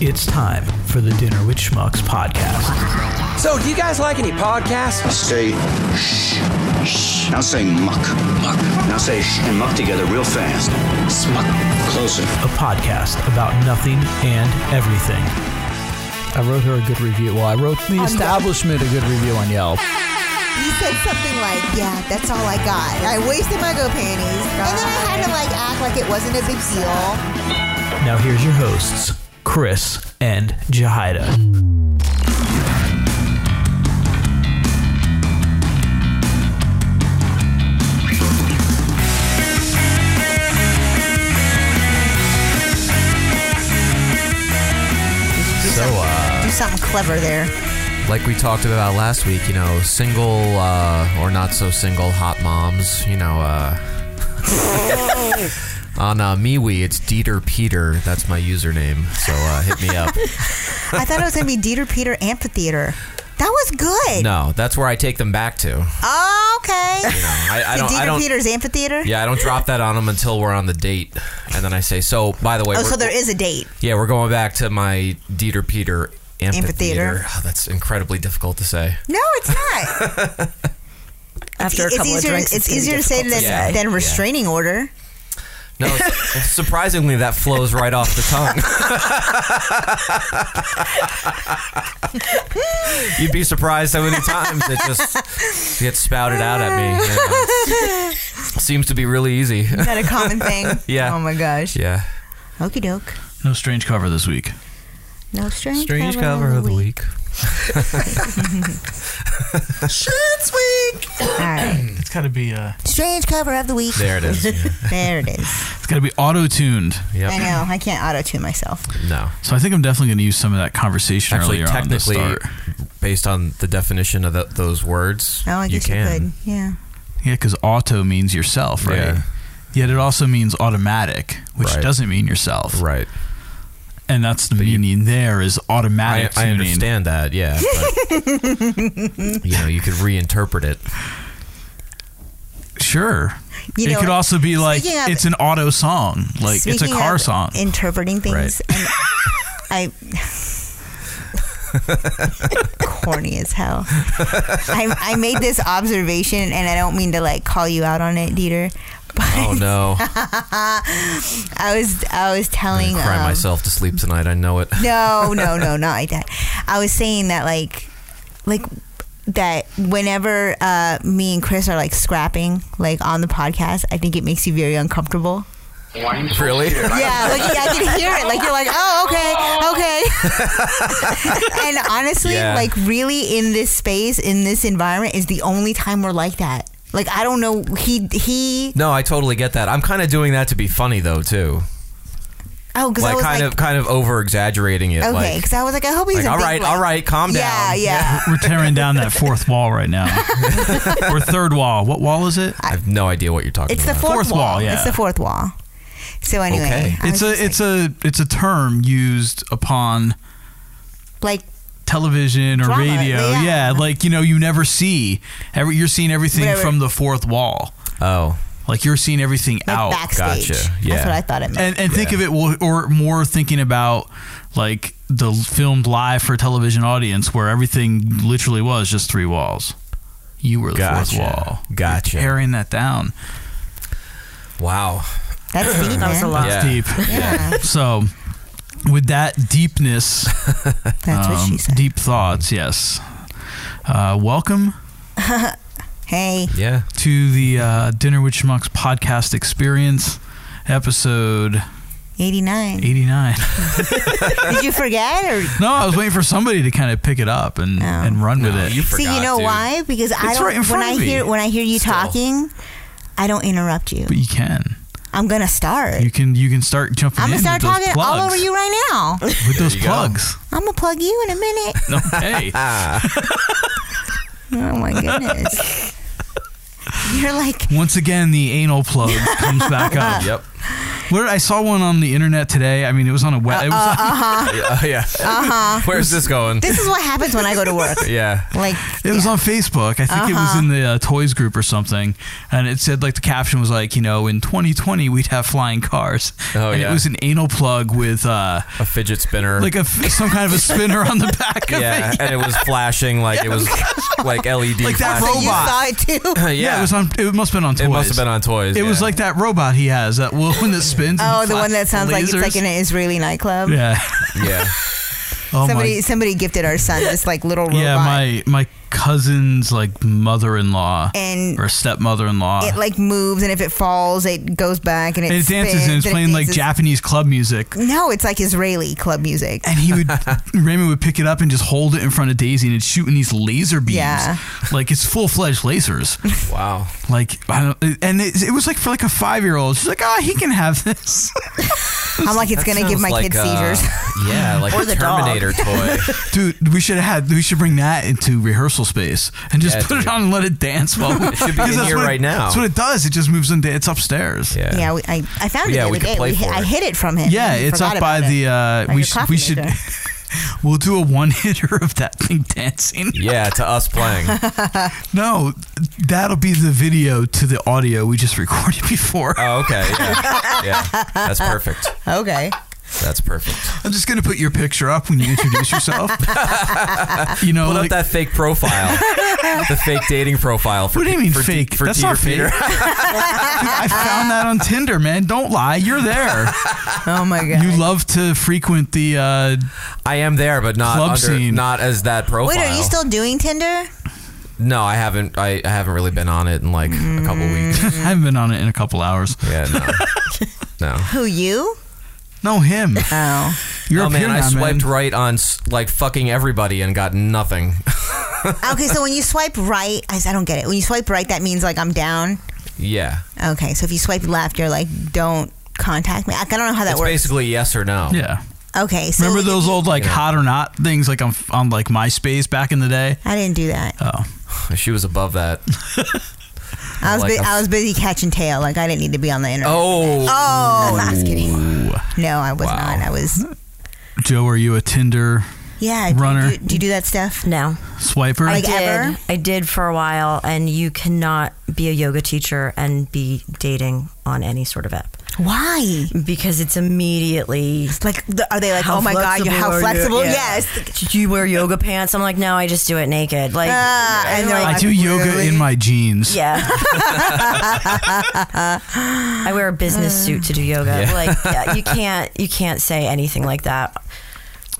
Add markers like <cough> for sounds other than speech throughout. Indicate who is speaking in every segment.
Speaker 1: It's time for the Dinner with Schmucks podcast.
Speaker 2: So, do you guys like any podcasts?
Speaker 3: Say shh, shh. Now say muck, muck. Now say shh and muck together real fast. Smuck. Closer.
Speaker 1: A podcast about nothing and everything.
Speaker 4: I wrote her a good review. Well, I wrote the establishment a good review on Yelp.
Speaker 5: He said something like, "Yeah, that's all I got. I wasted my go panties, and then I had to like act like it wasn't a big deal."
Speaker 1: Now here's your hosts, Chris and Jahida.
Speaker 4: So, uh,
Speaker 5: Do something clever
Speaker 6: <laughs>
Speaker 5: there.
Speaker 6: like we talked about last week, you know, single uh, or not so single hot moms, you know, uh, <laughs> on uh, MeWe, it's Dieter Peter. That's my username. So uh, hit me up.
Speaker 5: <laughs> I thought it was gonna be Dieter Peter Amphitheater. That was good.
Speaker 6: No, that's where I take them back to. You know,
Speaker 5: Oh, okay.
Speaker 6: I, I
Speaker 5: The
Speaker 6: don't. I
Speaker 5: Dieter
Speaker 6: don't
Speaker 5: Peter's Amphitheater.
Speaker 6: yeah, I don't drop that on them until we're on the date, and then I say, "So, by the way,
Speaker 5: Oh,
Speaker 6: we're-
Speaker 5: so there is a date.
Speaker 6: yeah, we're going back to my Dieter Peter amphitheater."
Speaker 5: Amphitheater.
Speaker 6: Oh, that's incredibly difficult to say.
Speaker 5: No, it's not.
Speaker 7: after a
Speaker 5: it's
Speaker 7: couple
Speaker 5: easier.
Speaker 7: of drinks.
Speaker 5: it's
Speaker 7: gonna be
Speaker 5: easier to say
Speaker 7: difficult
Speaker 5: than
Speaker 6: say.
Speaker 5: than
Speaker 6: Yeah.
Speaker 5: restraining order.
Speaker 6: No, su- <laughs> surprisingly, that flows right off the tongue. <laughs> You'd be surprised how many times it just gets spouted out at me. you
Speaker 5: <laughs>
Speaker 6: know. Seems to be really easy.
Speaker 5: Is that a common thing?
Speaker 6: <laughs> Yeah.
Speaker 5: Oh my gosh.
Speaker 6: yeah.
Speaker 5: Okey Okie doke.
Speaker 1: No strange cover this
Speaker 6: <laughs>
Speaker 1: week.
Speaker 5: No strange,
Speaker 6: Strange
Speaker 5: cover, of the week. <laughs>
Speaker 6: Shit's week.
Speaker 5: All
Speaker 1: <clears throat>
Speaker 5: right.
Speaker 1: It's got to <laughs> be uh,
Speaker 5: Strange cover of the week.
Speaker 6: There it is. Yeah.
Speaker 5: <laughs> There it is.
Speaker 1: it's got to be auto tuned.
Speaker 5: I
Speaker 6: Yep.
Speaker 5: know. I can't auto tune myself.
Speaker 6: No.
Speaker 8: So I think I'm definitely going to use some of that conversation
Speaker 6: Actually,
Speaker 8: earlier
Speaker 6: technically,
Speaker 8: on to start.
Speaker 6: based on the definition of th those words,
Speaker 5: Oh, I
Speaker 6: you
Speaker 5: guess you,
Speaker 6: can.
Speaker 5: could. Yeah.
Speaker 8: Yeah, because auto means yourself, right?
Speaker 6: Yeah.
Speaker 8: Yet it also means automatic, which
Speaker 6: Right.
Speaker 8: doesn't mean yourself.
Speaker 6: Right.
Speaker 8: And that's the meaning there is
Speaker 6: I,
Speaker 8: automatic
Speaker 6: I
Speaker 8: tuning.
Speaker 6: understand that, yeah.
Speaker 8: <laughs>
Speaker 6: but, you know, you could reinterpret it.
Speaker 8: Sure.
Speaker 5: You
Speaker 8: it
Speaker 5: know,
Speaker 8: could also be like
Speaker 5: speaking of-
Speaker 8: it's an auto song, like it's a
Speaker 5: Speaking
Speaker 8: car
Speaker 5: of
Speaker 8: song. <laughs>
Speaker 5: Interpreting things. And I. corny as hell. I, I made this observation, and I don't mean to like call you out on it, Dieter. <laughs> But
Speaker 6: Oh no! I'm
Speaker 5: <laughs> I was I was telling
Speaker 6: gonna cry
Speaker 5: um,
Speaker 6: myself to sleep tonight. I know it.
Speaker 5: No, no, no, not like that. I was saying that like, like that whenever uh, me and Chris are like scrapping like on the podcast, I think it makes you very uncomfortable.
Speaker 6: Really?
Speaker 5: Yeah, like yeah, I can hear it. Like you're like, oh, okay, <laughs> okay. and honestly,
Speaker 6: Yeah.
Speaker 5: like really in this space, in this environment, is the only time we're like that. Like I don't know, he he.
Speaker 6: <laughs> No, I totally get that. I'm kind of doing that to be funny though too.
Speaker 5: Oh, because I
Speaker 6: Like
Speaker 5: was
Speaker 6: kind
Speaker 5: like,
Speaker 6: of kind of over exaggerating it. <laughs>
Speaker 5: okay,
Speaker 6: like,
Speaker 5: because I was like, I hope he's
Speaker 6: like,
Speaker 5: a
Speaker 6: all
Speaker 5: big
Speaker 6: right,
Speaker 5: one."
Speaker 6: all right, calm down. <laughs>
Speaker 5: Yeah, yeah.
Speaker 8: We're tearing down that fourth wall right now. or third wall. What wall is it?
Speaker 6: I have no idea what you're talking
Speaker 5: It's the
Speaker 6: about.
Speaker 5: fourth,
Speaker 8: Fourth
Speaker 5: wall.
Speaker 8: wall, yeah.
Speaker 5: It's the fourth wall. So anyway,
Speaker 6: Okay.
Speaker 5: I
Speaker 8: It's
Speaker 5: was
Speaker 8: a
Speaker 5: just
Speaker 8: it's
Speaker 5: like,
Speaker 8: a it's a term used upon
Speaker 5: like
Speaker 8: television or
Speaker 5: Drama,
Speaker 8: radio.
Speaker 5: yeah.
Speaker 8: Yeah. like you know, you never see. Every you're seeing everything
Speaker 5: Whatever.
Speaker 8: from the fourth wall.
Speaker 6: oh,
Speaker 8: Like you're seeing everything
Speaker 5: like
Speaker 8: out.
Speaker 5: backstage.
Speaker 6: gotcha.
Speaker 5: That's
Speaker 6: Yeah.
Speaker 5: what I thought it meant.
Speaker 8: And and think of it well, or more thinking about like the filmed live for television audience where everything literally was just three walls. You were the
Speaker 6: Gotcha.
Speaker 8: fourth wall.
Speaker 6: Gotcha.
Speaker 8: You're tearing that down.
Speaker 6: wow. <clears throat>
Speaker 5: That's deep,
Speaker 7: That was a
Speaker 5: man.
Speaker 7: lot.
Speaker 6: Yeah.
Speaker 8: That's deep.
Speaker 6: <laughs>
Speaker 5: Yeah,
Speaker 8: So with that deepness,
Speaker 5: <laughs> that's what she
Speaker 8: um,
Speaker 5: said.
Speaker 8: deep thoughts, yes. Uh, welcome
Speaker 5: <laughs> Hey,
Speaker 6: Yeah.
Speaker 8: to the uh, Dinner with Schmucks podcast experience, episode
Speaker 5: 89.
Speaker 8: 89.
Speaker 5: <laughs> Did you
Speaker 8: <laughs>
Speaker 5: forget? Or
Speaker 8: no, I was waiting for somebody to kind of pick it up and,
Speaker 5: No.
Speaker 8: and run with
Speaker 6: No,
Speaker 8: it.
Speaker 6: you
Speaker 5: Oh. see,
Speaker 6: forgot,
Speaker 5: you know
Speaker 6: dude.
Speaker 5: why? Because I
Speaker 8: It's
Speaker 5: don't.
Speaker 8: right in
Speaker 5: when
Speaker 8: front
Speaker 5: I
Speaker 8: of
Speaker 5: hear
Speaker 8: you.
Speaker 5: when I hear you
Speaker 6: Still.
Speaker 5: talking, I don't interrupt you.
Speaker 8: But you can.
Speaker 5: I'm gonna start.
Speaker 8: You can you can start jumping
Speaker 5: I'm
Speaker 8: in
Speaker 5: gonna start
Speaker 8: with those
Speaker 5: talking
Speaker 8: plugs.
Speaker 5: all over you right now.
Speaker 8: with those
Speaker 6: you go.
Speaker 8: plugs.
Speaker 5: I'm gonna plug you in a minute.
Speaker 6: <laughs>
Speaker 8: Okay.
Speaker 5: Oh my goodness. You're like
Speaker 8: Once again the anal plug comes back up.
Speaker 6: <laughs> Yep.
Speaker 8: What I saw one on the internet today. <laughs> I mean, it was on a web. it was
Speaker 5: Uh huh.
Speaker 8: <laughs>
Speaker 6: Yeah, oh, yeah.
Speaker 5: Uh huh.
Speaker 6: Where's this going?
Speaker 5: This is what happens when I go to work.
Speaker 8: <laughs>
Speaker 6: yeah.
Speaker 5: Like,
Speaker 8: It was on Facebook. I think it was
Speaker 5: Uh-huh.
Speaker 8: in the uh, toys group or something, and it said like the caption was like, you know, in 2020 we'd have flying cars,
Speaker 6: Oh,
Speaker 8: and
Speaker 6: yeah.
Speaker 8: it was an anal plug with uh,
Speaker 6: A fidget spinner.
Speaker 8: like a f- some kind of a spinner on the back of
Speaker 6: <laughs> yeah,
Speaker 8: it.
Speaker 6: and it was flashing like it was <laughs> like LED.
Speaker 8: Like that
Speaker 5: so
Speaker 6: flashing.
Speaker 5: you
Speaker 8: Robot.
Speaker 5: saw it too.
Speaker 6: <laughs> yeah.
Speaker 8: Yeah, it was on. It must have been on toys.
Speaker 6: It must have been on toys.
Speaker 8: It was
Speaker 6: yeah.
Speaker 8: like that robot he has, that one
Speaker 5: <laughs>
Speaker 8: that spins. and
Speaker 5: Oh, the one that
Speaker 8: flashes
Speaker 5: sounds like it's
Speaker 8: lasers.
Speaker 5: like in an Israeli
Speaker 8: <laughs>
Speaker 5: nightclub.
Speaker 8: yeah.
Speaker 5: <laughs>
Speaker 6: yeah.
Speaker 8: Oh
Speaker 5: somebody,
Speaker 8: my.
Speaker 5: somebody gifted our son this like little
Speaker 8: <laughs>
Speaker 5: robot.
Speaker 8: Yeah, my my cousin's like mother-in-law
Speaker 5: And
Speaker 8: or stepmother-in-law.
Speaker 5: it like moves, and if it falls, it goes back, and it,
Speaker 8: and it dances
Speaker 5: spins,
Speaker 8: and it's playing like
Speaker 5: dances.
Speaker 8: Japanese club music.
Speaker 5: No, it's like Israeli club music.
Speaker 8: and he would <laughs> Raymond would pick it up and just hold it in front of Daisy and it's shooting these laser beams,
Speaker 5: Yeah.
Speaker 8: like it's full fledged
Speaker 5: <laughs>
Speaker 8: lasers.
Speaker 6: Wow.
Speaker 8: Like I don't, and it, it was like for like a five year old. She's like, oh, he can have this,
Speaker 5: <laughs> I'm like, it's
Speaker 6: That
Speaker 5: gonna give
Speaker 6: sounds
Speaker 5: my
Speaker 6: like,
Speaker 5: kid
Speaker 6: uh,
Speaker 5: seizures. <laughs>
Speaker 6: Yeah, like
Speaker 5: Or
Speaker 6: a
Speaker 5: the dog.
Speaker 6: Terminator toy.
Speaker 8: dude. We should have had we should bring that into rehearsal space <laughs> and just
Speaker 6: Yeah,
Speaker 8: put
Speaker 6: dude.
Speaker 8: it on and let it dance while we, it <laughs>
Speaker 6: should be in here right now.
Speaker 8: That's what it does. It just moves into it's upstairs.
Speaker 6: Yeah.
Speaker 5: yeah, we, I, I found it
Speaker 6: Yeah,
Speaker 5: the
Speaker 6: we
Speaker 5: other
Speaker 6: could
Speaker 5: day.
Speaker 6: play
Speaker 5: We, hi-
Speaker 6: for
Speaker 5: I
Speaker 6: it.
Speaker 5: hid it from him.
Speaker 8: Yeah,
Speaker 5: He
Speaker 8: it's
Speaker 5: forgot
Speaker 8: up
Speaker 5: about
Speaker 8: by
Speaker 5: it.
Speaker 8: the uh,
Speaker 5: By
Speaker 8: we
Speaker 5: your
Speaker 8: should
Speaker 5: coffee
Speaker 8: we should <laughs>
Speaker 5: maker.
Speaker 8: we'll do a one hitter of that thing dancing.
Speaker 6: Yeah, to us playing.
Speaker 8: No, that'll be the video to the audio we just recorded <laughs> <laughs> before.
Speaker 6: Oh, okay. Yeah. yeah. That's perfect.
Speaker 5: Okay.
Speaker 6: That's perfect.
Speaker 8: I'm just gonna put your picture up when you introduce <laughs> yourself. <laughs> you know,
Speaker 6: What
Speaker 8: like,
Speaker 6: about that fake profile? the fake dating profile for
Speaker 8: what do you
Speaker 6: Pe-
Speaker 8: mean
Speaker 6: for Pe-
Speaker 8: fake?
Speaker 6: for
Speaker 8: That's
Speaker 6: Dieter
Speaker 8: not fake.
Speaker 6: Peter. <laughs>
Speaker 8: Dude, <laughs>
Speaker 5: <laughs>
Speaker 8: I found that on Tinder, man. Don't lie, you're there. <laughs>
Speaker 5: Oh my god.
Speaker 8: You love to frequent the. Uh,
Speaker 6: I am there, but not
Speaker 8: Club
Speaker 6: under,
Speaker 8: scene.
Speaker 6: not as that profile.
Speaker 5: Wait, are you still doing Tinder?
Speaker 6: No, I haven't. I, I haven't really been on it in like a couple weeks.
Speaker 8: <laughs> I haven't been on it in a couple hours.
Speaker 6: Yeah,
Speaker 8: <laughs>
Speaker 6: no, no.
Speaker 5: Who you?
Speaker 8: No, him.
Speaker 5: Oh.
Speaker 8: You're
Speaker 6: oh
Speaker 8: up
Speaker 6: man,
Speaker 8: here
Speaker 6: I
Speaker 8: now,
Speaker 6: swiped
Speaker 8: man.
Speaker 6: right on s- like fucking everybody and got nothing.
Speaker 5: <laughs> Okay, so when you swipe right, I, I don't get it. When you swipe right, that means like I'm down.
Speaker 6: yeah,
Speaker 5: Okay, so if you swipe left, you're like, don't contact me. I I don't know how that
Speaker 6: it's
Speaker 5: works.
Speaker 6: basically yes or no.
Speaker 8: Yeah.
Speaker 5: Okay, so
Speaker 8: Remember those old like hot or not things like on on like MySpace back in the day?
Speaker 5: I didn't do that.
Speaker 8: Oh,
Speaker 6: She was above that.
Speaker 5: I was
Speaker 6: like
Speaker 5: bu-
Speaker 6: a-
Speaker 5: I was busy catching tail. Like I didn't need to be on the internet.
Speaker 6: Oh,
Speaker 5: Oh, I was kidding. No, I was
Speaker 6: Wow.
Speaker 5: not. I was.
Speaker 8: Joe, are you a Tinder
Speaker 5: Yeah. do-
Speaker 8: Runner.
Speaker 5: Do, do you do that stuff?
Speaker 7: No,
Speaker 8: swiper?
Speaker 5: Like
Speaker 7: did.
Speaker 5: ever?
Speaker 7: I did for a while, and you cannot be a yoga teacher and be dating on any sort of app
Speaker 5: Why?
Speaker 7: because it's immediately
Speaker 5: Like, the, are they like,
Speaker 7: how
Speaker 5: oh my god, you're
Speaker 7: are
Speaker 5: how
Speaker 7: you?"
Speaker 5: flexible?
Speaker 7: Yeah.
Speaker 5: Yes.
Speaker 7: Do you wear yoga pants? I'm like, no, I just do it naked. Like,
Speaker 5: Ah,
Speaker 7: and
Speaker 5: and they're
Speaker 7: like,
Speaker 8: I do yoga in my jeans. <laughs>
Speaker 7: yeah. I wear a business suit to do yoga. Like, yeah, you can't, you can't say anything like that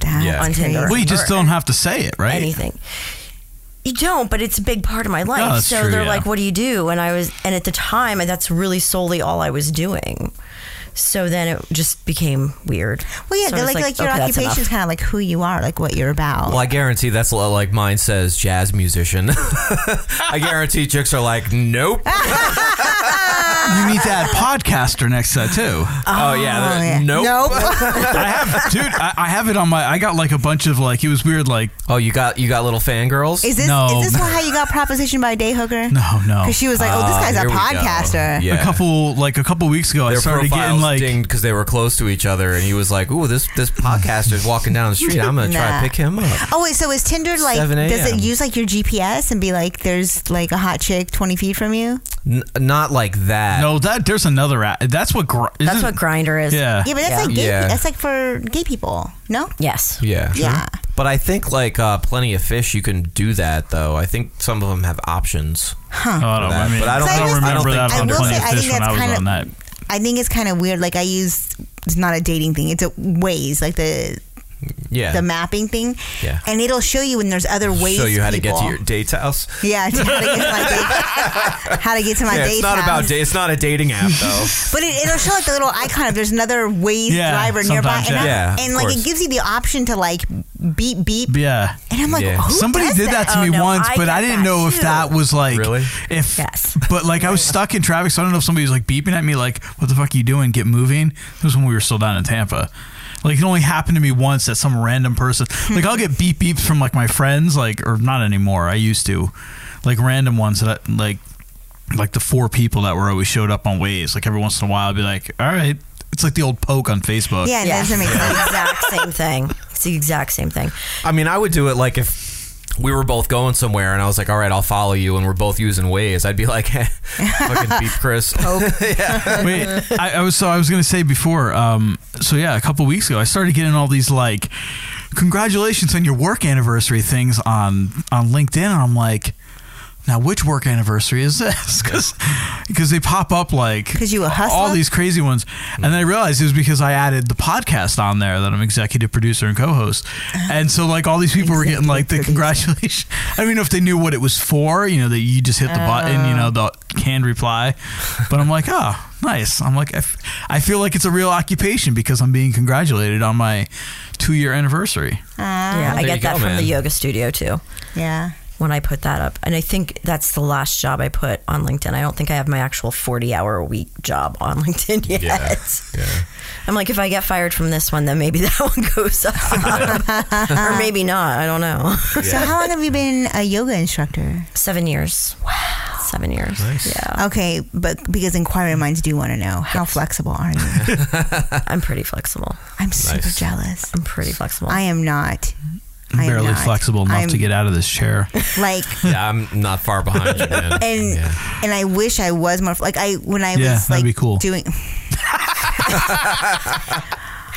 Speaker 5: That's
Speaker 6: Yeah.
Speaker 7: on Tinder.
Speaker 8: Well, you just
Speaker 7: Or
Speaker 8: don't have to say it, right?
Speaker 7: anything. You don't, but it's a big part of my life.
Speaker 8: that's
Speaker 7: so
Speaker 8: true,
Speaker 7: they're
Speaker 8: yeah.
Speaker 7: like, "What do you do?" And I was, and at the time, that's really solely all I was doing. So then it just became weird.
Speaker 5: Well, yeah,
Speaker 7: So I
Speaker 5: they're
Speaker 7: was
Speaker 5: like, like your
Speaker 7: "Okay, that's
Speaker 5: occupation is
Speaker 7: enough."
Speaker 5: kind of like who you are, like what you're about.
Speaker 6: Well, I guarantee that's li- like mine says jazz musician. <laughs> I guarantee chicks are like, nope. Oh,
Speaker 5: Ah,
Speaker 8: You need to add podcaster next to that too.
Speaker 6: yeah,
Speaker 5: Oh, yeah.
Speaker 6: nope. <laughs>
Speaker 8: I have, dude. I, I have it on my. I got like a bunch of like. It was weird. Like,
Speaker 6: Oh, you got you got little fangirls.
Speaker 5: Is this
Speaker 8: No.
Speaker 5: is this how you got propositioned by a day hooker?
Speaker 8: no, no.
Speaker 5: Because she was like, oh, this guy's
Speaker 6: Ah, here
Speaker 5: a
Speaker 6: we go.
Speaker 5: podcaster.
Speaker 6: Yeah.
Speaker 8: A couple like a couple weeks ago,
Speaker 6: Their
Speaker 8: I started
Speaker 6: profiles
Speaker 8: getting like.
Speaker 6: dinged because they were close to each other, and he was like, "Ooh, this this podcaster's walking down the street. I'm gonna try
Speaker 5: Nah.
Speaker 6: to pick him up."
Speaker 5: Oh wait, so is Tinder like?
Speaker 6: 7 a.m..
Speaker 5: Does it use like your GPS and be like, there's like a hot chick twenty feet from you?
Speaker 6: N- not like that.
Speaker 8: No, that there's another. a- That's what. Gr-
Speaker 7: That's
Speaker 8: isn't-
Speaker 7: what grinder is.
Speaker 8: Yeah.
Speaker 5: Yeah, but that's
Speaker 7: Yeah.
Speaker 5: like gay.
Speaker 6: Yeah.
Speaker 5: That's like for gay people. No.
Speaker 7: Yes.
Speaker 6: Yeah.
Speaker 5: Yeah.
Speaker 6: But I think like uh, plenty of fish, you can do that though. I think some of them have options.
Speaker 8: Oh, I
Speaker 6: for
Speaker 8: don't,
Speaker 6: that,
Speaker 8: I mean,
Speaker 6: but I don't
Speaker 5: So I
Speaker 8: I
Speaker 5: just-
Speaker 8: don't remember
Speaker 6: I don't
Speaker 8: that
Speaker 5: think-
Speaker 8: on
Speaker 5: I will
Speaker 8: Plenty
Speaker 5: say,
Speaker 8: of
Speaker 5: I think
Speaker 8: Fish when
Speaker 5: that's
Speaker 8: I was
Speaker 5: kinda-
Speaker 8: on that.
Speaker 5: I think it's kind of weird. Like I use it's not a dating thing. It's a ways like the
Speaker 6: Yeah.
Speaker 5: the mapping thing.
Speaker 6: Yeah.
Speaker 5: And it'll show you when there's other ways.
Speaker 6: Show you how to get to
Speaker 5: people.
Speaker 6: your date's house.
Speaker 5: Yeah, <laughs> to how to get to my date. How to get to my
Speaker 6: yeah,
Speaker 5: date.
Speaker 6: it's not
Speaker 5: house.
Speaker 6: about date. It's not a dating app
Speaker 5: <laughs>
Speaker 6: though.
Speaker 5: But it, it'll show like the little icon of there's another Waze
Speaker 8: Yeah,
Speaker 5: driver nearby,
Speaker 8: sometimes,
Speaker 5: and, I-
Speaker 6: yeah. Yeah,
Speaker 5: and
Speaker 6: of
Speaker 5: like
Speaker 6: course.
Speaker 5: it gives you the option to like beep beep,
Speaker 8: Yeah.
Speaker 5: and I'm like,
Speaker 6: Yeah.
Speaker 5: who
Speaker 8: Somebody
Speaker 5: does
Speaker 8: did that, to
Speaker 7: Oh,
Speaker 8: me
Speaker 7: no,
Speaker 8: once,
Speaker 7: I
Speaker 8: but
Speaker 7: get
Speaker 8: I didn't
Speaker 7: that
Speaker 8: know if
Speaker 7: too.
Speaker 8: that was like
Speaker 6: Really?
Speaker 8: if
Speaker 7: Yes.
Speaker 8: But like I was stuck in traffic, so I don't know if somebody was like beeping at me, like "What the fuck are you doing? Get moving!" This was when we were still down in Tampa. Like it only happened to me once that some random person, like I'll get beep beeps from like my friends, like or not anymore. I used to, like random ones that I, like like the four people that were always showed up on Waze. Like every once in a while, I'd be like, "All right." it's like the old poke on Facebook.
Speaker 5: Yeah, it
Speaker 7: Yeah.
Speaker 5: doesn't make
Speaker 7: It's
Speaker 5: sense.
Speaker 7: the exact same thing. It's the exact same thing.
Speaker 6: I mean, I would do it like if we were both going somewhere and I was like, all right, I'll follow you, and we're both using Waze. I'd be like, <laughs> fucking beep
Speaker 5: <laughs>
Speaker 6: Chris. <laughs>
Speaker 8: Wait, I, I was so I was gonna say before. Um, so yeah, a couple weeks ago, I started getting all these like, congratulations on your work anniversary things on on LinkedIn, and I'm like, now which work anniversary is this? <laughs> Because they pop up like
Speaker 5: 'Cause you a
Speaker 8: all
Speaker 5: hustler?
Speaker 8: these crazy ones, and then I realized it was because I added the podcast on there that I'm executive producer and co-host,
Speaker 5: Uh-huh.
Speaker 8: and so like all these people were getting like the
Speaker 5: Executive producer.
Speaker 8: congratulations. <laughs> I don't even know if they knew what it was for. You know that you just hit the button. You know the canned
Speaker 5: <laughs>
Speaker 8: reply, but I'm like, oh, nice. I'm like, I, f- I feel like it's a real occupation because I'm being congratulated on my two year anniversary.
Speaker 7: yeah, I
Speaker 6: there
Speaker 7: get
Speaker 6: you
Speaker 7: that
Speaker 6: go,
Speaker 7: from the
Speaker 6: man.
Speaker 7: yoga studio too.
Speaker 5: Ah. Yeah.
Speaker 7: When I put that up, and I think that's the last job I put on LinkedIn. I don't think I have my actual forty-hour-a-week job on <laughs> LinkedIn yet.
Speaker 6: Yeah. Yeah.
Speaker 7: I'm like, if I get fired from this one, then maybe <laughs> that one goes
Speaker 5: <laughs>
Speaker 7: up, or maybe not. I don't know.
Speaker 6: <laughs>
Speaker 5: So how long have you been a yoga instructor?
Speaker 7: Seven years. Wow. Seven years. Yeah,
Speaker 5: Okay, but because inquiring minds do want to know how flexible
Speaker 6: <laughs>
Speaker 5: are you?
Speaker 7: I'm pretty flexible.
Speaker 5: I'm super
Speaker 6: Nice.
Speaker 5: jealous.
Speaker 7: I'm pretty flexible.
Speaker 5: I am not. I am
Speaker 8: barely
Speaker 5: not.
Speaker 8: flexible enough
Speaker 5: I'm
Speaker 8: to get out of this chair.
Speaker 5: <laughs> like
Speaker 6: Yeah, I'm not far behind you, man.
Speaker 5: <laughs> and
Speaker 6: yeah.
Speaker 5: and I wish I was more like I when I
Speaker 8: Yeah,
Speaker 5: was
Speaker 8: that'd
Speaker 5: like
Speaker 8: be cool.
Speaker 5: doing.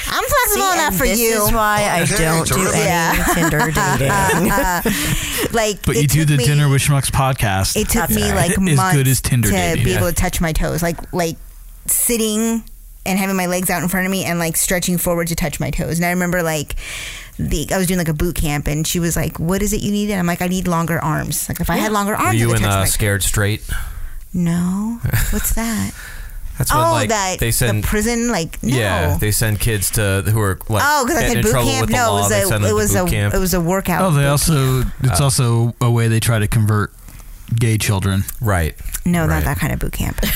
Speaker 5: I'm flexible
Speaker 7: See,
Speaker 5: enough
Speaker 7: and
Speaker 5: for
Speaker 7: this
Speaker 5: you.
Speaker 7: is why I don't do any
Speaker 5: Yeah.
Speaker 7: <laughs>
Speaker 5: <laughs>
Speaker 7: Tinder dating.
Speaker 8: <laughs>
Speaker 5: like,
Speaker 8: But
Speaker 5: it
Speaker 8: you do
Speaker 5: took
Speaker 8: the
Speaker 5: me-
Speaker 8: Dinner with Schmucks podcast.
Speaker 5: It took
Speaker 7: That's
Speaker 5: me
Speaker 7: right.
Speaker 5: like
Speaker 8: As
Speaker 5: months
Speaker 8: good as Tinder
Speaker 5: to
Speaker 8: dating.
Speaker 5: be
Speaker 8: Yeah.
Speaker 5: able to touch my toes, like like sitting and having my legs out in front of me and like stretching forward to touch my toes. And I remember like the I was doing like a boot camp and she was like, "What is it you need?" And I'm like, "I need longer arms. Like if I had longer
Speaker 6: Were
Speaker 5: arms, I
Speaker 6: you
Speaker 5: could
Speaker 6: in
Speaker 5: touch
Speaker 6: uh,
Speaker 5: my
Speaker 6: Scared Straight?
Speaker 5: No, what's that?
Speaker 6: That's when
Speaker 5: oh,
Speaker 6: like
Speaker 5: that
Speaker 6: they send
Speaker 5: the prison like no.
Speaker 6: yeah they send kids to who are like
Speaker 5: Oh, because
Speaker 6: getting
Speaker 5: I said
Speaker 6: in
Speaker 5: boot
Speaker 6: trouble
Speaker 5: camp.
Speaker 6: with the
Speaker 5: No,
Speaker 6: law. they
Speaker 5: it
Speaker 6: send
Speaker 5: was a
Speaker 6: them
Speaker 5: it
Speaker 6: to
Speaker 5: was
Speaker 6: boot
Speaker 5: a
Speaker 6: camp.
Speaker 5: it
Speaker 8: <laughs>
Speaker 5: was a workout.
Speaker 8: oh, they also it's
Speaker 6: Uh,
Speaker 8: also a way they try to convert gay children.
Speaker 6: right.
Speaker 5: no, not
Speaker 6: right.
Speaker 5: that kind of boot camp. <laughs>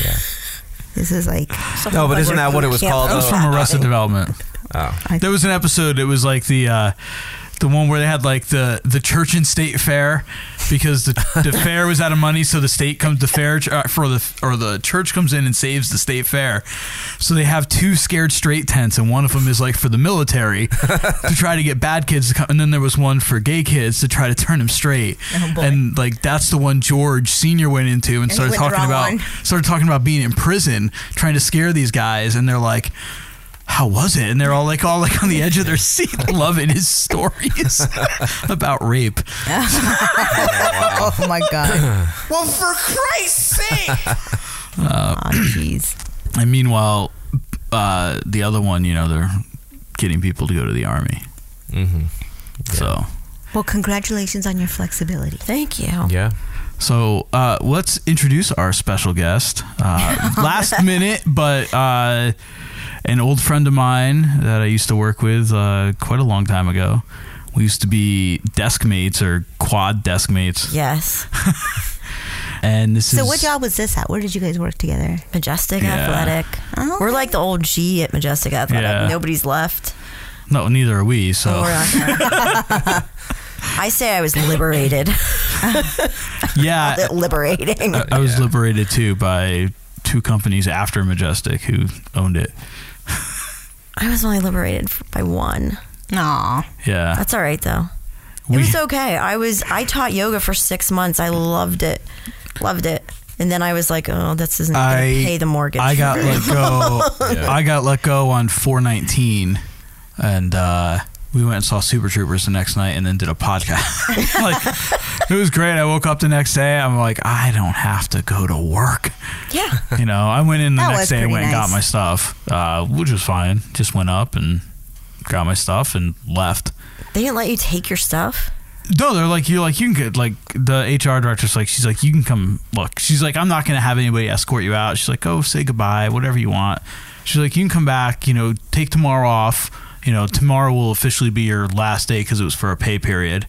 Speaker 5: This is like
Speaker 6: No, but isn't that what it was called?
Speaker 8: That was
Speaker 6: though? Oh.
Speaker 8: from Arrested Development. There was an episode. It was like the uh, the one where they had like the the church and state fair because the,
Speaker 6: <laughs>
Speaker 8: the fair was out of money, so the state comes the fair uh, for the or the church comes in and saves the state fair. So they have two scared straight tents, and one of them is like for the military to try to get bad kids to come, and then there was one for gay kids to try to turn them straight. and like that's the one George Senior went into Oh, and
Speaker 5: he
Speaker 8: started
Speaker 5: went the
Speaker 8: talking
Speaker 5: wrong
Speaker 8: about
Speaker 5: one.
Speaker 8: started talking about being in prison, trying to scare these guys, and they're like, "How was it?" And they're all like, all like on the edge of
Speaker 5: <laughs>
Speaker 8: their seat, <laughs> loving his stories <laughs> about rape.
Speaker 5: oh
Speaker 8: <laughs>
Speaker 5: my god.
Speaker 7: <clears throat>
Speaker 9: Well, for Christ's sake!
Speaker 5: Oh jeez.
Speaker 8: Uh, And meanwhile, uh, the other one, you know, they're getting people to go to the army. Mm-hmm. So.
Speaker 5: Well, congratulations on your flexibility.
Speaker 7: Thank you.
Speaker 6: Yeah.
Speaker 8: So uh, let's introduce our special guest. Uh, last minute, but uh, an old friend of mine that I used to work with uh, quite a long time ago. We used to be desk mates or quad desk mates,
Speaker 7: <laughs> Yes.
Speaker 8: and this is
Speaker 5: So, what job was this at? Where did you guys work together?
Speaker 7: Majestic
Speaker 8: Yeah.
Speaker 7: Athletic.
Speaker 5: Oh,
Speaker 7: We're like the old G at Majestic Athletic.
Speaker 8: Yeah.
Speaker 7: Nobody's left.
Speaker 8: No, neither are we. So
Speaker 7: Oh, We're on- <laughs> I say I was liberated.
Speaker 8: <laughs> yeah,
Speaker 7: Liberating.
Speaker 8: I, I was liberated too by two companies after Majestic who owned it.
Speaker 7: I was only liberated f- by one.
Speaker 5: Aw.
Speaker 8: Yeah,
Speaker 7: That's all right though. It
Speaker 8: We-
Speaker 7: was okay. I was I taught yoga for six months. I loved it, loved it. And then I was like, oh, this isn't going to pay the mortgage.
Speaker 8: I got
Speaker 7: for
Speaker 8: let
Speaker 7: <laughs>
Speaker 8: go. I got let go on 419, and uh, we went and saw Super Troopers the next night, and then did a podcast. <laughs> like it was great. I woke up the next day. I'm like, I don't have to go to work.
Speaker 7: Yeah.
Speaker 8: You know, I went in the
Speaker 5: That
Speaker 8: next
Speaker 5: was
Speaker 8: day and
Speaker 5: pretty
Speaker 8: went and got
Speaker 5: nice.
Speaker 8: my stuff, uh, which was fine. Just went up and got my stuff and left.
Speaker 7: They didn't let you take your stuff.
Speaker 8: No, they're like you. Like you can get like the HR director's like she's like you can come look. She's like I'm not gonna have anybody escort you out. She's like go say goodbye, whatever you want. She's like you can come back. You know, take tomorrow off. You know, tomorrow will officially be your last day because it was for a pay period.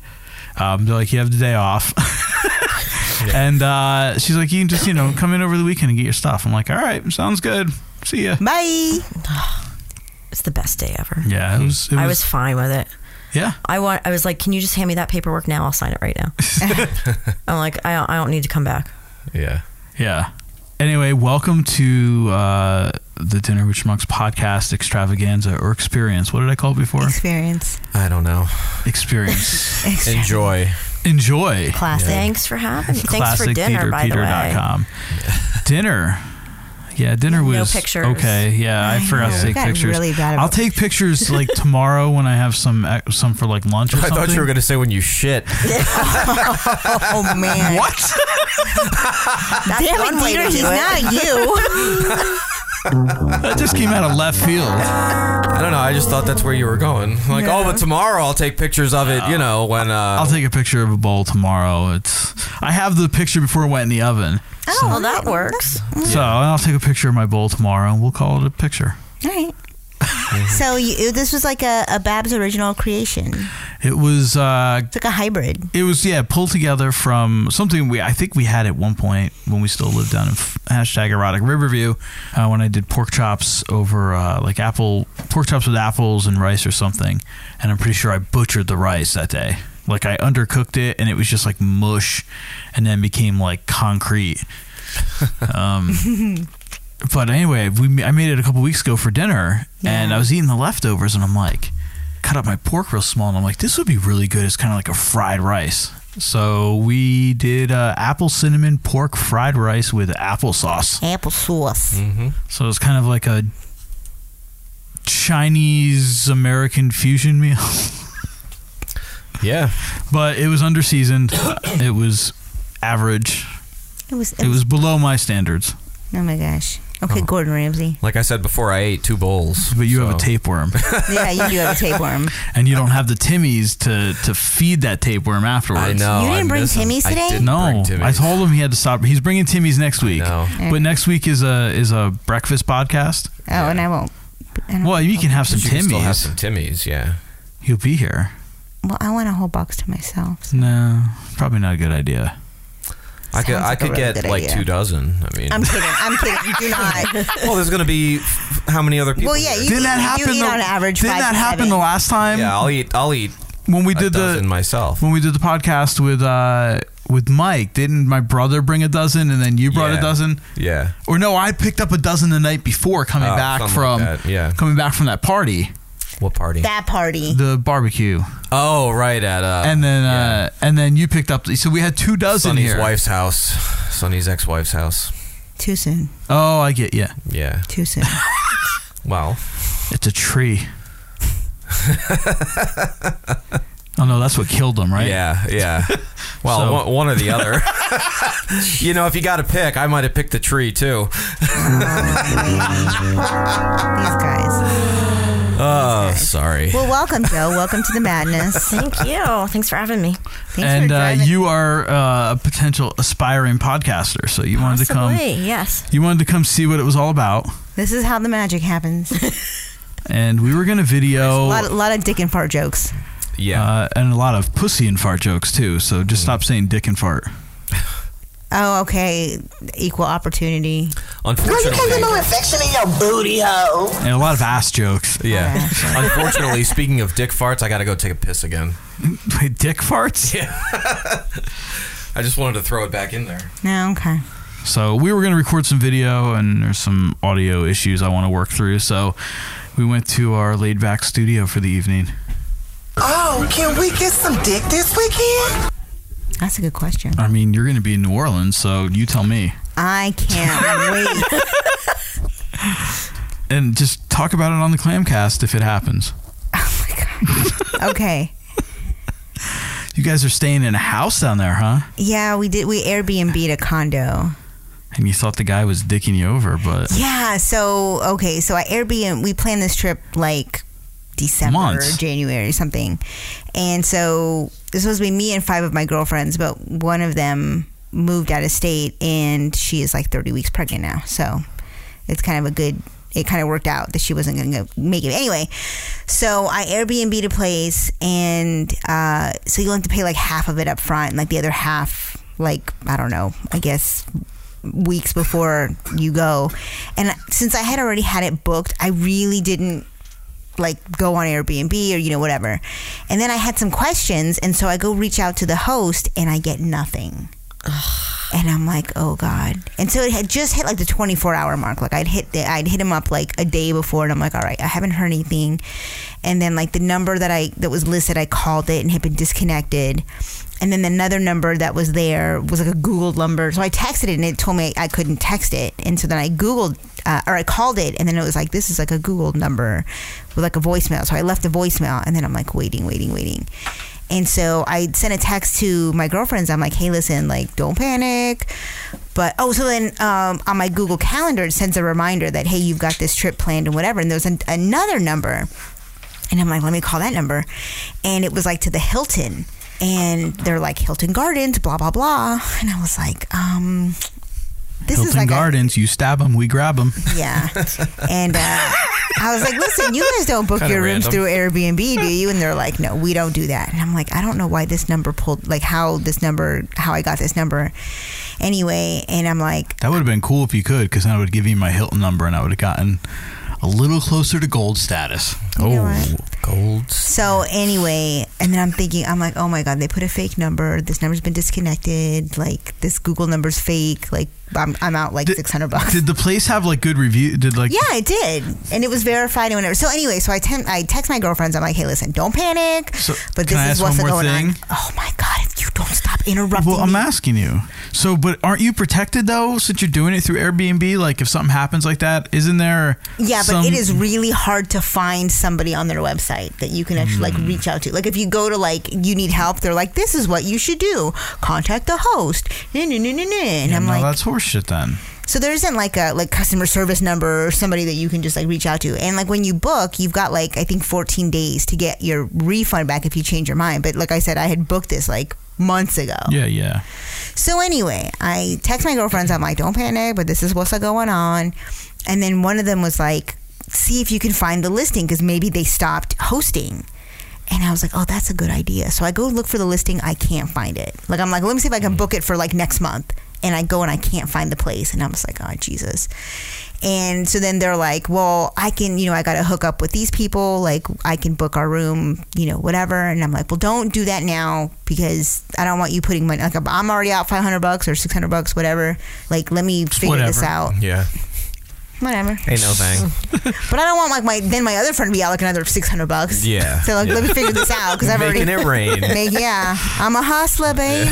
Speaker 8: Um, they're like you have the day off, <laughs> and uh, she's like you can just you know come in over the weekend and get your stuff. I'm like all right, sounds good. See ya.
Speaker 5: Bye.
Speaker 7: <sighs> It's the best day ever.
Speaker 8: Yeah, it was. It was,
Speaker 7: I was fine with it.
Speaker 8: yeah.
Speaker 7: I want. I was like, can you just hand me that paperwork now? I'll sign it right
Speaker 8: <laughs>
Speaker 7: now. <laughs> I'm like, I don't, I don't need to come back.
Speaker 6: Yeah.
Speaker 8: Yeah. Anyway, welcome to uh, the Dinner with Schmucks podcast extravaganza or experience. What did I call it before?
Speaker 5: Experience.
Speaker 6: I don't know.
Speaker 8: experience.
Speaker 6: Enjoy.
Speaker 8: Enjoy.
Speaker 7: Classic. Thanks for having me. Thanks for dinner, by the way.
Speaker 8: ClassicTheaterPeter.com. Dinner. Yeah, dinner
Speaker 7: No
Speaker 8: was
Speaker 7: pictures.
Speaker 8: okay. Yeah, I,
Speaker 5: I
Speaker 8: forgot
Speaker 5: know.
Speaker 8: to take
Speaker 5: Got
Speaker 8: pictures.
Speaker 5: really bad about
Speaker 8: I'll take pictures
Speaker 7: <laughs>
Speaker 8: like tomorrow when I have some e, some for like lunch or
Speaker 6: <laughs> I
Speaker 8: something.
Speaker 6: thought you were gonna say when you
Speaker 7: <laughs>
Speaker 6: shit.
Speaker 5: <laughs> Oh man.
Speaker 8: what?
Speaker 7: That's
Speaker 5: Damn
Speaker 7: one
Speaker 5: it,
Speaker 7: way to
Speaker 5: Dieter,
Speaker 7: do
Speaker 5: he's
Speaker 7: it. <laughs>
Speaker 5: not you.
Speaker 8: that just came out of left field.
Speaker 6: I don't know. I just thought that's where you were going. <laughs> Like, oh, but tomorrow I'll take pictures of it. You know, when uh,
Speaker 8: I'll take a picture of a bowl tomorrow. It's I have the picture before it went in the oven.
Speaker 7: Oh, well, that works.
Speaker 8: So I'll take a picture of my bowl tomorrow and we'll call it a picture.
Speaker 5: All right. So you, this was like a, a Bab's original creation.
Speaker 8: It was uh
Speaker 5: It's like a hybrid.
Speaker 8: it was yeah, pulled together from something we I think we had at one point when we still lived down in f- hashtag erotic Riverview uh, when I did pork chops over uh, like apple pork chops with apples and rice or something, and I'm pretty sure I butchered the rice that day. Like I undercooked it and it was just like mush, and then became like concrete.
Speaker 6: Mm.
Speaker 8: Um, but anyway, we I made it a couple weeks ago for dinner, and I was eating the leftovers, and I'm like, cut up my pork real small, and I'm like, this would be really good. It's kind of like a fried rice. So we did uh, apple cinnamon pork fried rice with applesauce.
Speaker 5: Applesauce.
Speaker 8: So it's kind of like a Chinese American fusion meal, <laughs>
Speaker 6: yeah,
Speaker 8: but it was underseasoned. it was average.
Speaker 5: It was.
Speaker 8: It was below my standards.
Speaker 5: <laughs> Oh my gosh. Okay, Gordon Ramsay.
Speaker 6: like I said before, I ate two bowls.
Speaker 8: But you have a
Speaker 6: so-
Speaker 8: tapeworm. <laughs>
Speaker 5: Yeah, you do have
Speaker 6: <laughs>
Speaker 5: a tapeworm.
Speaker 8: and you don't have the Timmies to to feed that tapeworm afterwards.
Speaker 6: I know.
Speaker 5: You didn't
Speaker 6: I
Speaker 5: bring
Speaker 6: miss 'em.
Speaker 5: Timmy's
Speaker 6: I
Speaker 5: today?
Speaker 6: didn't
Speaker 8: No,
Speaker 6: bring Timmy's.
Speaker 8: I told him he had to stop. He's bringing Timmy's next week.
Speaker 6: know.
Speaker 8: But next week is a is a breakfast podcast.
Speaker 5: Oh, and I won't. I don't-
Speaker 8: Well, you can have some
Speaker 6: But you can still have
Speaker 8: Timmy's.
Speaker 6: some Timmy's. Yeah.
Speaker 8: He'll be here.
Speaker 5: Well, I want a whole box to myself. so-
Speaker 8: No, probably not a good idea.
Speaker 6: I could,
Speaker 5: Sounds
Speaker 6: I
Speaker 5: like a
Speaker 6: could
Speaker 5: really
Speaker 6: get
Speaker 5: good
Speaker 6: like
Speaker 5: idea.
Speaker 6: two dozen. I mean,
Speaker 5: I'm <laughs> kidding. I'm kidding. You do not.
Speaker 6: <laughs> well, there's gonna be f- how many other people?
Speaker 5: Well, yeah,
Speaker 6: here?
Speaker 5: you,
Speaker 8: Didn't that
Speaker 5: eat-
Speaker 8: happen?
Speaker 5: you eat
Speaker 8: the-
Speaker 5: on average.
Speaker 8: Didn't
Speaker 5: five
Speaker 8: that
Speaker 5: to
Speaker 8: happen
Speaker 5: seven.
Speaker 8: the last time?
Speaker 6: yeah, I'll eat. I'll eat
Speaker 8: When we
Speaker 6: a
Speaker 8: did the
Speaker 6: dozen myself.
Speaker 8: when we did the podcast with uh with Mike, didn't my brother bring a dozen and then you brought
Speaker 6: Yeah.
Speaker 8: a dozen?
Speaker 6: Yeah.
Speaker 8: Or no, I picked up a dozen the night before coming
Speaker 6: Oh,
Speaker 8: back
Speaker 6: something
Speaker 8: from
Speaker 6: like that, yeah.
Speaker 8: coming back from that party,
Speaker 6: What party?
Speaker 5: that party.
Speaker 8: the barbecue,
Speaker 6: oh, right at uh,
Speaker 8: and then
Speaker 6: yeah.
Speaker 8: uh and then you picked up. So we had two dozen
Speaker 6: Sonny's
Speaker 8: here.
Speaker 6: wife's house. Sonny's ex-wife's house.
Speaker 8: <laughs>
Speaker 5: Too soon.
Speaker 8: Oh, I get yeah.
Speaker 6: Yeah.
Speaker 8: <laughs>
Speaker 5: Too soon.
Speaker 6: Wow.
Speaker 8: It's a tree. <laughs> oh no, that's what killed him, right?
Speaker 6: Yeah,
Speaker 8: <laughs>
Speaker 6: yeah. Well,
Speaker 8: So-
Speaker 6: one, one or
Speaker 8: <laughs>
Speaker 6: the other. you know, if you got to pick, I might have picked the
Speaker 8: <laughs>
Speaker 6: tree too.
Speaker 5: These guys.
Speaker 6: Oh, sorry.
Speaker 5: Well, welcome, Joe. Welcome to the madness.
Speaker 7: <laughs> Thank you. Thanks for having me.
Speaker 5: Thanks
Speaker 8: And
Speaker 5: for
Speaker 8: uh,
Speaker 5: driving.
Speaker 8: you are uh, a potential aspiring podcaster, so you wanted to come.
Speaker 7: Possibly, yes.
Speaker 8: You wanted to come see what it was all about,
Speaker 5: This is how the
Speaker 8: <laughs>
Speaker 5: magic happens.
Speaker 8: and we were going to
Speaker 5: A
Speaker 8: video
Speaker 5: lot, a lot of dick and fart jokes.
Speaker 6: Yeah.
Speaker 8: uh, and a lot of pussy and fart jokes too. So just stop saying dick and fart.
Speaker 5: Oh, okay. Equal opportunity.
Speaker 6: unfortunately,
Speaker 9: infection in your booty hole.
Speaker 8: And a lot of ass jokes.
Speaker 6: yeah. unfortunately, speaking of dick farts, I got to go take a piss again.
Speaker 8: Wait, dick farts.
Speaker 7: <laughs>
Speaker 6: I just wanted to throw it back in there.
Speaker 5: No, okay.
Speaker 8: So we were going to record some video, and there's some audio issues I want to work through. So we went to our laid back studio for the evening.
Speaker 9: Oh, can we get some dick this weekend?
Speaker 5: That's a good question.
Speaker 8: I mean, you're going to be in New Orleans, so you tell me.
Speaker 5: I can't wait.
Speaker 8: <laughs> And just talk about it on the Clamcast if it happens.
Speaker 5: <laughs> Oh my god. Okay.
Speaker 8: You guys are staying in a house down there, huh?
Speaker 5: Yeah, we did. We Airbnb'd a condo.
Speaker 8: And you thought the guy was dicking you over, but
Speaker 5: Yeah. So okay. So I Airbnb. We planned this trip like December,
Speaker 8: Months.
Speaker 5: or January, something. And so it was supposed to be me and five of my girlfriends, but one of them moved out of state, and she is like 30 weeks pregnant now. So it's kind of a good. It kind of worked out that she wasn't going to make it anyway. So I Airbnb'd a place, and uh, so you'll have to pay like half of it up front, and like the other half, like I don't know, I guess weeks before you go. And since I had already had it booked, I really didn't like go on Airbnb or you know whatever. And then I had some questions and so I go reach out to the host and I get nothing. And I'm like, oh god. And so it had just hit like the 24 hour mark. Like I'd hit the, I'd hit him up like a day before, and I'm like, all right, I haven't heard anything. And then like the number that I that was listed, I called it and had been disconnected. And then another number that was there was like a Google number. So I texted it and it told me I couldn't text it. And so then I Googled uh, or I called it and then it was like, this is like a Google number with like a voicemail. So I left a voicemail and then I'm like, waiting, waiting, waiting. And so I sent a text to my girlfriends. I'm like, hey, listen, like, don't panic. But oh, so then um, on my Google Calendar, it sends a reminder that, hey, you've got this trip planned and whatever. And there's an, another number. And I'm like, let me call that number. And it was like to the Hilton. And they're like, Hilton Gardens, blah, blah, blah. And I was like, um, this is
Speaker 8: Hilton
Speaker 5: like a-
Speaker 8: Gardens, you stab them, we grab them.
Speaker 5: yeah. And uh, I was like, listen, you guys don't book
Speaker 6: Kinda
Speaker 5: your rooms
Speaker 6: random.
Speaker 5: through Airbnb, do you? And they're like, no, we don't do that. And I'm like, I don't know why this number pulled, like how this number, how I got this number. Anyway, and I'm like,
Speaker 8: That would have been cool if you could, because then I would give you my Hilton number and I would have gotten a little closer to gold status.
Speaker 5: You know what?
Speaker 6: Oh, gold.
Speaker 5: so anyway, and then I'm thinking, I'm like, oh my God, they put a fake number. This number's been disconnected. Like, this Google number's fake. Like, I'm, I'm out like
Speaker 8: Did-
Speaker 6: <laughs>
Speaker 5: 600 bucks.
Speaker 8: Did the place have like good review? Did like
Speaker 5: Yeah, it did, and it was verified and whatever. So anyway, so I tem- I text my girlfriends. I'm like, hey, listen, don't panic.
Speaker 8: So,
Speaker 5: but
Speaker 8: can
Speaker 5: this
Speaker 8: I ask
Speaker 5: is what's
Speaker 8: one more
Speaker 5: going on.
Speaker 8: thing?
Speaker 5: Oh my god, if you don't stop interrupting
Speaker 8: Well, I'm
Speaker 5: me.
Speaker 8: asking you. So, but aren't you protected though, since you're doing it through Airbnb? Like, if something happens like that, isn't there?
Speaker 5: Yeah, but
Speaker 8: some-
Speaker 5: it is really hard to find somebody on their website that you can actually like reach out to. Like if you go to like you need help, they're like, this is what you should do. Contact the host. Nah, nah, nah, nah, nah. And
Speaker 8: Yeah,
Speaker 5: I'm
Speaker 8: no,
Speaker 5: like,
Speaker 8: that's horseshit. Then
Speaker 5: So there isn't like a like customer service number or somebody that you can just like reach out to. And like when you book, you've got like I think 14 days to get your refund back if you change your mind. But like I said, I had booked this like months ago.
Speaker 8: yeah, yeah.
Speaker 5: So anyway, I text my girlfriends. I'm like, don't panic, but this is what's going on. And then one of them was like, see if you can find the listing because maybe they stopped hosting. And I was like, oh, that's a good idea. So I go look for the listing. I can't find it. Like I'm like, let me see if I can book it for like next month. And I go and I can't find the place. And I'm just like, oh Jesus. And so then they're like, well, I can, you know, I got to hook up with these people. Like, I can book our room, you know, whatever. And I'm like, well, don't do that now because I don't want you putting money. Like, I'm already out 500 bucks or 600 bucks, whatever. Like, let me figure this
Speaker 8: whatever.
Speaker 5: out.
Speaker 6: Yeah.
Speaker 5: Whatever.
Speaker 6: Ain't no thing.
Speaker 5: <laughs> But I don't want like my then my other friend to be out like another 600 bucks.
Speaker 6: Yeah.
Speaker 5: So like, let me figure this out because I've already
Speaker 6: Making it rain.
Speaker 5: <laughs> Make- yeah, I'm a hustler, baby.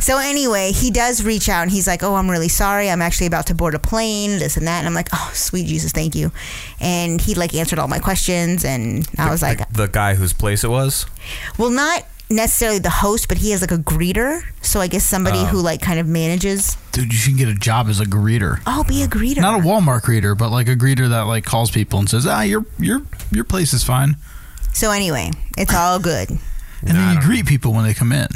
Speaker 6: <laughs>
Speaker 5: <laughs> so anyway, he does reach out and he's like, "Oh, I'm really sorry. I'm actually about to board a plane. This and that." And I'm like, "Oh, sweet Jesus, thank you." And he like answered all my questions, and I was like,
Speaker 6: the guy whose place it was.
Speaker 5: "Well, not necessarily the host, but he has like a greeter. So I guess
Speaker 6: Oh.
Speaker 5: somebody who like kind of manages.
Speaker 8: Dude, you should get a job as a greeter.
Speaker 5: Oh, be a greeter.
Speaker 8: Not a Walmart greeter, but like a greeter that like calls people and says, "Ah, your your your place is fine,"
Speaker 5: so anyway, it's all good.
Speaker 8: and
Speaker 6: I
Speaker 8: then you
Speaker 6: don't
Speaker 8: greet people when they come in,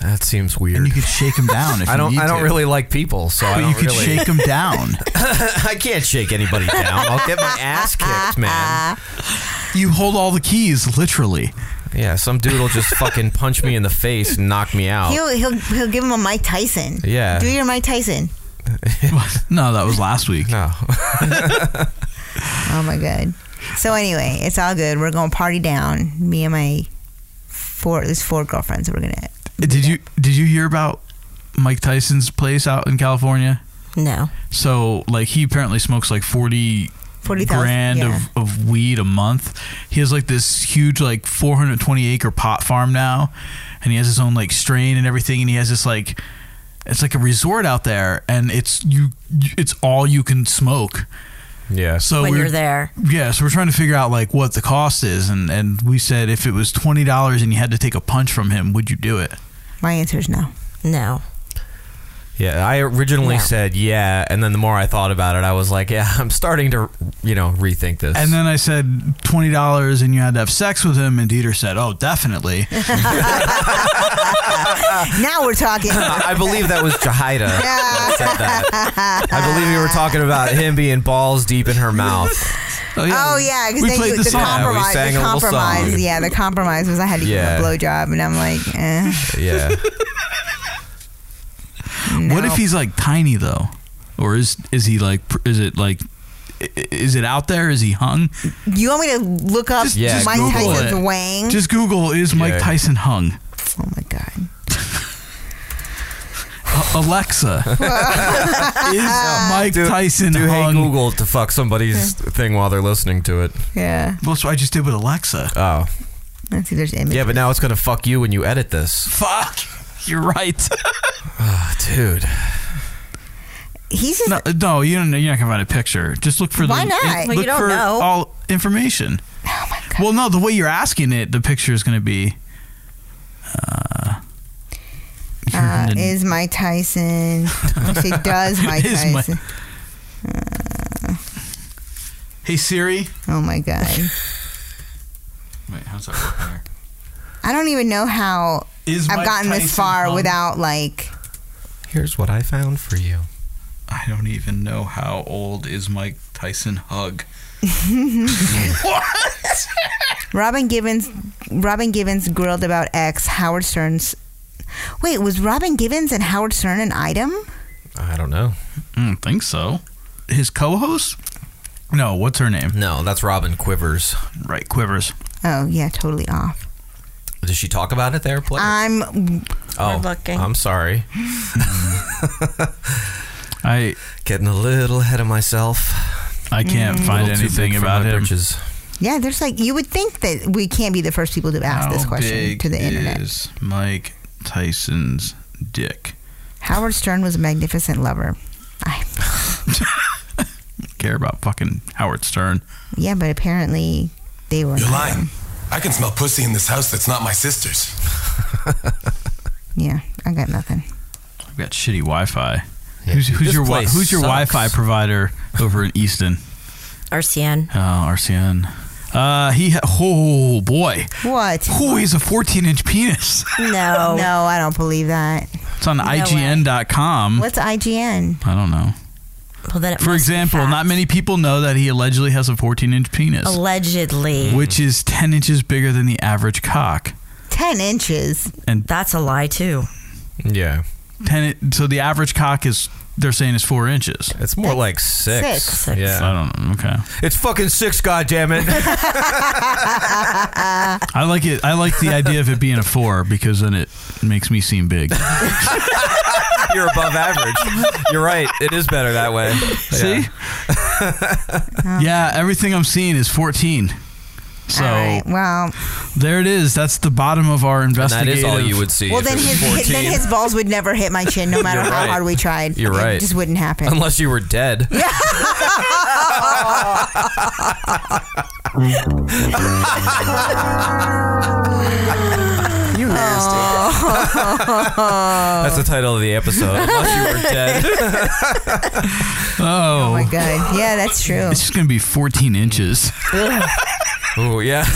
Speaker 6: That seems
Speaker 8: and
Speaker 6: weird.
Speaker 8: you could shake them down. If
Speaker 6: <laughs> I
Speaker 8: you
Speaker 6: don't.
Speaker 8: need
Speaker 6: I don't
Speaker 8: to.
Speaker 6: really like people, so I
Speaker 8: But
Speaker 6: don't
Speaker 8: you could
Speaker 6: really.
Speaker 8: shake them down.
Speaker 6: <laughs> I can't shake anybody down. I'll get my ass kicked, man.
Speaker 8: You hold all the keys, literally.
Speaker 6: Yeah, some dude will just
Speaker 8: <laughs>
Speaker 6: fucking punch me in the face and knock me out.
Speaker 5: He'll he'll he'll give him a Mike Tyson.
Speaker 6: Yeah.
Speaker 5: do your Mike Tyson.
Speaker 8: no, that was last week.
Speaker 6: no.
Speaker 5: Oh my god. So anyway, it's all good. We're going party down. Me and my four there's four girlfriends. We're gonna.
Speaker 8: Did you did you hear about Mike Tyson's place out in California?
Speaker 7: No.
Speaker 8: So like he apparently smokes like 40
Speaker 5: 40,000,
Speaker 8: grand
Speaker 5: yeah.
Speaker 8: of, of weed a month. He has like this huge like 420 acre pot farm now and he has his own like strain and everything and he has this like it's like a resort out there and it's you it's all you can smoke.
Speaker 6: Yeah.
Speaker 8: So
Speaker 7: when
Speaker 8: we
Speaker 7: you're
Speaker 8: were-
Speaker 7: there.
Speaker 8: Yeah, so we're trying to figure out like what the cost is and and we said if it was $20 and you had to take a punch from him, would you do it?
Speaker 5: My answer is no.
Speaker 7: No.
Speaker 6: Yeah, I originally
Speaker 7: Yeah.
Speaker 6: said yeah, and then the more I thought about it, I was like, yeah, <laughs> I'm starting to, you know, rethink this.
Speaker 8: And then I said twenty dollars, and you had to have sex with him. And Dieter said, "Oh,
Speaker 5: <laughs>
Speaker 8: definitely."
Speaker 5: Now we're talking.
Speaker 6: <laughs> I believe that was Jahida that said that. I believe we were talking about him being balls deep in her mouth.
Speaker 5: Oh yeah, because
Speaker 8: we
Speaker 5: then
Speaker 8: played
Speaker 5: you,
Speaker 8: the
Speaker 5: the
Speaker 8: song.
Speaker 6: Yeah, we
Speaker 5: compromise,
Speaker 6: sang
Speaker 5: the
Speaker 6: a little
Speaker 5: compromise,
Speaker 6: song.
Speaker 5: yeah, the compromise was I had to give
Speaker 6: Yeah.
Speaker 5: him a blowjob, and I'm like, eh,
Speaker 6: Yeah.
Speaker 8: What if he's like tiny though, or is is he like pr- is it like i- i- is it out there? Is he hung?
Speaker 5: you want me to look up
Speaker 8: Just-
Speaker 6: Yeah,
Speaker 8: just
Speaker 5: Mike
Speaker 8: Google
Speaker 5: Tyson's
Speaker 8: it.
Speaker 5: wang?
Speaker 8: Just Google is Mike
Speaker 6: Yeah.
Speaker 8: <laughs> Tyson hung.
Speaker 5: oh my god.
Speaker 8: Alexa, <laughs> Ah, is uh, Mike
Speaker 6: Do-
Speaker 8: Tyson
Speaker 6: do hey
Speaker 8: hung?
Speaker 6: Google to fuck somebody's thing while they're listening to it.
Speaker 5: Yeah.
Speaker 8: Well, that's what I just did with Alexa.
Speaker 6: Oh,
Speaker 5: Let's see if there's image.
Speaker 6: yeah, but now it's gonna fuck you when you edit this,
Speaker 8: Fuck. You're right. <laughs>
Speaker 6: dude.
Speaker 5: He's just,
Speaker 8: no, no, you don't. You're not gonna find a picture. Just look for
Speaker 5: Why
Speaker 8: the.
Speaker 5: not?
Speaker 8: it-
Speaker 5: Well,
Speaker 8: look
Speaker 7: you don't
Speaker 8: for
Speaker 7: know.
Speaker 8: all information.
Speaker 5: oh my god.
Speaker 8: Well, no, the way you're asking it, the picture is gonna be. <laughs> Uh,
Speaker 5: Uh, is Mike
Speaker 8: <laughs>
Speaker 5: Tyson? I say, does Mike
Speaker 8: Is
Speaker 5: Tyson? Uh,
Speaker 8: Mike- <laughs> hey Siri.
Speaker 5: oh my god.
Speaker 8: Wait, how's that working there?
Speaker 5: I don't even know how
Speaker 8: Is
Speaker 5: I've
Speaker 8: Mike
Speaker 5: gotten this
Speaker 8: Tyson
Speaker 5: far
Speaker 8: hung?
Speaker 5: without like.
Speaker 6: Here's what I found for you.
Speaker 8: <laughs> I don't even know how old is Mike Tyson
Speaker 6: <laughs>
Speaker 8: hug. <laughs>
Speaker 5: Robin Givens Robin Givens grilled about X Howard Stern's Wait, was Robin Givens and Howard Stern an item?
Speaker 6: I don't know.
Speaker 8: I don't Hmm, think so. His co-host? No, what's her name?
Speaker 6: No, that's Robin Quivers.
Speaker 8: Right, Quivers.
Speaker 5: Oh, yeah, totally off.
Speaker 6: Does she talk about it there, Blair?
Speaker 5: I'm
Speaker 6: oh,
Speaker 7: We're looking.
Speaker 6: I'm sorry.
Speaker 8: <laughs> I
Speaker 6: Getting a little ahead of myself.
Speaker 8: I
Speaker 7: Mm.
Speaker 8: can't find
Speaker 6: Little too
Speaker 8: anything
Speaker 6: big for
Speaker 8: about
Speaker 6: my
Speaker 8: him.
Speaker 6: britches.
Speaker 5: Yeah, there's like you would think that we can't be the first people to ask this
Speaker 8: How
Speaker 5: question
Speaker 8: big
Speaker 5: to the internet.
Speaker 8: is Mike Tyson's dick? <laughs>
Speaker 5: Howard Stern was a magnificent lover. I,
Speaker 8: Care about fucking Howard Stern?
Speaker 5: yeah, but apparently they were.
Speaker 10: You're
Speaker 5: not.
Speaker 10: lying. I can smell pussy in this house that's not my sister's.
Speaker 5: <laughs> Yeah, I got nothing.
Speaker 8: I've got shitty Wi-Fi.
Speaker 6: Yeah,
Speaker 8: who's
Speaker 6: dude,
Speaker 8: who's
Speaker 6: this
Speaker 8: your wi-
Speaker 6: place
Speaker 8: who's your
Speaker 6: sucks.
Speaker 8: Wi-Fi provider over in Easton?
Speaker 7: RCN.
Speaker 8: Uh, RCN. Uh, he ha- oh boy,
Speaker 5: What?
Speaker 8: oh he's a 14 inch penis.
Speaker 7: No.
Speaker 5: <laughs> No, I don't believe that.
Speaker 8: It's on
Speaker 7: way.
Speaker 8: IGN.com.
Speaker 5: What's IGN?
Speaker 8: I don't know.
Speaker 7: Well, then it
Speaker 8: For
Speaker 7: must be
Speaker 8: example,
Speaker 7: fat.
Speaker 8: not many people know that he allegedly has a 14 inch penis,
Speaker 7: Allegedly.
Speaker 6: <laughs>
Speaker 8: which is 10 inches bigger than the average cock.
Speaker 5: Ten inches.
Speaker 7: That's a lie, too.
Speaker 6: Yeah,
Speaker 8: 10. i- So the average cock is they're saying is four inches.
Speaker 6: it's more like six.
Speaker 5: six.
Speaker 7: Six.
Speaker 6: Yeah,
Speaker 8: I don't know. Okay.
Speaker 6: it's fucking six. goddamn it.
Speaker 5: <laughs>
Speaker 8: I like it. I like the idea of it being a four because then it makes me seem
Speaker 6: <laughs>
Speaker 8: big.
Speaker 6: You're above average. You're right. It is better that way.
Speaker 8: See? yeah, everything I'm seeing is 14. So
Speaker 5: Uh-huh. All right. Well,
Speaker 8: there it is. That's the bottom of our
Speaker 6: And that
Speaker 8: investigative.
Speaker 6: is all you would see.
Speaker 5: <laughs> well
Speaker 6: if
Speaker 5: then
Speaker 6: it was
Speaker 5: his
Speaker 6: 14.
Speaker 5: then his balls would never hit my chin, no matter
Speaker 6: You're
Speaker 5: how
Speaker 6: right.
Speaker 5: hard we tried.
Speaker 6: You're
Speaker 5: It
Speaker 6: right.
Speaker 5: just wouldn't happen. <laughs>
Speaker 6: Unless you were dead.
Speaker 9: <laughs> You nasty.
Speaker 6: That's the title of the episode. Unless you were dead.
Speaker 8: Oh,
Speaker 5: oh my god. Yeah, that's
Speaker 6: <laughs>
Speaker 5: true.
Speaker 8: it's just gonna be 14 inches.
Speaker 6: Oh yeah. <laughs>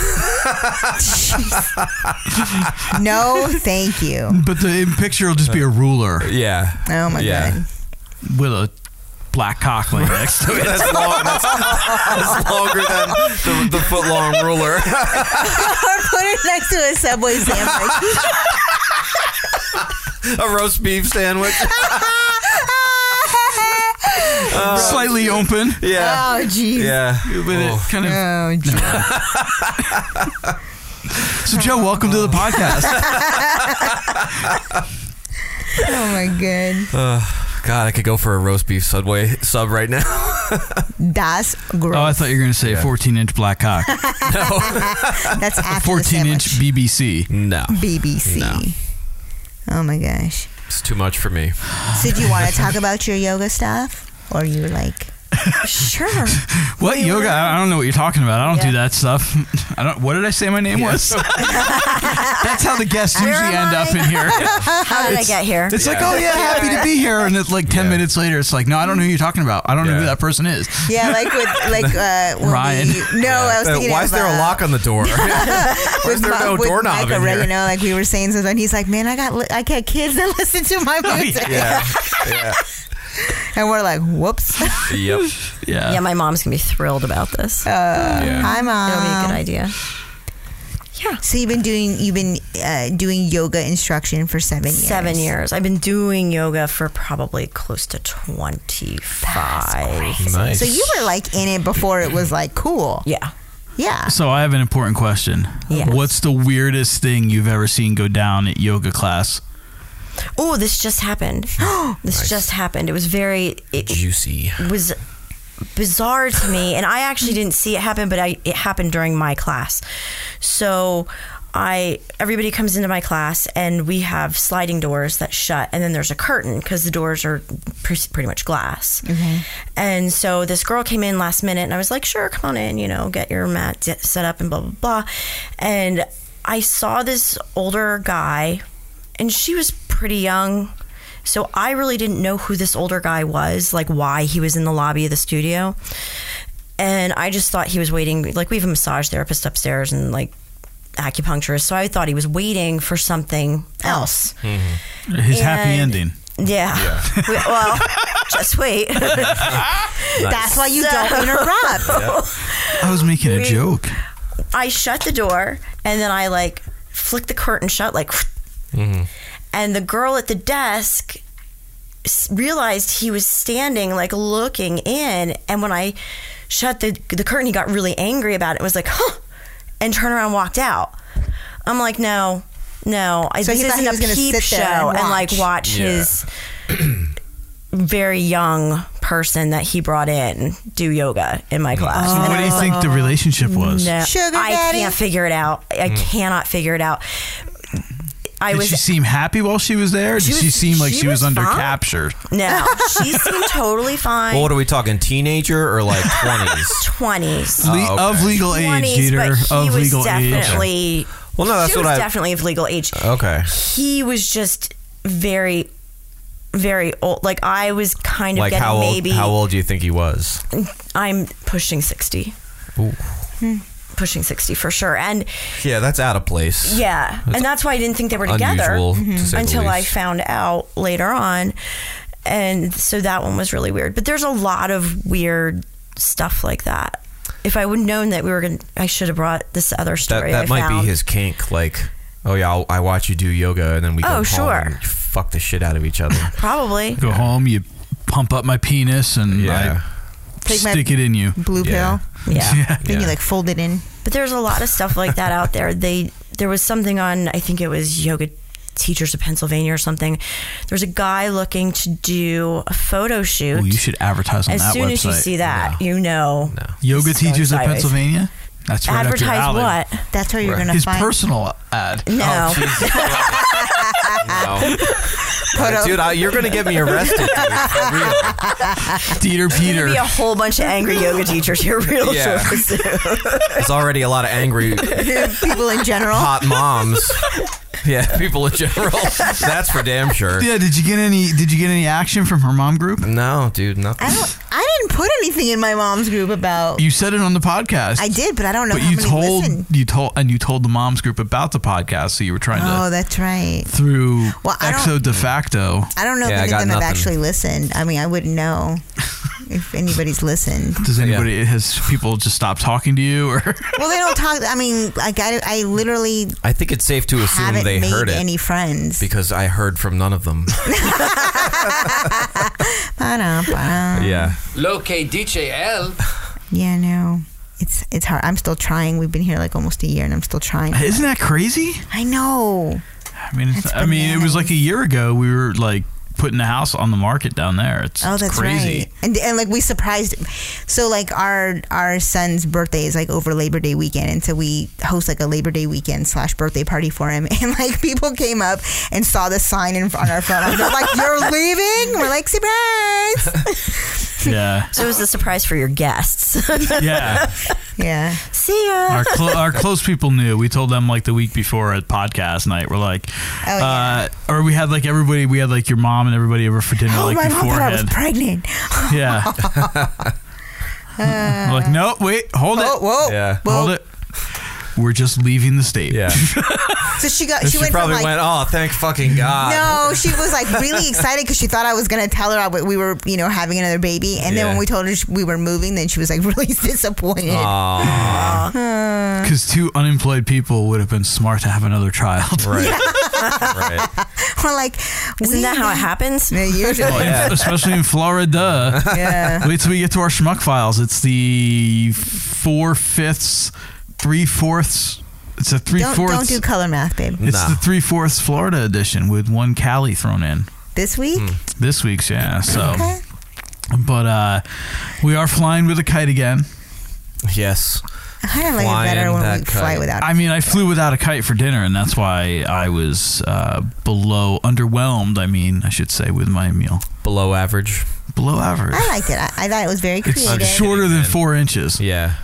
Speaker 5: No, thank you.
Speaker 8: But the picture will just be a ruler
Speaker 5: <laughs>
Speaker 6: Yeah.
Speaker 5: Oh my
Speaker 6: yeah.
Speaker 5: god.
Speaker 8: with a black cock laying next to it.
Speaker 6: <laughs> That's, long, that's, that's longer than the, the foot long ruler.
Speaker 5: Or <laughs> put it next to a subway sandwich.
Speaker 6: A roast beef sandwich.
Speaker 8: <laughs> Slightly
Speaker 6: um,
Speaker 8: open.
Speaker 6: Uh, Yeah.
Speaker 5: oh jeez.
Speaker 6: Yeah.
Speaker 8: With it kind of. <laughs>
Speaker 5: Oh jeez.
Speaker 8: So Joe, welcome to the <laughs>
Speaker 6: <laughs>
Speaker 8: podcast.
Speaker 5: Oh my god.
Speaker 6: God, I could go for a roast beef subway sub right now.
Speaker 5: Das gross.
Speaker 8: oh, I thought you were gonna say 14 inch black cock,
Speaker 6: Oh,
Speaker 5: <laughs> that's after
Speaker 8: 14 inch BBC.
Speaker 6: No.
Speaker 5: BBC.
Speaker 6: No.
Speaker 5: Oh my gosh.
Speaker 6: It's too much for me.
Speaker 5: So do you
Speaker 6: <laughs>
Speaker 5: want to talk about your yoga stuff, or you were like, sure?
Speaker 8: What yoga? I I don't know what you're talking about. I don't
Speaker 5: Yeah.
Speaker 8: do that stuff. <laughs> I don't. What did I say my name was?
Speaker 6: <laughs>
Speaker 5: <laughs>
Speaker 8: That's how the guests usually end up in here.
Speaker 6: <laughs>
Speaker 7: How did I get here?
Speaker 8: It's like,
Speaker 5: <laughs>
Speaker 8: oh yeah, happy to be here, and it's like ten
Speaker 6: Yeah.
Speaker 8: minutes later, it's like, no, I don't know who you're talking about. I don't know who
Speaker 6: Yeah.
Speaker 8: that person is.
Speaker 5: Yeah, like with
Speaker 8: <laughs>
Speaker 5: like uh, when
Speaker 8: Ryan.
Speaker 5: we- no, I was
Speaker 6: Uh,
Speaker 5: thinking.
Speaker 6: why
Speaker 5: of,
Speaker 6: is there a
Speaker 5: uh,
Speaker 6: lock on the door? <laughs> Why is there
Speaker 5: Ma-
Speaker 6: no
Speaker 5: with
Speaker 6: doorknob
Speaker 5: Mike
Speaker 6: in
Speaker 5: Oregano,
Speaker 6: here?
Speaker 5: like we were saying something. He's like, man, I got li- I got kids that <laughs> listen to my music,
Speaker 6: Oh, Yeah. Yeah.
Speaker 5: <laughs> and we're like, whoops.
Speaker 6: Yep.
Speaker 8: Yeah.
Speaker 7: yeah, my mom's going to be thrilled about this.
Speaker 6: Yeah.
Speaker 5: Uh, Hi,
Speaker 7: It'll
Speaker 5: mom.
Speaker 7: be a good idea.
Speaker 5: So you've been doing you've been uh, doing yoga instruction for seven years.
Speaker 7: Seven years. I've been doing yoga for probably close to 25.
Speaker 6: Nice.
Speaker 5: So you were like in it before it was like cool.
Speaker 7: Yeah.
Speaker 5: Yeah.
Speaker 8: So I have an important question.
Speaker 7: Yes.
Speaker 8: What's the weirdest thing you've ever seen go down at yoga class?
Speaker 7: Oh, this just
Speaker 5: <gasps>
Speaker 7: happened. this just happened. It was very it
Speaker 6: juicy.
Speaker 7: Was bizarre to me, and I actually didn't see it happen, but I, it happened during my class. So I everybody comes into my class, and we have sliding doors that shut, and then there's a curtain because the doors are pre- pretty much glass.
Speaker 11: Okay.
Speaker 7: And so this girl came in last minute, and I was like, sure, come on in, you know, get your mat d- set up and blah, blah, blah. And I saw this older guy, and she was pretty young. So I really didn't know who this older guy was, like why he was in the lobby of the studio. And I just thought he was waiting, like, we have a massage therapist upstairs and like acupuncturist. So I thought he was waiting for something else.
Speaker 6: Hmm.
Speaker 8: His happy
Speaker 7: And-
Speaker 8: ending.
Speaker 7: Yeah.
Speaker 8: Yeah.
Speaker 7: We- well, just wait.
Speaker 5: That's why you don't interrupt.
Speaker 8: I was making a
Speaker 7: We-
Speaker 8: joke.
Speaker 7: I shut the door and then I like flick the curtain shut, like,
Speaker 12: Mm-hmm.
Speaker 7: and the girl at the desk s- realized he was standing like looking in. And when I shut the the curtain, he got really angry about it. Was like, huh, and turned around and walked out. I'm like, no, no, I
Speaker 5: So he
Speaker 7: this
Speaker 5: thought he was
Speaker 7: isn't
Speaker 5: gonna
Speaker 7: a peep
Speaker 5: sit
Speaker 7: show
Speaker 5: there
Speaker 7: and,
Speaker 5: and
Speaker 7: like
Speaker 5: watch.
Speaker 7: watch
Speaker 5: Yeah.
Speaker 7: his very young person that he brought in do yoga in my class.
Speaker 8: So
Speaker 7: And
Speaker 8: what
Speaker 7: I
Speaker 8: do you
Speaker 7: was
Speaker 8: think
Speaker 7: like,
Speaker 5: Oh.
Speaker 8: the relationship
Speaker 5: Mm-hmm.
Speaker 8: was?
Speaker 7: no, I
Speaker 5: daddy?
Speaker 7: can't figure it out. I
Speaker 8: Mm.
Speaker 7: cannot figure it out. I
Speaker 8: Did
Speaker 7: was
Speaker 8: she seem happy while she was there? Did
Speaker 7: She
Speaker 8: she,
Speaker 7: was-
Speaker 8: seem like
Speaker 7: she
Speaker 8: she, was,
Speaker 7: was
Speaker 8: under
Speaker 7: fine.
Speaker 8: capture?
Speaker 7: no.
Speaker 6: <laughs>
Speaker 7: She seemed totally fine.
Speaker 6: Well, what are we talking? Teenager or like twenties?
Speaker 7: Twenties
Speaker 6: Le- Oh, okay. of legal age,
Speaker 7: 20s,
Speaker 6: Dieter,
Speaker 7: But he
Speaker 6: of
Speaker 7: was
Speaker 6: legal age.
Speaker 7: definitely.
Speaker 6: Well, no, that's
Speaker 7: she
Speaker 6: what
Speaker 7: was
Speaker 6: I-
Speaker 7: definitely of legal age.
Speaker 6: Okay.
Speaker 7: He was just very, very old. Like I was kind of
Speaker 6: Like
Speaker 7: getting
Speaker 6: how old?
Speaker 7: maybe.
Speaker 6: How old do you think he was?
Speaker 7: I'm pushing sixty. Hmm.
Speaker 6: Ooh.
Speaker 7: Pushing sixty for sure, and
Speaker 6: Yeah, that's out of place.
Speaker 7: Yeah, and that's why I didn't think they were together Mm-hmm.
Speaker 6: unusual, to Mhm. say the
Speaker 7: until I
Speaker 6: least.
Speaker 7: found out later on, and so that one was really weird. But there's a lot of weird stuff like that. If I would have known that we were gonna, I should have brought this other
Speaker 6: that
Speaker 7: story.
Speaker 6: that
Speaker 7: I
Speaker 6: might
Speaker 7: found.
Speaker 6: be his kink. Like, oh yeah, I'll, I watch you do yoga, and then we
Speaker 7: Oh,
Speaker 6: go home
Speaker 7: sure.
Speaker 6: and fuck the shit out of each other.
Speaker 7: probably.
Speaker 8: Go home, you pump up my penis, and I
Speaker 7: Take my
Speaker 8: stick it in you.
Speaker 5: Blue pill.
Speaker 6: <laughs>
Speaker 7: Yeah.
Speaker 5: Then you like fold it in.
Speaker 7: But there's a lot of stuff like that out there. They there was something on I think it was yoga teachers of Pennsylvania or something. There was a guy looking to do a photo shoot.
Speaker 8: Ooh, you should advertise on
Speaker 7: as
Speaker 8: that
Speaker 7: soon
Speaker 8: website.
Speaker 7: as you see that, you know.
Speaker 8: Yoga
Speaker 7: it's going
Speaker 8: teachers of
Speaker 7: sideways.
Speaker 8: Pennsylvania. That's right up your
Speaker 7: Advertise
Speaker 8: alley.
Speaker 7: what?
Speaker 5: That's where
Speaker 8: Right. His personal Oh, ad. <laughs>
Speaker 5: <laughs>
Speaker 7: No.
Speaker 6: Oh,
Speaker 7: <laughs>
Speaker 6: No. Dude, I, you're gonna get me arrested. <laughs>
Speaker 7: <laughs>
Speaker 6: Dude, for real.
Speaker 8: Dieter
Speaker 7: There'll be a whole bunch of angry yoga teachers here real
Speaker 6: Yeah.
Speaker 7: sure
Speaker 8: <laughs>
Speaker 7: <laughs> soon.
Speaker 6: There's already a lot of
Speaker 7: <laughs>
Speaker 6: angry
Speaker 5: People in general.
Speaker 6: hot moms. Yeah, people in general. That's for damn sure.
Speaker 8: Yeah, did you get any? Did you get any action from her mom group?
Speaker 6: No, dude, nothing.
Speaker 5: I didn't put anything in my mom's group about.
Speaker 8: You said it on the podcast.
Speaker 5: Oh. I did, but I don't know
Speaker 8: But
Speaker 5: how
Speaker 8: you
Speaker 5: many
Speaker 8: told
Speaker 5: listen.
Speaker 8: you told and you told the moms group about the podcast, so you were trying
Speaker 5: Oh,
Speaker 8: to
Speaker 5: that's right.
Speaker 8: through
Speaker 5: Well, I don't-
Speaker 8: exo de facto.
Speaker 5: I don't know if any of them have actually listened. I mean, I wouldn't
Speaker 8: <laughs>
Speaker 5: know if anybody's listened.
Speaker 8: Does anybody has people just stopped talking to you or? <laughs>
Speaker 5: Well, they don't talk. I mean, like I, I literally
Speaker 6: I think it's safe to assume
Speaker 5: haven't
Speaker 6: they
Speaker 5: made
Speaker 6: heard it
Speaker 5: any friends.
Speaker 6: because I heard from none of them.
Speaker 5: Ba-da-ba-da.
Speaker 6: yeah.
Speaker 13: Loke DJL.
Speaker 5: Yeah, no. It's it's hard. I'm still trying. We've been here like almost a year, and I'm still trying.
Speaker 8: Isn't that crazy?
Speaker 5: I know.
Speaker 8: I mean, it's, I mean, it was like a year ago. We were like putting the house on the market down there. It's,
Speaker 5: Oh,
Speaker 8: it's
Speaker 5: that's
Speaker 8: crazy.
Speaker 5: right. And and like we surprised. So like our our son's birthday is like over Labor Day weekend, and so we host like a Labor Day weekend slash birthday party for him. <laughs> And like people came up and saw the sign in on our front. lawn. They're like, "You're leaving?" We're like, "Surprise!"
Speaker 8: <laughs> Yeah.
Speaker 7: So it was a surprise for your guests. <laughs>
Speaker 8: Yeah.
Speaker 5: yeah.
Speaker 7: See ya.
Speaker 8: our clo- our close people knew. We told them like the week before at podcast night. We're like,
Speaker 5: Oh, yeah.
Speaker 8: uh, or we had like everybody. We had like your mom and everybody over for dinner.
Speaker 5: Oh,
Speaker 8: like
Speaker 5: my mom thought I was
Speaker 8: beforehand.
Speaker 5: pregnant.
Speaker 8: <laughs> Yeah. We're like, no, wait, hold it.
Speaker 5: Whoa,
Speaker 6: Yeah.
Speaker 8: hold it. We're just leaving the state.
Speaker 5: <laughs>
Speaker 6: Yeah.
Speaker 5: <laughs> So she got. She, went from
Speaker 6: probably
Speaker 5: like.
Speaker 6: went, oh, thank fucking God.
Speaker 5: No, she was like really excited because she thought I was gonna tell her I w- we were, you know, having another baby. And then
Speaker 6: Yeah.
Speaker 5: when we told her sh- we were moving, then she was like <laughs> really disappointed.
Speaker 8: <laughs>
Speaker 6: Aw.
Speaker 5: Uh,
Speaker 8: Because two unemployed people would have been smart to have another child.
Speaker 6: Right.
Speaker 5: <laughs> We're like,
Speaker 7: isn't that how it
Speaker 5: <laughs>
Speaker 7: happens?
Speaker 5: usually.
Speaker 8: <laughs> Well, in- Oh, <laughs> especially in Florida.
Speaker 5: Yeah.
Speaker 8: Wait till we get to our schmuck files. It's the four fifths, three fourths, It's a 3
Speaker 5: don't, don't
Speaker 8: fourths.
Speaker 5: do color math, babe.
Speaker 8: It's the three fourths Florida edition with one Cali thrown in.
Speaker 5: this week?
Speaker 8: Hmm.
Speaker 6: Hmm.
Speaker 8: This week's, yeah. So, but uh, we are flying with a kite again.
Speaker 6: Yes.
Speaker 5: I kind of like it better when we fly without
Speaker 8: I mean, I flew without a kite for dinner, and that's why I was uh, below underwhelmed. I mean, I should say with my meal.
Speaker 6: Below average.
Speaker 8: Below average.
Speaker 5: I liked it. I, I thought it was very
Speaker 8: It's
Speaker 5: creative.
Speaker 8: shorter than four inches.
Speaker 6: Yeah.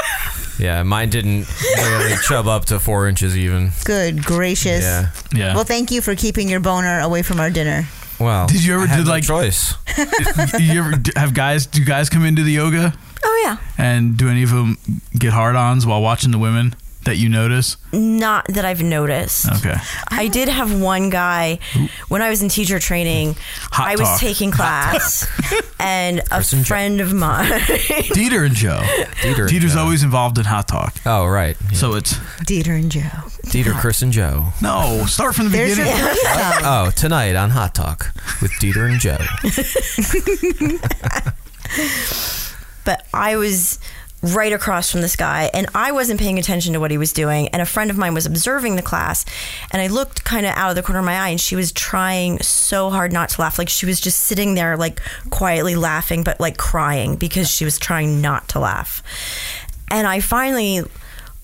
Speaker 6: <laughs> yeah, mine didn't really chub up to four inches even.
Speaker 5: Good gracious.
Speaker 6: Yeah. Yeah.
Speaker 5: Well, thank you for keeping your boner away from our dinner.
Speaker 6: Wow.
Speaker 8: Did you ever
Speaker 6: I had
Speaker 8: did
Speaker 6: no
Speaker 8: like
Speaker 6: choice?
Speaker 8: <laughs> you ever d- have guys? Do guys come into the yoga?
Speaker 7: Oh yeah.
Speaker 8: And do any of them get hard-ons while watching the women that you notice?
Speaker 7: Not that I've noticed.
Speaker 5: <laughs>
Speaker 8: Okay.
Speaker 7: I did have one guy when I was in teacher training.
Speaker 8: Hot
Speaker 7: I was
Speaker 8: talk.
Speaker 7: taking class, and a
Speaker 8: Person Joe.
Speaker 7: friend of mine.
Speaker 8: Dieter and Joe.
Speaker 6: Dieter and
Speaker 8: Dieter's
Speaker 6: Joe.
Speaker 8: always involved in hot talk.
Speaker 6: Oh right.
Speaker 8: So it's
Speaker 5: Dieter and Joe.
Speaker 6: Dieter, Chris, and Joe.
Speaker 8: No, start from the
Speaker 5: There's <laughs>
Speaker 8: beginning.
Speaker 5: your threesome.
Speaker 6: oh, tonight on Hot Talk with Dieter and Joe.
Speaker 7: but I was right across from this guy and I wasn't paying attention to what he was doing and a friend of mine was observing the class and I looked kind of out of the corner of my eye and she was trying so hard not to laugh like she was just sitting there like quietly laughing but like crying because she was trying not to laugh and I finally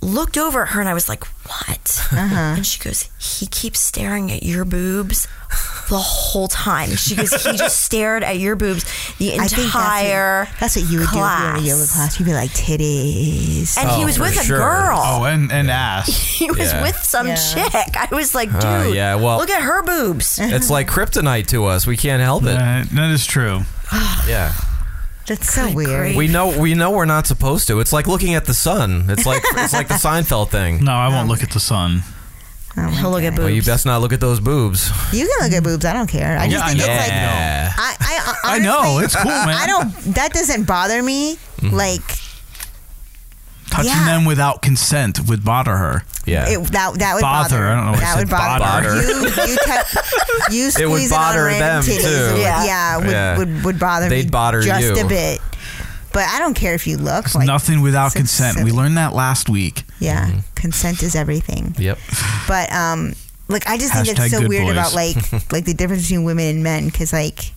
Speaker 7: looked over at her and I was like what
Speaker 5: Uh-huh.
Speaker 7: and she goes he keeps staring at your boobs the whole time she goes he just <laughs> stared at your boobs the
Speaker 5: I think that's what-
Speaker 7: entire
Speaker 5: That's what you would do if you were in a yoga class. You'd be like, titties.
Speaker 7: And he was with a girl.
Speaker 8: Oh, and, and ass.
Speaker 7: he was
Speaker 6: Yeah.
Speaker 7: with some chick. I was like, dude,
Speaker 6: Uh, yeah, well-
Speaker 7: look at her
Speaker 8: <laughs>
Speaker 7: boobs.
Speaker 6: It's like kryptonite to us. We can't help it.
Speaker 8: that is true.
Speaker 6: <sighs> Yeah.
Speaker 5: That's so weird.
Speaker 6: We know we know we're not supposed to. It's like looking at the sun. It's like it's like the Seinfeld thing.
Speaker 8: No, I won't look at the sun.
Speaker 5: He'll look at
Speaker 6: Well, you best not look at those boobs.
Speaker 5: You can look at boobs. I don't care. I just think it's like
Speaker 6: Yeah.
Speaker 5: I, I,
Speaker 6: I
Speaker 5: honestly,
Speaker 6: know, it's cool, man. Mm.
Speaker 5: I don't. That doesn't bother me. Like
Speaker 8: Touching
Speaker 5: Yeah.
Speaker 8: them without consent would bother her.
Speaker 6: Yeah.
Speaker 5: it, that. That would
Speaker 8: Bother,
Speaker 5: bother.
Speaker 8: I don't know why I
Speaker 5: That
Speaker 8: said
Speaker 5: would bother.
Speaker 8: bother.
Speaker 5: You, you,
Speaker 6: <laughs>
Speaker 5: te- you
Speaker 6: It would
Speaker 5: squeezing
Speaker 6: bother
Speaker 5: on random
Speaker 6: them,
Speaker 5: titties
Speaker 6: too.
Speaker 5: Would,
Speaker 6: Yeah.
Speaker 5: yeah. would,
Speaker 6: Yeah.
Speaker 5: Would, would bother me.
Speaker 6: They'd bother
Speaker 5: just
Speaker 6: you. Mm-hmm.
Speaker 5: a bit. But I don't care if you look.
Speaker 8: It's
Speaker 5: Like,
Speaker 8: nothing without
Speaker 5: so
Speaker 8: consent.
Speaker 5: silly.
Speaker 8: We learned that last week.
Speaker 5: Yeah, consent is everything.
Speaker 6: Yep.
Speaker 5: But um, like I just think
Speaker 8: Hashtag
Speaker 5: it's so
Speaker 8: good
Speaker 5: weird
Speaker 8: boys.
Speaker 5: about like
Speaker 8: <laughs>
Speaker 5: like the difference between women and men because like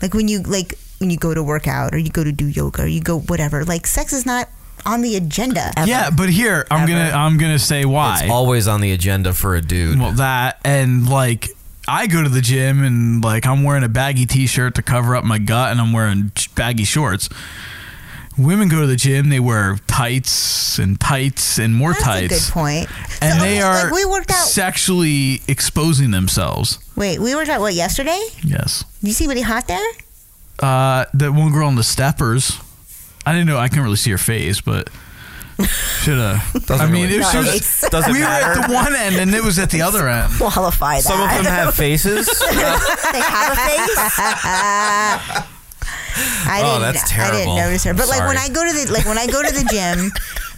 Speaker 5: like when you like when you go to work out or you go to do yoga or you go whatever like sex is not on the agenda.
Speaker 8: Yeah, but here I'm gonna I'm gonna say why.
Speaker 6: It's always on the agenda for a dude.
Speaker 8: Well, that and like I go to the gym and like I'm wearing a baggy t-shirt to cover up my gut and I'm wearing sh- baggy shorts. Women go to the gym, they wear tights and tights and more
Speaker 5: That's a
Speaker 8: tights.
Speaker 5: good point.
Speaker 8: And
Speaker 5: So,
Speaker 8: they are
Speaker 5: like, we worked out.
Speaker 8: sexually exposing themselves.
Speaker 5: Wait, we worked out what yesterday?
Speaker 8: Yes.
Speaker 5: You see what he hot there?
Speaker 8: Uh, that one girl on the steppers. I didn't know. I couldn't really see her face, but should have.
Speaker 6: <laughs> Doesn't
Speaker 8: I mean,
Speaker 6: really-
Speaker 8: it was, she was-
Speaker 6: Doesn't- doesn't
Speaker 8: we were at
Speaker 6: matter.
Speaker 8: the one end and it was at the other
Speaker 5: <laughs>
Speaker 8: end.
Speaker 7: Qualify that.
Speaker 6: Some of them
Speaker 8: <laughs>
Speaker 6: have faces.
Speaker 5: they have a face. I
Speaker 6: Oh,
Speaker 5: didn't,
Speaker 6: that's
Speaker 5: I didn't
Speaker 6: terrible.
Speaker 5: notice her.
Speaker 6: I'm
Speaker 5: But like when
Speaker 6: sorry.
Speaker 5: I go to the like when I go to the gym,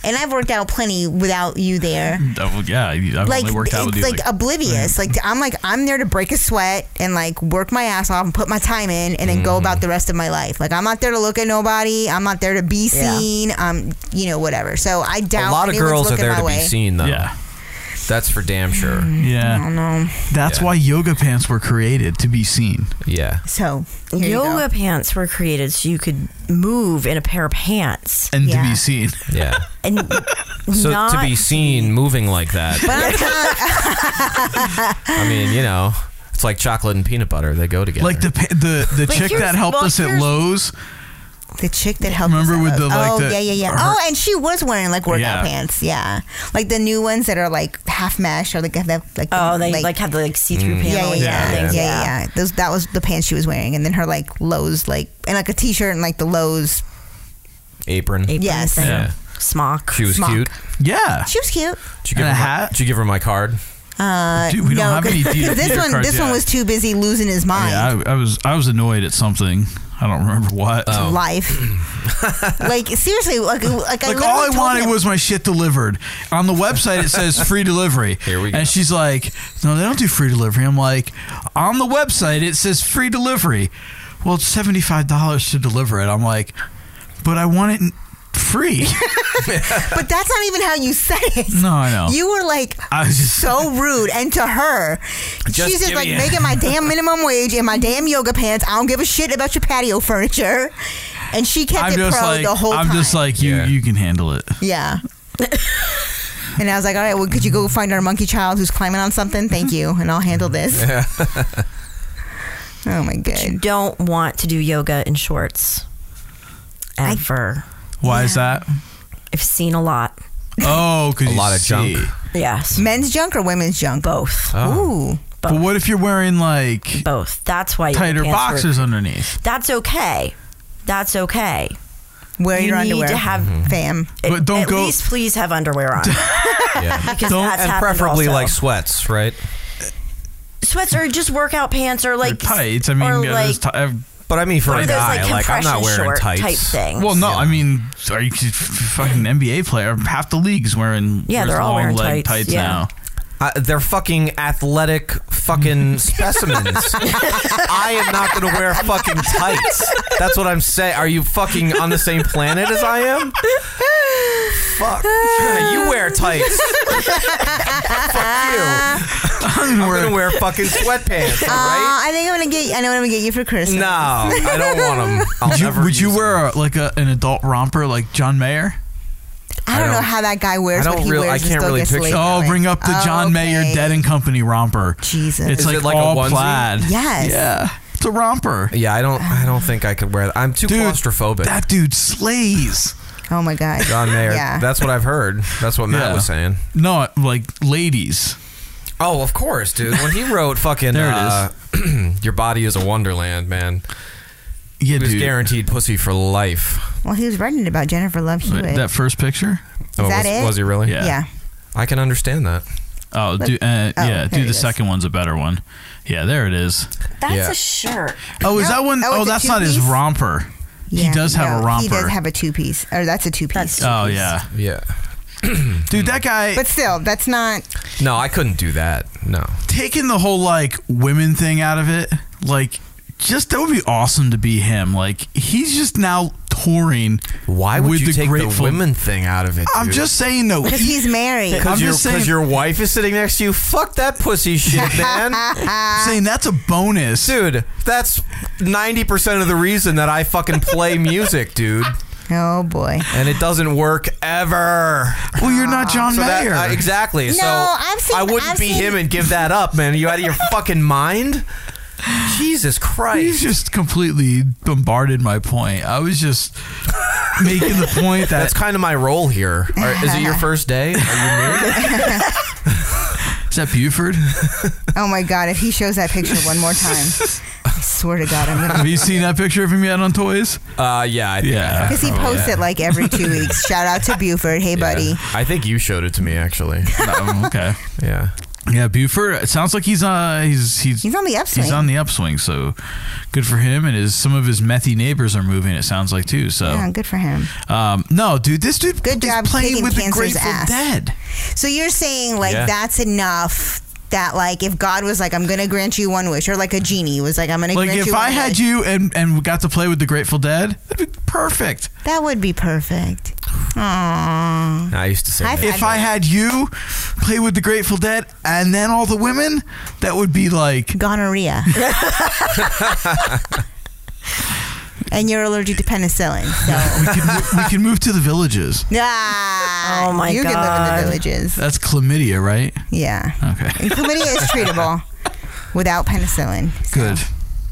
Speaker 5: and I've worked out plenty without you there.
Speaker 8: Oh, well, yeah, I- I've
Speaker 5: like
Speaker 8: only worked out with
Speaker 5: it's
Speaker 8: you.
Speaker 5: like,
Speaker 8: Like,
Speaker 5: oblivious.
Speaker 6: Mm-hmm.
Speaker 5: Like I'm like I'm there to break a sweat and like work my ass off and put my time in and then
Speaker 6: Mm-hmm.
Speaker 5: go about the rest of my life. Like I'm not there to look at nobody. I'm not there to be
Speaker 7: Yeah.
Speaker 5: seen. Um, you know whatever. So I
Speaker 6: a
Speaker 5: doubt
Speaker 6: lot of
Speaker 5: anyone's
Speaker 6: girls are
Speaker 5: looking
Speaker 6: there
Speaker 5: my
Speaker 6: to
Speaker 5: way.
Speaker 6: be seen, though.
Speaker 8: Yeah.
Speaker 6: That's for damn sure.
Speaker 5: mm,
Speaker 8: yeah, That's
Speaker 6: Yeah.
Speaker 8: why yoga pants were created to be seen.
Speaker 6: Yeah.
Speaker 5: So
Speaker 7: yoga pants were created so you could move in a pair of pants
Speaker 8: and to be seen.
Speaker 6: Yeah.
Speaker 7: and
Speaker 6: So
Speaker 7: not.
Speaker 6: to be seen moving like that.
Speaker 5: But I'm
Speaker 6: <laughs> I mean, you know, it's like chocolate and peanut butter. They go together.
Speaker 8: Like the pa- the the
Speaker 5: But
Speaker 8: chick
Speaker 5: here's-
Speaker 8: that helped
Speaker 5: well,
Speaker 8: us at
Speaker 5: here's-
Speaker 8: Lowe's.
Speaker 5: The chick that helped.
Speaker 8: Remember
Speaker 5: us
Speaker 8: with the,
Speaker 5: out.
Speaker 8: like,
Speaker 5: oh
Speaker 8: the-
Speaker 5: yeah yeah yeah.
Speaker 8: her-
Speaker 5: oh, and she was wearing like workout
Speaker 8: Yeah.
Speaker 5: pants. Yeah, like the new ones that are like half mesh or like have that like
Speaker 7: oh, they like, have the like see-through
Speaker 8: Mm.
Speaker 6: Mm.
Speaker 5: yeah, yeah,
Speaker 7: panel.
Speaker 5: yeah, yeah,
Speaker 7: things.
Speaker 5: yeah, yeah. Those that was the pants she was wearing, and then her like Lowe's like and like a t-shirt and like the Lowe's.
Speaker 6: <laughs> apron.
Speaker 7: Apron
Speaker 5: Yes.
Speaker 7: thing.
Speaker 6: Yeah.
Speaker 7: Smock.
Speaker 6: She was
Speaker 7: Smock.
Speaker 6: cute.
Speaker 8: Yeah.
Speaker 5: She was cute.
Speaker 6: Did you give her my- did you give her my card?
Speaker 7: <laughs>
Speaker 5: Uh,
Speaker 8: Dude, we don't
Speaker 5: no,
Speaker 8: have
Speaker 5: <laughs>
Speaker 8: any
Speaker 5: 'cause-
Speaker 8: deal-
Speaker 5: 'cause this
Speaker 8: dealer
Speaker 5: one,
Speaker 8: cards
Speaker 5: this
Speaker 8: yet.
Speaker 5: one was too busy losing his mind.
Speaker 8: Yeah, I, I was I was annoyed at something. I don't remember what.
Speaker 5: Oh.
Speaker 8: <laughs>
Speaker 5: Life, like seriously, like, like, I
Speaker 8: Like all I
Speaker 5: literally told
Speaker 8: wanted
Speaker 5: him-
Speaker 8: was my shit delivered. On the website it
Speaker 5: <laughs>
Speaker 8: says free delivery. Here we go. And she's like, "No, they don't do free delivery." I'm like, "On the website it says free delivery." Well, it's seventy five dollars to deliver it. I'm like, "But I want it in- free.
Speaker 5: <laughs> But that's not even how you said
Speaker 8: <laughs>
Speaker 5: it.
Speaker 8: No, I know.
Speaker 5: You were like
Speaker 8: I was just-
Speaker 5: so rude, and to her,
Speaker 8: Just
Speaker 5: she's just
Speaker 8: give
Speaker 5: like
Speaker 8: me a- <laughs>
Speaker 5: making my damn minimum wage and my damn yoga pants. I don't give a shit about your patio furniture, and she kept
Speaker 8: I'm
Speaker 5: it
Speaker 8: just
Speaker 5: pro
Speaker 8: like
Speaker 5: the whole
Speaker 8: I'm
Speaker 5: time.
Speaker 8: just like you. You can handle it.
Speaker 5: yeah. and I was like, all right, well, could you go find our monkey child who's climbing on something? Thank you, and I'll
Speaker 8: <laughs>
Speaker 5: handle this. Oh my god!
Speaker 7: You don't want to do yoga in shorts ever.
Speaker 8: Why is that?
Speaker 7: I've seen a lot.
Speaker 8: Oh, 'cause
Speaker 7: A
Speaker 8: you
Speaker 7: lot of
Speaker 8: see.
Speaker 7: junk. Yes.
Speaker 5: Men's junk or women's junk?
Speaker 7: Both.
Speaker 8: Oh.
Speaker 5: Ooh.
Speaker 8: But what if you're wearing like
Speaker 7: both? That's why your
Speaker 8: tighter
Speaker 7: pants were-
Speaker 8: boxers underneath.
Speaker 7: That's okay. That's okay.
Speaker 5: Wear
Speaker 7: you
Speaker 5: your
Speaker 7: need
Speaker 5: underwear.
Speaker 7: to have
Speaker 5: fam.
Speaker 7: At,
Speaker 6: But don't
Speaker 7: at
Speaker 6: go-
Speaker 7: least please have underwear
Speaker 5: <laughs>
Speaker 7: on. <laughs> Because
Speaker 6: Don't-
Speaker 7: that's
Speaker 6: and
Speaker 7: happened
Speaker 6: preferably
Speaker 7: also.
Speaker 6: like sweats, right?
Speaker 7: sweats or just workout pants or like
Speaker 8: tights. I mean,
Speaker 7: or
Speaker 8: yeah,
Speaker 7: like
Speaker 8: those ti- uh, I've-
Speaker 6: But I mean, for
Speaker 7: What
Speaker 6: a
Speaker 7: are those,
Speaker 6: guy,
Speaker 7: like,
Speaker 6: like, I'm not
Speaker 7: compression
Speaker 6: wearing
Speaker 7: short
Speaker 6: tights.
Speaker 7: type things?
Speaker 8: Well, no, I mean, are you f- fucking NBA player? Half the league's wearing
Speaker 6: Yeah,
Speaker 8: wears
Speaker 6: they're all
Speaker 8: long
Speaker 6: wearing
Speaker 8: leg
Speaker 6: tights, yeah.
Speaker 8: now.
Speaker 6: Uh, they're fucking athletic
Speaker 7: <laughs>
Speaker 6: fucking <laughs> specimens. I am not going to wear fucking tights. That's what I'm saying. Are you fucking on the same planet as I am? Fuck. you wear tights. I'm going to wear
Speaker 8: <laughs>
Speaker 6: fucking sweatpants.
Speaker 5: Uh, I think I'm gonna get. I know what I'm gonna get you for Christmas. No,
Speaker 6: I don't want 'em. I'll
Speaker 8: would you,
Speaker 6: never
Speaker 8: would you wear a, like a, an adult romper like John Mayer?
Speaker 5: I don't know how that guy wears what he wears. and still gets laid.
Speaker 8: Oh, bring up the
Speaker 5: Oh,
Speaker 8: John Mayer Dead and Company <laughs> romper.
Speaker 5: Jesus,
Speaker 8: it's
Speaker 6: Is
Speaker 8: like,
Speaker 6: it like a
Speaker 8: all
Speaker 6: onesie?
Speaker 8: plaid.
Speaker 6: Yes.
Speaker 8: yeah, it's a romper.
Speaker 6: Yeah, I don't. I don't think I could wear that. I'm too claustrophobic.
Speaker 5: <laughs>
Speaker 8: That dude slays.
Speaker 5: Oh my god,
Speaker 6: John Mayer.
Speaker 5: Yeah.
Speaker 6: That's what I've heard. That's what Matt
Speaker 8: Yeah.
Speaker 6: was saying.
Speaker 8: No, like ladies.
Speaker 6: Oh, of course, dude. When he wrote fucking
Speaker 8: There it
Speaker 6: uh, <clears throat> Your Body is a Wonderland, man.
Speaker 8: Yeah,
Speaker 6: he was
Speaker 8: dude.
Speaker 6: guaranteed pussy for life.
Speaker 5: well, he was writing about Jennifer Love Hewitt.
Speaker 8: <laughs> That oh, first picture?
Speaker 5: Is that
Speaker 6: Oh, was,
Speaker 5: it?
Speaker 6: was he really?
Speaker 5: Yeah. Yeah.
Speaker 6: I can understand that.
Speaker 8: Oh,
Speaker 5: Look-
Speaker 8: do, uh,
Speaker 5: oh,
Speaker 8: yeah,
Speaker 5: there
Speaker 8: do
Speaker 5: it
Speaker 8: the
Speaker 5: is.
Speaker 8: second one's a better one. Yeah, there it is.
Speaker 7: That's a shirt.
Speaker 8: Oh, is that one oh
Speaker 5: oh, it's a
Speaker 8: that's not his
Speaker 5: two-piece?
Speaker 8: romper.
Speaker 5: Yeah,
Speaker 8: he does have
Speaker 5: no,
Speaker 8: a romper.
Speaker 5: He does have a two piece, or that's a two piece.
Speaker 8: oh mm. yeah,
Speaker 6: yeah. <clears throat>
Speaker 8: Dude, that guy.
Speaker 5: But still, that's not.
Speaker 6: No, I couldn't do that. No.
Speaker 8: Taking the whole like women thing out of it, like just that would be awesome to be him. Like he's just now touring.
Speaker 6: Why would
Speaker 8: with
Speaker 6: you
Speaker 8: the
Speaker 6: take the
Speaker 8: Grateful-
Speaker 6: women thing out of it?
Speaker 8: I'm
Speaker 6: dude?
Speaker 8: just saying though,
Speaker 5: Because he's married.
Speaker 6: Because your, 'cause your wife is sitting next to you. Fuck that pussy shit, man.
Speaker 5: <laughs>
Speaker 8: saying that's a bonus,
Speaker 6: dude. That's ninety percent of the reason that I fucking play music, dude.
Speaker 8: <laughs>
Speaker 5: Oh boy.
Speaker 6: And it doesn't work ever.
Speaker 8: Well, you're not John
Speaker 6: so that-
Speaker 8: Mayer.
Speaker 6: uh, exactly. so
Speaker 5: No, I've seen-
Speaker 6: I wouldn't
Speaker 5: I've
Speaker 6: be
Speaker 5: seen-
Speaker 6: him and give that up, man. Are you out of your fucking mind? Jesus
Speaker 8: <laughs>
Speaker 6: Christ.
Speaker 8: He's just completely bombarded my point. I was just making the point that
Speaker 6: That's kind of my role here. All right, is it your first day? Are you new?
Speaker 8: <laughs> is that Buford.
Speaker 5: Oh my god, if he shows that picture one more time, I swear to God, I'm
Speaker 8: Have
Speaker 5: gonna.
Speaker 8: you
Speaker 5: <laughs>
Speaker 8: seen that picture of him yet on Toys?
Speaker 6: Uh, yeah, I think I
Speaker 8: Yeah.
Speaker 6: have.
Speaker 5: Because he
Speaker 6: Probably.
Speaker 5: posts it like every two weeks. Shout out to Buford. Hey, buddy.
Speaker 6: I think you showed it to me actually.
Speaker 8: Oh, okay.
Speaker 6: Yeah.
Speaker 8: Yeah, Buford. It sounds like he's uh he's he's
Speaker 5: He's on the upswing.
Speaker 8: He's on the upswing, so good for him. And his some of his methy neighbors are moving. It sounds like too. So
Speaker 5: Yeah, good for him.
Speaker 8: um, no, dude, this dude
Speaker 5: Good
Speaker 8: is
Speaker 5: job
Speaker 8: playing
Speaker 5: kicking
Speaker 8: with the
Speaker 5: cancer's
Speaker 8: Grateful
Speaker 5: ass.
Speaker 8: Dead.
Speaker 5: So you're saying like
Speaker 8: Yeah.
Speaker 5: that's enough. That like if God was like I'm gonna grant you one wish, or like a genie was like I'm gonna
Speaker 8: Like
Speaker 5: grant you
Speaker 8: if
Speaker 5: one
Speaker 8: I had
Speaker 5: wish,
Speaker 8: you and and we got to play with the Grateful Dead, that'd be perfect.
Speaker 5: that would be perfect. Aww.
Speaker 6: I used to say
Speaker 5: High
Speaker 6: that.
Speaker 5: five.
Speaker 8: If I had you play with the Grateful Dead and then all the women, that would be like <laughs>
Speaker 5: Gonorrhea. and you're allergic to penicillin.
Speaker 8: <laughs>
Speaker 5: So
Speaker 8: we can mo- we can move to the villages.
Speaker 5: ah,
Speaker 7: Oh my
Speaker 5: you can live in
Speaker 7: God.
Speaker 5: the villages.
Speaker 8: That's chlamydia, right?
Speaker 5: Yeah,
Speaker 8: Okay,
Speaker 5: and chlamydia is treatable without penicillin.
Speaker 8: <laughs> good.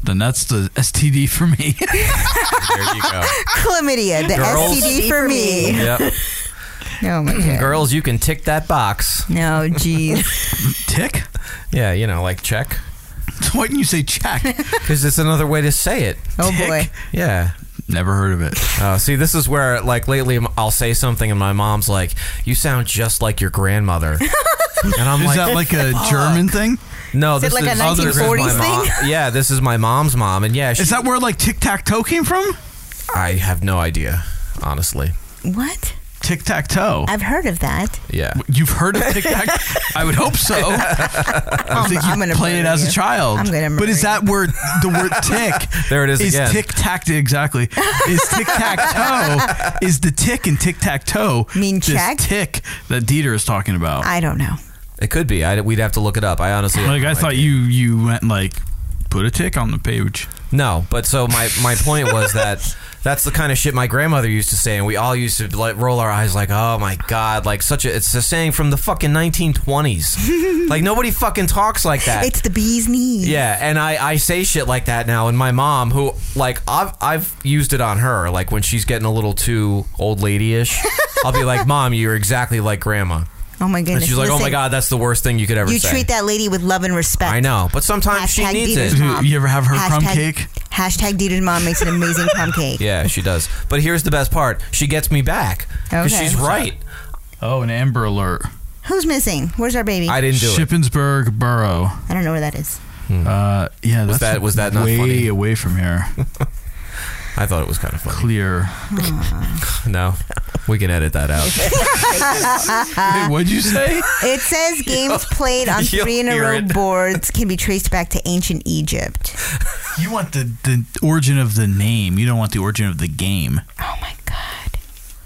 Speaker 8: Then that's the STD for me.
Speaker 5: <laughs>
Speaker 6: There you go.
Speaker 5: Chlamydia, the
Speaker 6: Girls.
Speaker 5: STD for me. <laughs>
Speaker 6: Yep.
Speaker 5: Oh my god.
Speaker 6: Girls, you can tick that box.
Speaker 5: No, jeez.
Speaker 8: Tick.
Speaker 6: Yeah, you know, like check.
Speaker 8: Why didn't you say check?
Speaker 6: Because it's another way to say it.
Speaker 5: Oh boy.
Speaker 6: Yeah.
Speaker 8: Never heard of it.
Speaker 6: Uh, see, this is where, like, lately m- I'll say something and my mom's like, You sound just like your
Speaker 5: <laughs>
Speaker 6: grandmother. and I'm
Speaker 8: Is
Speaker 6: like,
Speaker 8: that like a German thing?
Speaker 6: No,
Speaker 5: Is it
Speaker 6: this
Speaker 5: like a
Speaker 6: is other than my
Speaker 5: 1940s
Speaker 6: mom. <laughs> Yeah, this is my mom's mom. And yeah, she,
Speaker 8: Is that where like tic tac toe came from?
Speaker 6: I have no idea, honestly.
Speaker 5: What?
Speaker 8: tic tac toe.
Speaker 5: I've heard of that.
Speaker 6: Yeah.
Speaker 8: You've heard of tic tac?
Speaker 6: <laughs>
Speaker 8: I would hope so. I
Speaker 5: I'm-
Speaker 8: think
Speaker 5: Um, I'm
Speaker 8: you
Speaker 5: gonna
Speaker 8: play it
Speaker 5: murder
Speaker 8: as
Speaker 5: you.
Speaker 8: a child.
Speaker 5: I'm gonna
Speaker 8: But is
Speaker 5: murder
Speaker 8: that word the word tick?
Speaker 6: <laughs> There it is
Speaker 8: Is
Speaker 6: again.
Speaker 8: tic tac exactly? Is tic tac toe? Is the tick and tic tac toe mean
Speaker 5: check?
Speaker 8: tick that Dieter is talking about?
Speaker 5: I don't know.
Speaker 6: It could be. I, we'd have to look it up. I honestly have
Speaker 8: Like
Speaker 6: no
Speaker 8: I thought
Speaker 6: idea.
Speaker 8: you you went like put a tick on the page.
Speaker 6: No, but so my my point
Speaker 5: <laughs>
Speaker 6: was that that's the kind of shit my grandmother used to say, and we all used to like roll our eyes like, oh my god, like such a it's a saying from the fucking
Speaker 5: <laughs>
Speaker 6: 1920s. like nobody fucking talks like that.
Speaker 5: It's the bee's knees.
Speaker 6: Yeah, and I, I say shit like that now, and my mom, who like I've I've used it on her, like when she's getting a little too old
Speaker 5: <laughs>
Speaker 6: ladyish, I'll be like, "Mom, you're exactly like Grandma,"
Speaker 5: Oh my goodness.
Speaker 6: and she's like, "Oh my
Speaker 5: Listen,
Speaker 6: god, that's the worst thing you could ever
Speaker 5: You
Speaker 6: say."
Speaker 5: treat that lady with love and respect.
Speaker 6: I know, but sometimes she
Speaker 5: Hashtag
Speaker 6: needs
Speaker 5: Dieter's
Speaker 6: it.
Speaker 8: <laughs>
Speaker 5: mom.
Speaker 8: You ever have her crumb
Speaker 5: Hashtag-
Speaker 8: cake?
Speaker 5: Hashtag Dieter's mom makes an amazing
Speaker 6: <laughs>
Speaker 5: crumb cake.
Speaker 6: Yeah, she does. But here's the best part: she gets me back because
Speaker 5: Okay.
Speaker 6: she's right.
Speaker 8: Oh, an Amber Alert.
Speaker 5: Who's missing? Where's our baby?
Speaker 6: I didn't do it. Hmm.
Speaker 8: Shippensburg Borough.
Speaker 5: I don't know where that is.
Speaker 8: Uh, yeah,
Speaker 6: Was
Speaker 8: that's
Speaker 6: that- was that not
Speaker 8: way
Speaker 6: funny?
Speaker 8: away from here?
Speaker 6: <laughs> I thought it was kind of funny.
Speaker 8: Clear.
Speaker 6: <laughs> No, we can edit
Speaker 5: <laughs>
Speaker 6: that out.
Speaker 8: Wait, what'd you say?
Speaker 5: It says games played on
Speaker 6: <laughs> you'll
Speaker 5: three in a
Speaker 6: hear
Speaker 5: row
Speaker 6: it.
Speaker 5: boards can be traced back to ancient Egypt.
Speaker 8: You want the, the origin of the name. You don't want the origin of the game.
Speaker 5: Oh my god.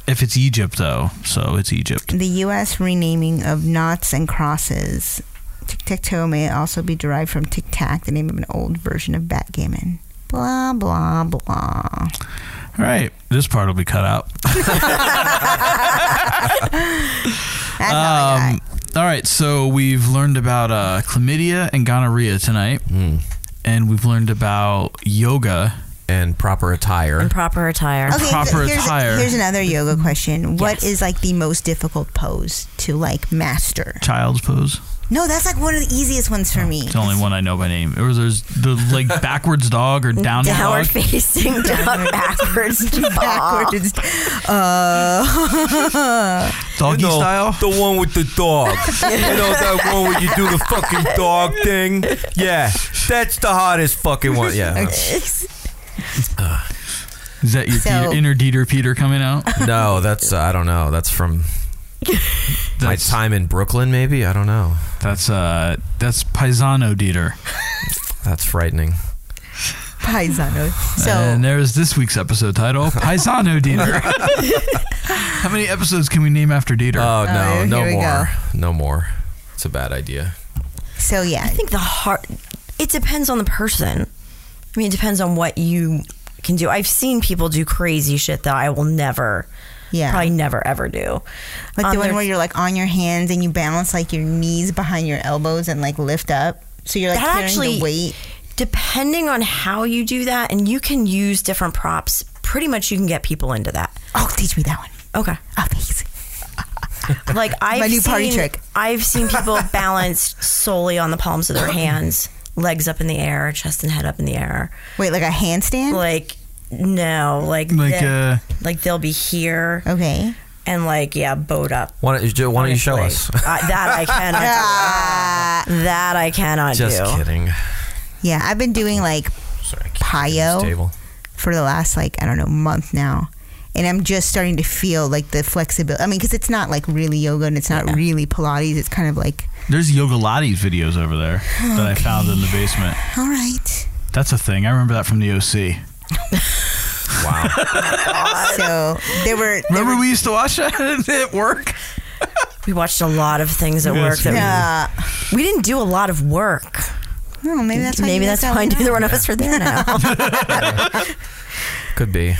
Speaker 8: If it's Egypt, though, so it's Egypt.
Speaker 5: The U.S. renaming of knots and crosses. Tic tac toe may also be derived from tic tac, the name of an old version of backgammon. Blah blah blah.
Speaker 8: All right, this part will be cut
Speaker 5: <laughs>
Speaker 8: out.
Speaker 5: That's all I got.
Speaker 8: Um, All right, so we've learned about uh, chlamydia and gonorrhea tonight,
Speaker 6: Hmm.
Speaker 8: and we've learned about yoga.
Speaker 6: and proper attire.
Speaker 7: Proper attire.
Speaker 5: Okay,
Speaker 8: proper
Speaker 5: here's,
Speaker 8: attire.
Speaker 5: here's another yoga question. What is like the most difficult pose to like master?
Speaker 8: Child's pose. Oh.
Speaker 5: No, that's like one of the easiest ones for me. <laughs>
Speaker 8: It's the only one I know by name. Or there's the like backwards dog or downward
Speaker 7: Downward
Speaker 8: dog.
Speaker 5: <laughs>
Speaker 7: facing dog backwards dog.
Speaker 5: Backwards. Uh, <laughs>
Speaker 8: Doggy
Speaker 6: You know,
Speaker 8: style.
Speaker 6: The one with the dog. you know that one where you do the fucking dog thing? Yeah. That's the hottest fucking one.
Speaker 7: <laughs>
Speaker 6: Yeah.
Speaker 8: Is that your
Speaker 5: So-
Speaker 8: Peter, inner Dieter Peter coming out?
Speaker 6: No, that's uh, I don't know. That's
Speaker 8: <laughs>
Speaker 6: from my
Speaker 8: That's-
Speaker 6: time in Brooklyn maybe. I don't know.
Speaker 8: That's uh, that's Paisano Dieter.
Speaker 6: That's frightening.
Speaker 5: paisano.
Speaker 8: and
Speaker 5: So
Speaker 8: there's this week's episode title,
Speaker 6: <laughs>
Speaker 8: Paisano Dieter.
Speaker 5: <laughs>
Speaker 8: How many episodes can we name after Dieter?
Speaker 6: Oh,
Speaker 5: here-
Speaker 6: no, no
Speaker 5: here we
Speaker 6: more. No more. It's a bad idea.
Speaker 5: so yeah.
Speaker 7: I think the heart. It depends on the person. I mean, it depends on what you can do. I've seen people do crazy shit that I will never,
Speaker 5: Yeah.
Speaker 7: probably never ever do.
Speaker 5: Like
Speaker 7: Um,
Speaker 5: the one
Speaker 7: there-
Speaker 5: where you're like on your hands and you balance like your knees behind your elbows and like lift up. So you're like
Speaker 7: That
Speaker 5: carrying
Speaker 7: actually-
Speaker 5: the weight.
Speaker 7: depending on how you do that, and you can use different props. Pretty much, you can get people into that.
Speaker 5: Oh, teach me that one.
Speaker 7: Okay,
Speaker 5: Oh, thanks.
Speaker 7: like I've
Speaker 5: new
Speaker 7: seen,
Speaker 5: party trick.
Speaker 7: I've seen
Speaker 5: <laughs>
Speaker 7: people balance solely on the palms of their hands, legs up in the air, chest and head up in the air.
Speaker 5: Wait, like a handstand?
Speaker 7: Like no, like
Speaker 8: Like,
Speaker 7: thi-
Speaker 8: uh,
Speaker 7: like they'll be here
Speaker 5: okay.
Speaker 7: and like yeah, bowed up.
Speaker 6: Why don't you, why don't you show us?
Speaker 7: Honestly. Uh, that I cannot
Speaker 5: <laughs>
Speaker 7: do. That
Speaker 6: <laughs>
Speaker 7: I cannot
Speaker 6: Just
Speaker 7: do.
Speaker 6: kidding.
Speaker 5: Yeah, I've been doing like
Speaker 6: Sorry. I can't
Speaker 5: Payo.
Speaker 6: do this Table.
Speaker 5: for the last like I don't know month now, and I'm just starting to feel like the flexibility. I mean, because it's not like really yoga and it's not really Pilates. It's kind of like
Speaker 8: There's Yoga Lotties videos over there that I found in the basement.
Speaker 5: all right.
Speaker 8: That's a thing. I remember that from the OC.
Speaker 6: <laughs> Wow.
Speaker 5: <laughs> So there were. There
Speaker 8: Remember
Speaker 5: were
Speaker 8: we used to watch that at work?
Speaker 7: <laughs> We watched a lot of things at
Speaker 8: Yeah,
Speaker 7: work.
Speaker 8: that's
Speaker 7: That
Speaker 5: uh,
Speaker 7: we, we didn't do a lot of work.
Speaker 5: no, oh, maybe that's why
Speaker 7: Maybe
Speaker 5: you
Speaker 7: that's
Speaker 5: guys
Speaker 7: why
Speaker 5: don't
Speaker 7: neither one of us are there now.
Speaker 5: <laughs>
Speaker 6: Could be.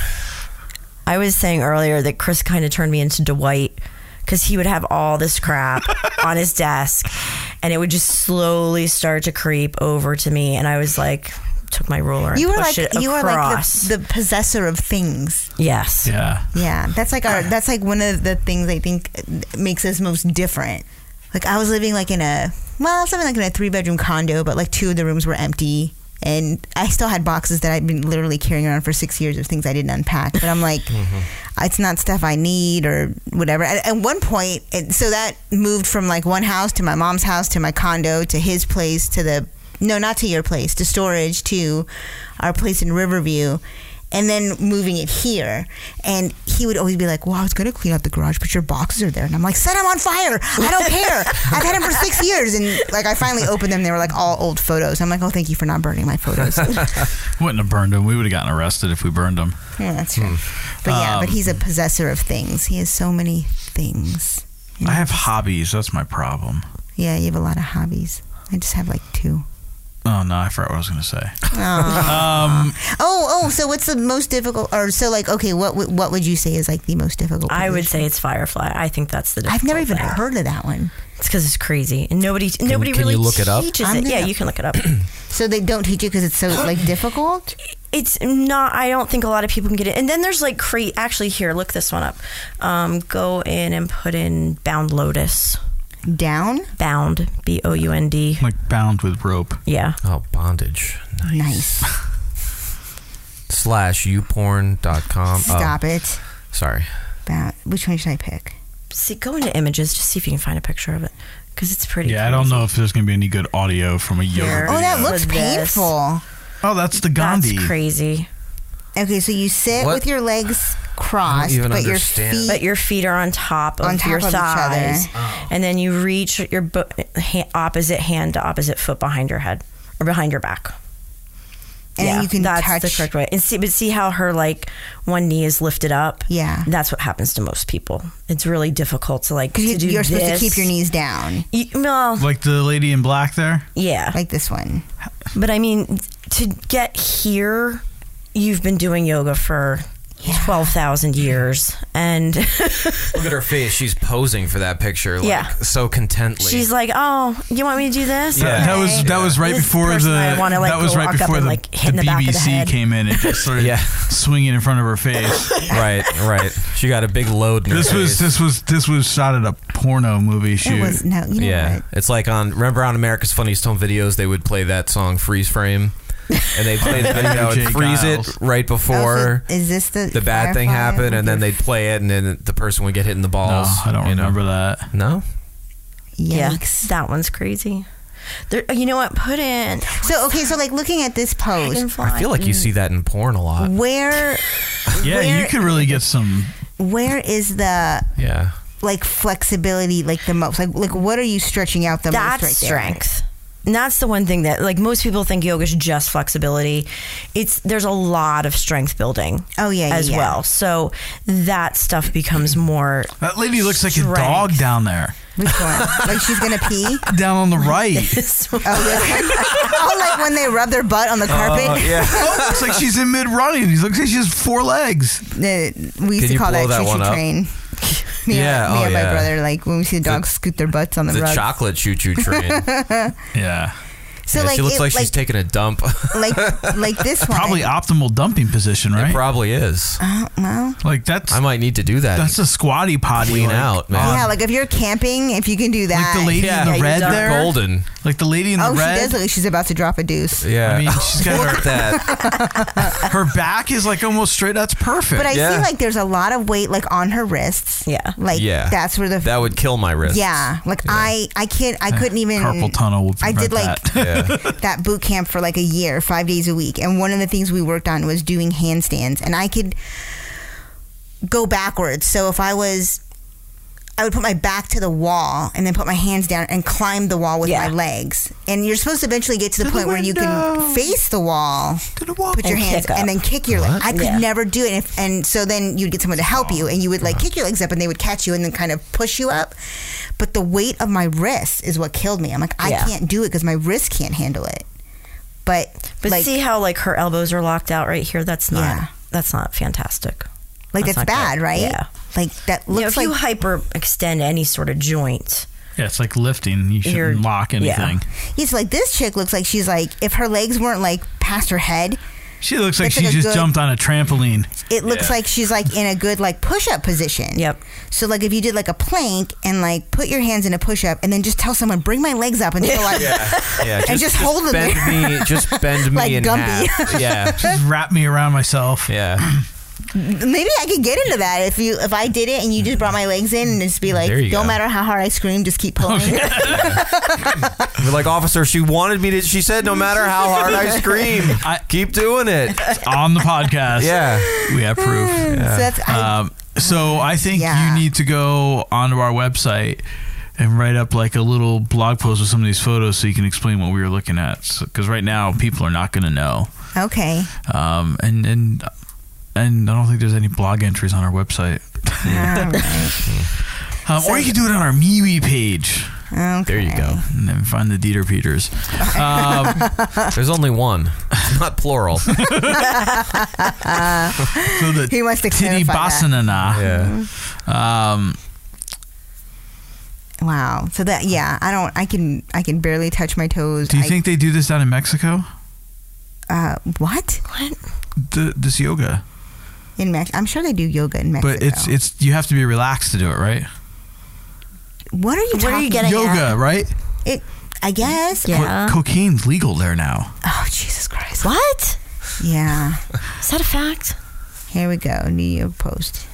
Speaker 7: I was saying earlier that Chris kind of turned me into Dwight because he would have all this crap on
Speaker 5: <laughs>
Speaker 7: his desk, and it would just slowly start to creep over to me, and I was like. Took my ruler. And
Speaker 5: You were
Speaker 7: pushed
Speaker 5: like
Speaker 7: it across.
Speaker 5: you were like the, the possessor of things.
Speaker 7: yes.
Speaker 8: Yeah.
Speaker 5: Yeah, that's like our that's like one of the things I think makes us most different. Like I was living like in a well, something like in a three bedroom condo, but like two of the rooms were empty. And I still had boxes that I'd been literally carrying around for six years of things I didn't unpack. But I'm like,
Speaker 11: Mm-hmm.
Speaker 6: Mm-hmm.
Speaker 5: it's not stuff I need or whatever. At, at one point, it, so that moved from like one house to my mom's house to my condo to his place to the no, not to your place, to storage to our place in Riverview. and then moving it here. And he would always be like, "Well, I was gonna clean out the garage, but your boxes are there." And I'm like, "Set them on fire! I don't care. I've had them for six years." And like, I finally opened them. They were like all old photos. I'm like, "Oh, thank you for not burning my photos." <laughs> yeah,
Speaker 8: <laughs> Wouldn't have burned him. We would have gotten arrested if we burned him.
Speaker 5: that's true. But yeah, but
Speaker 8: Um,
Speaker 5: he's a possessor of things. He has so many things.
Speaker 8: I have hobbies. That's my problem.
Speaker 5: Yeah, you have a lot of hobbies. I just have like two.
Speaker 8: Oh no, I forgot what I was gonna say.
Speaker 5: Aw. <laughs>
Speaker 8: Um,
Speaker 7: Ah,
Speaker 5: oh, oh. So what's the most difficult? Or so like, okay, what would- what would you say is like the most difficult?
Speaker 7: I would say it's Firefly. I think that's the.
Speaker 5: I've never even heard of that one.
Speaker 7: It's because it's crazy and nobody nobody
Speaker 5: can you
Speaker 7: really
Speaker 5: look it up?
Speaker 7: teaches
Speaker 5: I'm
Speaker 7: it. Yeah,
Speaker 5: gonna-
Speaker 7: you can look
Speaker 5: <clears throat>
Speaker 7: it up.
Speaker 5: so they don't teach you because it's so
Speaker 7: <clears throat>
Speaker 5: like difficult.
Speaker 7: It's not. I don't think a lot of people can get it. And then there's like cre- actually here. Look this one up. Um, go in and put in Bound Lotus.
Speaker 5: Down.
Speaker 7: Bound. B O U N D.
Speaker 8: Like bound with rope.
Speaker 7: Yeah.
Speaker 11: Oh, bondage.
Speaker 5: Nice.
Speaker 11: Slash uporn.com. Oh,
Speaker 5: Stop it.
Speaker 11: Sorry.
Speaker 5: About which one should I pick?
Speaker 7: See, go into images to see if you can find a picture of it because it's pretty.
Speaker 8: Yeah, I don't know if there's gonna be any good audio from a yoga.
Speaker 7: Here.
Speaker 8: video.
Speaker 5: Oh, that looks
Speaker 7: Look at this.
Speaker 5: painful.
Speaker 8: Oh, that's the Gandhi.
Speaker 7: crazy.
Speaker 5: Okay, so you sit
Speaker 8: What?
Speaker 5: with your legs crossed,
Speaker 8: even
Speaker 5: but
Speaker 8: understand.
Speaker 5: your feet.
Speaker 7: But your feet are on top of
Speaker 5: On top
Speaker 7: your
Speaker 5: of each
Speaker 7: thighs,
Speaker 5: other. Oh.
Speaker 7: and then you reach your bo- ha- opposite hand to opposite foot behind your head or behind your back.
Speaker 5: And you can
Speaker 7: that's the
Speaker 5: touch-
Speaker 7: correct way. And see, but see how her like one knee is lifted up.
Speaker 5: Yeah,
Speaker 7: that's what happens to most people. It's really difficult to like
Speaker 5: 'Cause
Speaker 7: to
Speaker 5: you-
Speaker 7: do
Speaker 5: you're supposed to
Speaker 7: this.
Speaker 5: keep your knees down.
Speaker 7: You, well,
Speaker 8: Like the lady in black there.
Speaker 7: yeah,
Speaker 5: like this one.
Speaker 7: But I mean, to get here, you've been doing yoga for twelve thousand years,
Speaker 8: <laughs>
Speaker 7: and <laughs>
Speaker 11: Look at her face. She's posing for that picture. Like,
Speaker 7: Yeah.
Speaker 11: So contently.
Speaker 7: she's like, "Oh, you want me to do this?"
Speaker 11: Yeah.
Speaker 8: That was that was right
Speaker 7: This
Speaker 8: before
Speaker 7: person
Speaker 8: the
Speaker 7: I wanna, like,
Speaker 8: that was
Speaker 7: go
Speaker 8: right
Speaker 7: walk up
Speaker 8: before
Speaker 7: and,
Speaker 8: the,
Speaker 7: like, hit in
Speaker 8: the
Speaker 7: the back of the
Speaker 8: BBC
Speaker 7: head.
Speaker 8: came in and
Speaker 7: <laughs>
Speaker 8: just started swinging in front of her face.
Speaker 11: right, <laughs> right. She got a big load. In her
Speaker 8: This was
Speaker 11: face.
Speaker 8: this was this was shot at a porno movie shoot.
Speaker 5: was- no, you know
Speaker 11: yeah, it's like on remember on America's Funniest Home Videos they would play that song Freeze Frame, and they play the video and
Speaker 8: <laughs> Jay
Speaker 11: freeze
Speaker 8: Giles.
Speaker 11: it right before
Speaker 5: Oh, Is this the
Speaker 11: the bad thing
Speaker 5: Firefly?
Speaker 11: happened, and then they'd play it, and then the person would get hit in the balls.
Speaker 8: I don't remember that.
Speaker 11: No,
Speaker 7: Yeah, that one's crazy. There, you know what? Put in.
Speaker 5: So okay, so like looking at this pose,
Speaker 11: I feel like you see that in porn a lot.
Speaker 5: where
Speaker 8: <laughs> Yeah, you
Speaker 5: Where-
Speaker 8: could really get some.
Speaker 5: where is the
Speaker 11: Yeah,
Speaker 5: like flexibility like the most? Like like what are you stretching out the
Speaker 7: That's
Speaker 5: most right there?
Speaker 7: strength. And that's the one thing that like most people think yoga is just flexibility. It's there's a lot of strength building.
Speaker 5: Oh yeah, yeah,
Speaker 7: as
Speaker 5: yeah.
Speaker 7: well. So that stuff becomes more.
Speaker 8: That lady looks like a dog down there,
Speaker 5: Which one? like she's gonna <laughs> pee?
Speaker 8: <laughs> down
Speaker 7: <laughs>
Speaker 8: on the right.
Speaker 5: Oh,
Speaker 8: <laughs>
Speaker 5: <laughs> this one? oh, like when they rub their butt on the carpet. <laughs>
Speaker 8: Oh, looks like she's in mid running. He looks like she has four legs.
Speaker 5: Uh, we used
Speaker 8: Can you
Speaker 5: to call
Speaker 8: blow
Speaker 5: that
Speaker 8: that
Speaker 5: choo
Speaker 8: one
Speaker 5: choo
Speaker 8: up?
Speaker 5: train. <laughs> me
Speaker 11: Yeah,
Speaker 5: and, me
Speaker 11: oh,
Speaker 5: and my
Speaker 11: yeah.
Speaker 5: brother, like when we see the dogs scoot their butts on the,
Speaker 11: the
Speaker 5: rug.
Speaker 11: chocolate choo choo
Speaker 5: <laughs>
Speaker 11: train.
Speaker 8: yeah.
Speaker 5: So,
Speaker 11: Yeah,
Speaker 5: like,
Speaker 11: she looks
Speaker 5: it-
Speaker 11: like, she's
Speaker 5: like-
Speaker 11: taking a dump. <laughs>
Speaker 5: like like this one.
Speaker 8: Probably optimal dumping position, right?
Speaker 11: probably is.
Speaker 5: Oh, well.
Speaker 8: Like that's. I
Speaker 11: might need to do that.
Speaker 8: That's a squatty potty.
Speaker 11: Clean
Speaker 8: like,
Speaker 11: out, man.
Speaker 8: on-
Speaker 5: yeah, like if you're camping, if you can do
Speaker 8: like
Speaker 5: that.
Speaker 8: the lady in the
Speaker 5: you're
Speaker 8: red
Speaker 5: done.
Speaker 8: there.
Speaker 11: Golden.
Speaker 8: Like the lady in the
Speaker 5: Oh,
Speaker 8: red.
Speaker 5: she does look like she's about to drop a deuce.
Speaker 11: Yeah,
Speaker 8: I mean, she's got
Speaker 11: Look
Speaker 8: her,
Speaker 11: at that.
Speaker 8: <laughs> her back is like almost straight. That's perfect.
Speaker 5: But I see like there's a lot of weight like on her wrists.
Speaker 7: Yeah.
Speaker 5: Like
Speaker 11: yeah,
Speaker 5: that's where the
Speaker 11: that would kill my wrist.
Speaker 5: Yeah. Like I I can't I couldn't even
Speaker 8: carpal tunnel. Would
Speaker 5: I
Speaker 8: prevent
Speaker 5: did like
Speaker 8: that. <laughs>
Speaker 7: <laughs>
Speaker 5: that boot camp for like a year, five days a week. And one of the things we worked on was doing handstands. And I could go backwards. So if I was, I would put my back to the wall and then put my hands down and climb the wall with my legs. And you're supposed to eventually get to the point where you can face the wall, put your
Speaker 7: And
Speaker 5: hands,
Speaker 7: kick up.
Speaker 5: and then kick your leg.
Speaker 7: What?
Speaker 5: I could
Speaker 7: Yeah.
Speaker 5: never do it. And, if, and so then you'd get someone to help you and you would like kick your legs up and they would catch you and then kind of push you up. But the weight of my wrists is what killed me. I'm like, I
Speaker 7: Yeah.
Speaker 5: can't do it because my wrist can't handle it. But
Speaker 7: But
Speaker 5: like,
Speaker 7: see how like her elbows are locked out right here. That's not.
Speaker 5: Yeah.
Speaker 7: That's not fantastic.
Speaker 5: like that's,
Speaker 7: not good.
Speaker 5: bad, right?
Speaker 7: Yeah.
Speaker 5: Like that
Speaker 7: You know,
Speaker 5: looks
Speaker 7: if you
Speaker 5: like
Speaker 7: hyperextend any sort of joint,
Speaker 8: Yeah, it's like lifting. You shouldn't
Speaker 7: You're-
Speaker 8: lock
Speaker 7: yeah.
Speaker 8: anything.
Speaker 5: Yeah, so like this chick looks like she's like if her legs weren't like past her head,
Speaker 8: She looks like
Speaker 5: It's
Speaker 8: she
Speaker 5: like a
Speaker 8: just
Speaker 5: good-
Speaker 8: jumped on a trampoline.
Speaker 5: it looks like <laughs> she's like in a good like push up position.
Speaker 7: Yep.
Speaker 5: So like if you did like a plank and like put your hands in a push up and then just tell someone bring my legs up and they'll like
Speaker 11: <laughs>
Speaker 5: <laughs>
Speaker 11: yeah.
Speaker 5: and just, hold them
Speaker 11: bend
Speaker 5: there. <laughs>
Speaker 11: me, just bend me
Speaker 5: Like
Speaker 11: in
Speaker 5: <laughs> Gumby.
Speaker 11: half. Yeah,
Speaker 8: Just wrap me around myself.
Speaker 11: yeah.
Speaker 5: Maybe I could get into that if you if I did it and you just brought my legs in and just be like,
Speaker 11: There
Speaker 5: don't
Speaker 11: you go.
Speaker 5: matter how hard I scream, just keep pulling.
Speaker 11: You're like, officer, she wanted me to. She said, no matter how hard
Speaker 5: <laughs>
Speaker 11: I scream, keep doing
Speaker 8: <laughs>
Speaker 11: it.
Speaker 8: <clears throat> on the podcast.
Speaker 11: Yeah,
Speaker 8: we have proof.
Speaker 11: Yeah.
Speaker 5: Mm, So that's- I-
Speaker 8: um, so I think
Speaker 5: Yeah.
Speaker 8: you need to go onto our website and write up like a little blog post with some of these photos so you can explain what we were looking at. Because right now people are not going to know.
Speaker 11: <laughs>
Speaker 5: <laughs> okay.
Speaker 8: Um, and and and I don't think there's any blog entries on our website.
Speaker 5: Ah,
Speaker 8: <laughs> um, or you can do it on our MeWe page.
Speaker 5: Okay.
Speaker 8: There you go. And then find the Dieter Peters.
Speaker 5: <laughs>
Speaker 8: Um,
Speaker 11: there's only one, not
Speaker 8: <laughs>
Speaker 11: plural.
Speaker 8: so the
Speaker 5: he wants to
Speaker 8: titty
Speaker 5: clarify that. Mm-hmm.
Speaker 8: bassanana. Yeah. Um,
Speaker 5: Wow. So that yeah, I don't. I can I can barely touch my toes.
Speaker 8: do you
Speaker 5: I-
Speaker 8: think they do this down in Mexico?
Speaker 5: Uh, what?
Speaker 7: What?
Speaker 8: The, this yoga,
Speaker 5: In Mex? I'm sure they do yoga in Mexico.
Speaker 8: but it's it's you have to be relaxed to do it, right?
Speaker 5: what are you?
Speaker 7: What are you
Speaker 5: talking-
Speaker 7: getting
Speaker 8: yoga, right?
Speaker 5: It. I guess.
Speaker 8: Co- cocaine's legal there now.
Speaker 5: Oh Jesus Christ!
Speaker 7: What?
Speaker 5: Yeah.
Speaker 7: Is that a fact?
Speaker 5: Here we go. New York Post.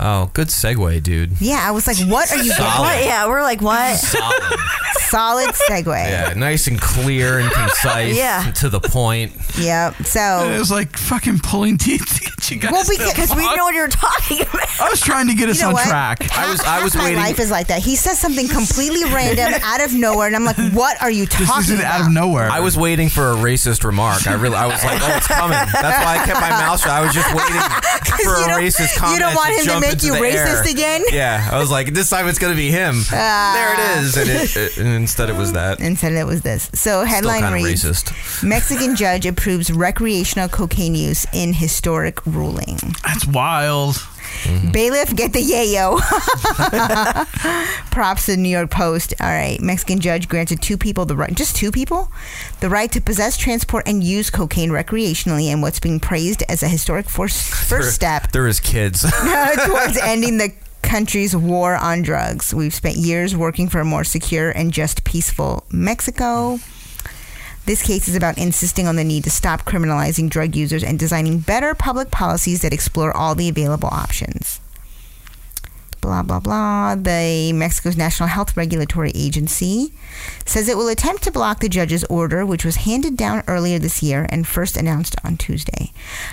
Speaker 11: Oh, good segue, dude.
Speaker 5: Yeah, I was like, what are you?
Speaker 11: Solid. What?
Speaker 7: Yeah, we're like, what?
Speaker 11: Solid.
Speaker 5: Solid
Speaker 8: <laughs>
Speaker 5: segue.
Speaker 11: Yeah, nice and clear and concise.
Speaker 5: Yeah.
Speaker 11: and to the point.
Speaker 5: Yep. So
Speaker 8: It was like fucking pulling teeth to get you guys.
Speaker 5: Well,
Speaker 8: to
Speaker 5: because we
Speaker 8: walk.
Speaker 5: know
Speaker 7: what you were talking about.
Speaker 8: I was trying to get us
Speaker 5: You know
Speaker 8: on
Speaker 5: what?
Speaker 8: track.
Speaker 5: Half- half <laughs> my life is like that. He says something completely random out of nowhere, and I'm like, "What are you talking about?"
Speaker 8: nowhere.
Speaker 11: I was waiting for a racist remark. I really, I was like, oh, it's coming. That's why I kept my mouth shut. I was just
Speaker 5: <laughs>
Speaker 11: waiting for a racist
Speaker 5: you don't
Speaker 11: comment.
Speaker 5: want him to
Speaker 11: jump
Speaker 5: make
Speaker 11: into
Speaker 5: you
Speaker 11: the
Speaker 5: racist
Speaker 11: air.
Speaker 5: again?
Speaker 11: <laughs> Yeah, I was like, this time it's gonna be him.
Speaker 5: Ah.
Speaker 11: there it is, and, it, it- and instead it was that.
Speaker 5: Instead it was this. So headline
Speaker 11: Still kind
Speaker 5: reads:
Speaker 11: of racist.
Speaker 5: <laughs> Mexican judge approves recreational cocaine use in historic ruling.
Speaker 8: That's wild.
Speaker 11: Mm-hmm. Hmm.
Speaker 5: Bailiff, get the
Speaker 11: <laughs>
Speaker 5: yayo. Props to the New York Post. All right, Mexican judge granted two people the right, just two people, the right to possess, transport, and use cocaine recreationally, in what's being praised as a historic first,
Speaker 11: <laughs>
Speaker 5: first step
Speaker 11: There is
Speaker 5: <laughs>
Speaker 11: kids.
Speaker 5: towards ending the country's war on drugs. We've spent years working for a more secure and just peaceful Mexico. This case is about insisting on the need to stop criminalizing drug users and designing better public policies that explore all the available options. Blah, blah, blah. The Mexico's National Health Regulatory Agency says it will attempt to block the judge's order, which was handed down earlier this year and first announced on Tuesday.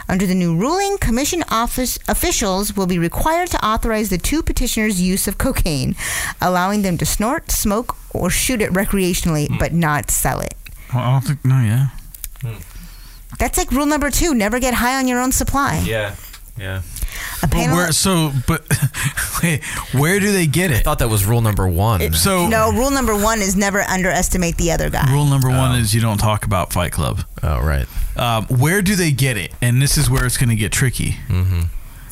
Speaker 5: Under the new ruling, commission office officials will be required to authorize the two petitioners' use of cocaine, allowing them to snort, smoke, or shoot it recreationally, but not sell it.
Speaker 8: Well, I don't think. No, yeah.
Speaker 5: That's like rule number two: never get high on your own supply.
Speaker 11: Yeah, yeah.
Speaker 5: A
Speaker 8: But
Speaker 5: panel-
Speaker 8: where? So, but <laughs> wait, where do they get it? I
Speaker 11: thought that was rule number one.
Speaker 8: so
Speaker 5: no, rule number one is never underestimate the other guy.
Speaker 8: Rule number one is you don't talk about Fight Club.
Speaker 11: Um, Oh, right.
Speaker 8: Um, where do they get it? And this is where it's going to get tricky. Mm-hmm.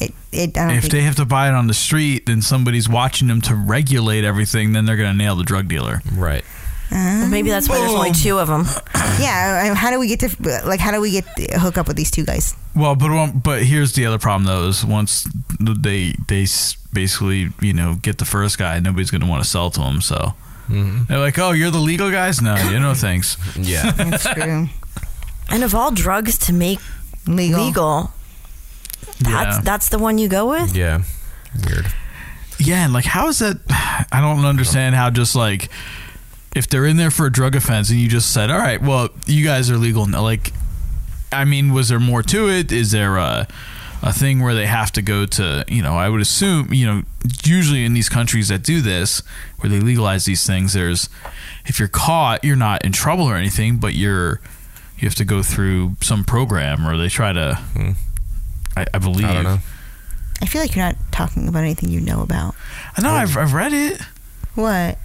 Speaker 5: It, it, I don't
Speaker 8: If
Speaker 5: think-
Speaker 8: they have to buy it on the street, then somebody's watching them to regulate everything. Then they're going to nail the drug dealer.
Speaker 11: Right.
Speaker 5: Well,
Speaker 7: maybe that's why there's only two of them.
Speaker 5: <coughs> yeah, uh, how do we get to like? How do we get hook up with these two guys?
Speaker 8: Well, but one- but here's the other problem though is once they they s- basically you know get the first guy, nobody's going to want to sell to them. So
Speaker 11: Mm-hmm.
Speaker 8: they're like, oh, you're the legal guys? No, you know thanks.
Speaker 5: <laughs> that's true.
Speaker 7: And of all drugs to make
Speaker 5: legal,
Speaker 8: <laughs>
Speaker 7: that's
Speaker 8: Yeah.
Speaker 7: that's the one you go with.
Speaker 11: Yeah. Weird.
Speaker 8: Yeah, and like how is that? <sighs> I don't understand how just like if they're in there for a drug offense and you just said, all right, well, you guys are legal now. Like, I mean, was there more to it? Is there a a thing where they have to go to, you know, I would assume, you know, usually in these countries that do this, where they legalize these things, there's, if you're caught, you're not in trouble or anything, but you're, you have to go through some program or they try to, I, I believe.
Speaker 11: Hmm. I don't know.
Speaker 5: I feel like you're not talking about anything you know about.
Speaker 8: I know, I've, I've read it.
Speaker 5: What?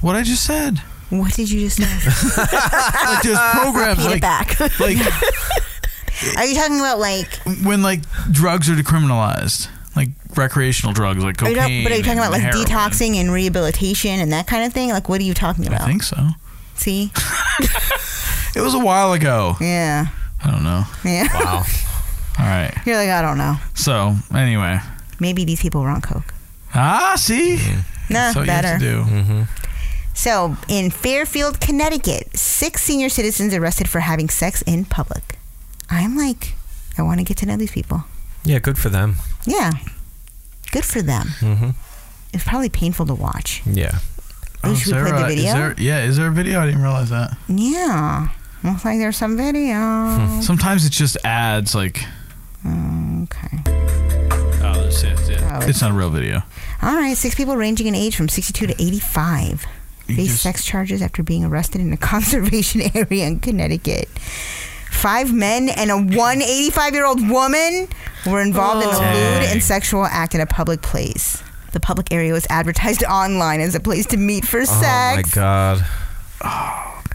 Speaker 8: What I just said.
Speaker 5: What did you just
Speaker 8: <laughs>
Speaker 5: say?
Speaker 8: like there's programs
Speaker 5: Repeat it
Speaker 8: like
Speaker 5: back.
Speaker 8: like
Speaker 5: Are you talking about like?
Speaker 8: when like drugs are decriminalized, like recreational drugs like
Speaker 5: Are you
Speaker 8: cocaine.
Speaker 5: not- but are you talking about like
Speaker 8: and heroin.
Speaker 5: detoxing and rehabilitation and that kind of thing? Like, what are you talking about?
Speaker 8: I think so.
Speaker 5: See?
Speaker 8: It was a while ago.
Speaker 5: Yeah.
Speaker 8: I don't know.
Speaker 5: Yeah. <laughs>
Speaker 11: Wow.
Speaker 8: All right.
Speaker 5: You're like, I don't know.
Speaker 8: So anyway,
Speaker 5: Maybe these people were on coke.
Speaker 8: ah, see,
Speaker 5: Nah,
Speaker 8: That's what you have
Speaker 5: better.
Speaker 8: to do. Mm-hmm.
Speaker 5: So, in Fairfield, Connecticut, six senior citizens arrested for having sex in public. I'm like, I want to get to know these people.
Speaker 11: Yeah, good for them.
Speaker 5: Yeah. Good for them.
Speaker 11: Mm-hmm.
Speaker 5: It's probably painful to watch.
Speaker 11: Yeah.
Speaker 5: Oh, should we play the
Speaker 8: a- is
Speaker 5: video?
Speaker 8: there- yeah, is there a video? I didn't realize that.
Speaker 5: Yeah. Looks like there's
Speaker 8: <laughs>
Speaker 5: some video.
Speaker 8: Sometimes it's just ads, like.
Speaker 5: okay.
Speaker 8: Oh, that's it.
Speaker 5: Oh,
Speaker 8: Yeah.
Speaker 5: it's-
Speaker 8: It's not a real video.
Speaker 5: All right, six people ranging in age from 62 to 85 face sex charges after being arrested in a <laughs> conservation area in Connecticut. Five men and a one 85 year old woman were involved in a lewd
Speaker 14: Dang.
Speaker 5: and sexual act in a public place. The public area was advertised <laughs> online as a place to meet
Speaker 8: Oh,
Speaker 5: for sex.
Speaker 11: Oh, god.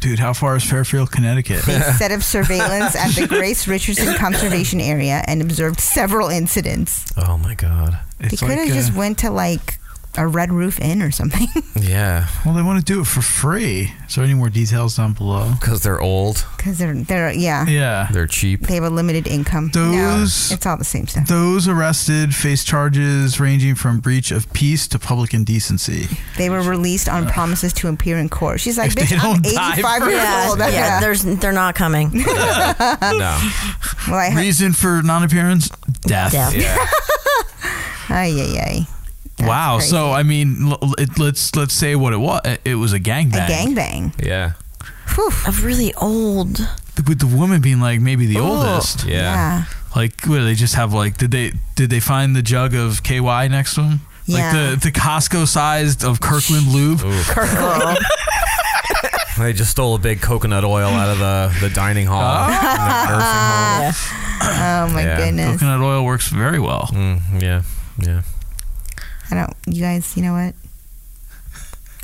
Speaker 8: Dude, how far is Fairfield, Connecticut?
Speaker 11: <laughs>
Speaker 5: They set up surveillance at the Grace Richardson Conservation Area and observed several incidents.
Speaker 11: Oh my god.
Speaker 5: they could have
Speaker 8: uh,
Speaker 5: just went to like a Red Roof Inn or something. <laughs>
Speaker 11: Yeah.
Speaker 8: Well, they want to do it for free. Is there any more details down below?
Speaker 11: Because they're old.
Speaker 5: Because they're, they're, yeah.
Speaker 8: Yeah.
Speaker 11: They're cheap.
Speaker 5: They have a limited income.
Speaker 8: Those-
Speaker 5: No, it's all the same stuff.
Speaker 8: Those arrested face charges ranging from breach of peace to public indecency.
Speaker 5: They were released on promises to appear in court. She's like,
Speaker 8: If they
Speaker 5: bitch, I'm
Speaker 8: don't die
Speaker 5: 85 years
Speaker 7: Yeah,
Speaker 5: old.
Speaker 7: yeah, there's- they're not
Speaker 5: <laughs>
Speaker 7: coming.
Speaker 5: Uh,
Speaker 8: No.
Speaker 5: Well, I
Speaker 8: Reason for non-appearance? Death.
Speaker 5: <laughs> Ay, ay, ay.
Speaker 8: wow.
Speaker 5: crazy.
Speaker 8: So I mean, l- l- it, let's let's say what it was. It was a gangbang.
Speaker 5: A gangbang.
Speaker 11: Yeah.
Speaker 7: Of really old.
Speaker 8: With the woman being like maybe the
Speaker 7: Ooh.
Speaker 8: oldest.
Speaker 7: Yeah. Yeah.
Speaker 8: Like, what do they just have? Like, did they did they find the jug of KY next to them?
Speaker 5: Yeah.
Speaker 8: Like the the Costco sized of Kirkland lube.
Speaker 5: <laughs> Kirkland.
Speaker 11: They just stole a big coconut oil out of the, the dining hall. and the
Speaker 8: Ah.
Speaker 11: nursing home.
Speaker 5: <laughs> oh my
Speaker 11: Yeah.
Speaker 5: goodness.
Speaker 8: Coconut oil works very well.
Speaker 11: Mm, yeah. Yeah.
Speaker 5: I don't, you guys, you know what?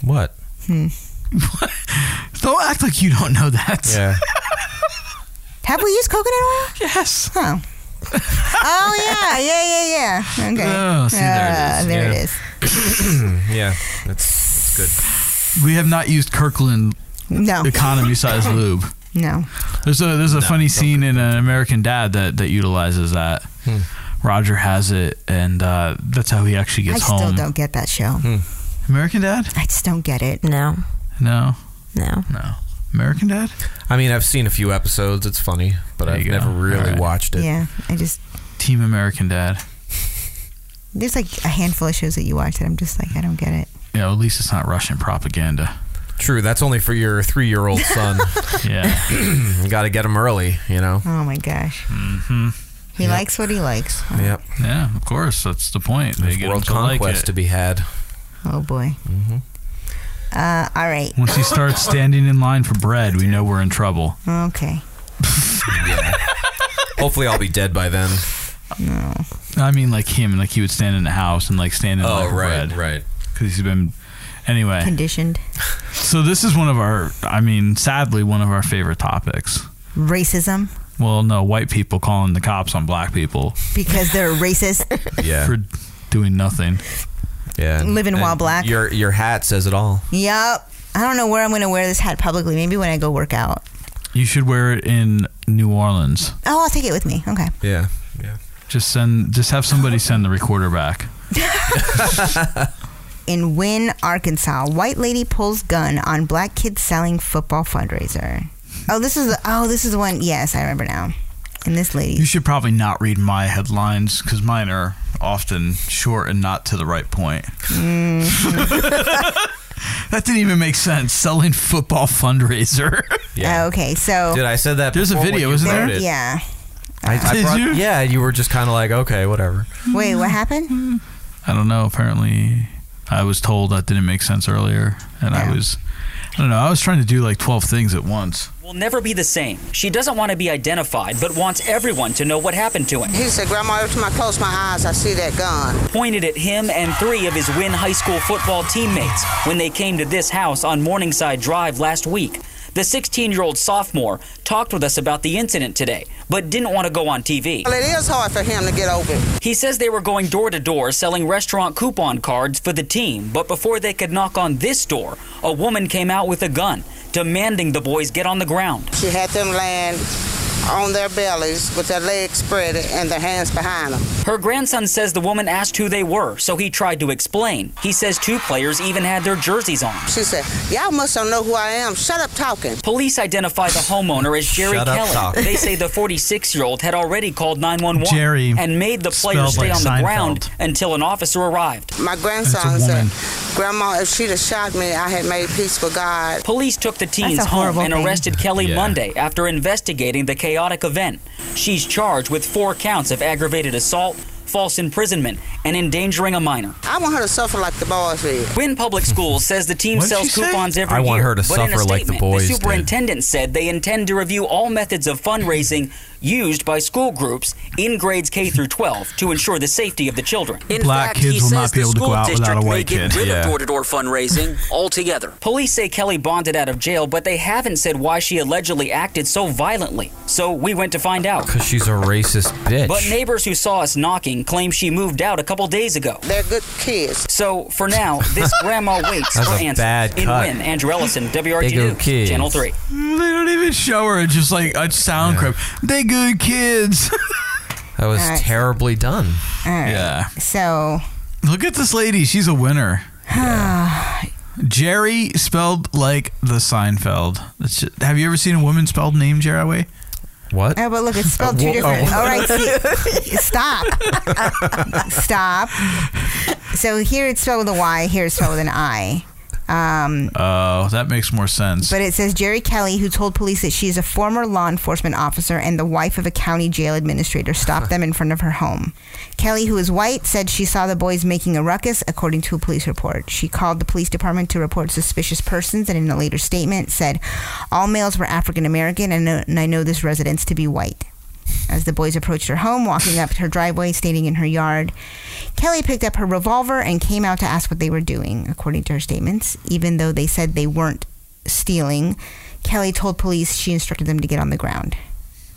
Speaker 11: What?
Speaker 5: Hmm.
Speaker 8: Don't act like you don't know that.
Speaker 11: Yeah.
Speaker 5: Have we used coconut oil?
Speaker 8: Yes.
Speaker 5: Oh. oh, yeah. Yeah, yeah, yeah. Okay.
Speaker 8: Oh, see, there it
Speaker 5: Ah,
Speaker 8: is.
Speaker 5: There
Speaker 8: Yeah.
Speaker 5: it is.
Speaker 11: yeah, that's, that's good.
Speaker 8: We have not used Kirkland
Speaker 5: No.
Speaker 8: economy
Speaker 5: <laughs>
Speaker 8: size lube.
Speaker 5: No.
Speaker 8: There's a there's a
Speaker 5: No,
Speaker 8: funny scene in an American Dad that that utilizes that. Roger has it, and uh, that's how he actually
Speaker 5: I
Speaker 8: gets
Speaker 5: still
Speaker 8: home.
Speaker 5: don't get that show.
Speaker 8: American Dad?
Speaker 5: I just don't get it.
Speaker 7: No.
Speaker 8: No.
Speaker 7: No.
Speaker 8: No. American Dad?
Speaker 11: I mean, I've seen a few episodes. It's funny, but
Speaker 8: There
Speaker 11: I've
Speaker 8: you go.
Speaker 11: never really
Speaker 8: All right.
Speaker 11: watched it.
Speaker 5: Yeah. I just,
Speaker 8: Team American Dad.
Speaker 5: there's like a handful of shows that you watch that I'm just like, I don't get it.
Speaker 8: You know, at least it's not Russian propaganda.
Speaker 11: True. That's only for your three year old
Speaker 5: <laughs>
Speaker 11: son.
Speaker 8: yeah.
Speaker 11: <clears throat> you got to get him early, you know?
Speaker 5: Oh my gosh.
Speaker 8: Mm-hmm.
Speaker 5: He likes what he likes.
Speaker 11: Yep.
Speaker 8: Yeah, of course. That's the point. They
Speaker 11: There's
Speaker 8: get 'em
Speaker 11: world
Speaker 8: to like
Speaker 11: conquest
Speaker 8: it.
Speaker 11: to be Mm-hmm. had.
Speaker 5: Oh boy. Uh, all right.
Speaker 8: Once he
Speaker 5: <laughs>
Speaker 8: starts standing in line for bread, we know we're in trouble.
Speaker 5: Okay.
Speaker 11: Hopefully, I'll be dead by
Speaker 8: <laughs>
Speaker 11: then.
Speaker 5: No.
Speaker 8: I mean, like him, like he would stand in the house and like stand in
Speaker 11: Oh,
Speaker 8: line for
Speaker 11: right,
Speaker 8: bread,
Speaker 11: right?
Speaker 8: Because he's been anyway.
Speaker 5: Conditioned.
Speaker 8: So this is one of our, I mean, sadly, one of our favorite topics.
Speaker 5: Racism
Speaker 8: Well, no, white people calling the cops on black people
Speaker 5: because they're racist.
Speaker 11: Yeah.
Speaker 8: for doing nothing.
Speaker 11: Yeah.
Speaker 5: Living while black.
Speaker 11: Your your hat says it all.
Speaker 5: Yep. I don't know where I'm going to wear this hat publicly. Maybe when I go work out.
Speaker 8: You should wear it in New Orleans.
Speaker 5: Oh, I'll take it with me. Okay.
Speaker 11: Yeah.
Speaker 8: Just send, just have somebody send the recorder back.
Speaker 5: In Wynn, Arkansas, white lady pulls gun on black kids selling football fundraiser. Oh, this is the, oh, this is the one. Yes, I remember now. And this lady.
Speaker 8: You should probably not read my headlines because mine are often short and not to the right point.
Speaker 11: Mm.
Speaker 8: <laughs>
Speaker 11: <laughs>
Speaker 8: that didn't even make sense. Selling football fundraiser.
Speaker 5: Oh, okay, so
Speaker 11: Dude, I said that.
Speaker 8: There's a
Speaker 11: before when
Speaker 8: video,
Speaker 11: you
Speaker 8: isn't
Speaker 11: wrote
Speaker 8: there?
Speaker 11: it.
Speaker 5: yeah.
Speaker 11: I, I
Speaker 8: <laughs> Did
Speaker 11: brought-
Speaker 8: you?
Speaker 11: Yeah, you were just kind of like, okay, whatever.
Speaker 5: Wait, what happened?
Speaker 8: I don't know. Apparently, I was told that didn't make sense earlier, and I was, I don't know. I was trying to do like twelve things at once.
Speaker 15: Will never be the same. She doesn't want to be identified, but wants everyone to know what happened to him.
Speaker 9: He said, Grandma, every time I close my eyes, I see that gun.
Speaker 15: Pointed at him and three of his Wynn High School football teammates when they came to this house on Morningside Drive last week. The 16 year old sophomore talked with us about the incident today, but didn't want to go on TV.
Speaker 9: Well, it is hard for him to get over.
Speaker 15: He says they were going door to door selling restaurant coupon cards for the team, but before they could knock on this door, a woman came out with a gun, demanding the boys get on the ground.
Speaker 9: She had them laying
Speaker 14: on their bellies with their legs spread and their hands behind them.
Speaker 15: Her grandson says the woman asked who they were, so he tried to explain. He says two players even had their jerseys on.
Speaker 14: She said, Y'all must don't know who I am. Shut up talking.
Speaker 15: Police identify the homeowner as Jerry
Speaker 14: Shut up,
Speaker 15: Kelly.
Speaker 14: Doc.
Speaker 15: They say the 46 year old had already called 911
Speaker 14: Jerry,
Speaker 15: and made the player
Speaker 14: spelled
Speaker 15: stay
Speaker 14: like
Speaker 15: on the
Speaker 14: Seinfeld.
Speaker 15: ground until an officer arrived.
Speaker 14: My grandson
Speaker 5: <sighs>
Speaker 14: said, Grandma, if she'd have shot me, I had made peace with God.
Speaker 15: Police took the Teens home and arrested Kelly Monday after investigating the chaotic event. She's charged with four counts of aggravated assault, false imprisonment, and endangering a minor.
Speaker 14: I want her to suffer like the boys did.
Speaker 15: Wynn Public Schools says the team
Speaker 14: What'd
Speaker 15: sells
Speaker 14: she say?
Speaker 15: coupons every
Speaker 11: I
Speaker 15: year.
Speaker 11: want her to
Speaker 15: but in a
Speaker 11: suffer like the
Speaker 15: statement,
Speaker 11: boys
Speaker 15: The
Speaker 11: did.
Speaker 15: superintendent said they intend to review all methods of fundraising used by school groups in grades K through 12 to ensure the safety of the children.
Speaker 8: In Black fact, kids he will says not be the able to go school out without district a may white get kid. rid of Yeah.
Speaker 15: door-to-door
Speaker 8: <laughs>
Speaker 15: fundraising altogether. Police say Kelly bonded out of jail, but they haven't said why she allegedly acted so violently. So we went to find out.
Speaker 11: Because she's a racist bitch.
Speaker 15: But neighbors who saw us knocking claim she moved out a couple days ago.
Speaker 14: They're good kids.
Speaker 15: So for now,
Speaker 8: <laughs>
Speaker 15: this grandma waits
Speaker 8: That's
Speaker 15: for
Speaker 8: a
Speaker 15: answers.
Speaker 8: bad
Speaker 15: In
Speaker 8: cut.
Speaker 15: Wynn, Andrew Ellison, WRG
Speaker 8: They go
Speaker 15: News,
Speaker 8: kids.
Speaker 15: Channel 3.
Speaker 8: They don't even show her. It's just like a sound clip. They good kids. <laughs>
Speaker 11: that was
Speaker 5: Alright.
Speaker 11: terribly done.
Speaker 8: Yeah.
Speaker 5: So
Speaker 8: Look at this lady. She's a winner. Jerry spelled like the Seinfeld. That's ju- have you ever seen a woman spelled name Jerry that way?
Speaker 11: What?
Speaker 5: Oh, but look, it's spelled
Speaker 8: Oh,
Speaker 5: two
Speaker 8: whoa,
Speaker 5: different.
Speaker 8: oh.
Speaker 5: All right,
Speaker 11: <laughs>
Speaker 5: see, stop, stop. So here it's spelled with a Y. Here it's spelled with an I. Um,
Speaker 8: Oh, that makes more sense.
Speaker 5: but it says Jerry Kelly, who told police that she is a former law enforcement officer and the wife of a county jail administrator, stopped them in front of her home. Kelly, who is white, said she saw the boys making a ruckus, according to a police report. She called the police department to report suspicious persons, and in a later statement said, "All males were African American, and, I know- and I know this residence to be white." As the boys approached her home, walking up her driveway, standing in her yard, Kelly picked up her revolver and came out to ask what they were doing, according to her statements. Even though they said they weren't stealing, Kelly told police she instructed them to get on the ground.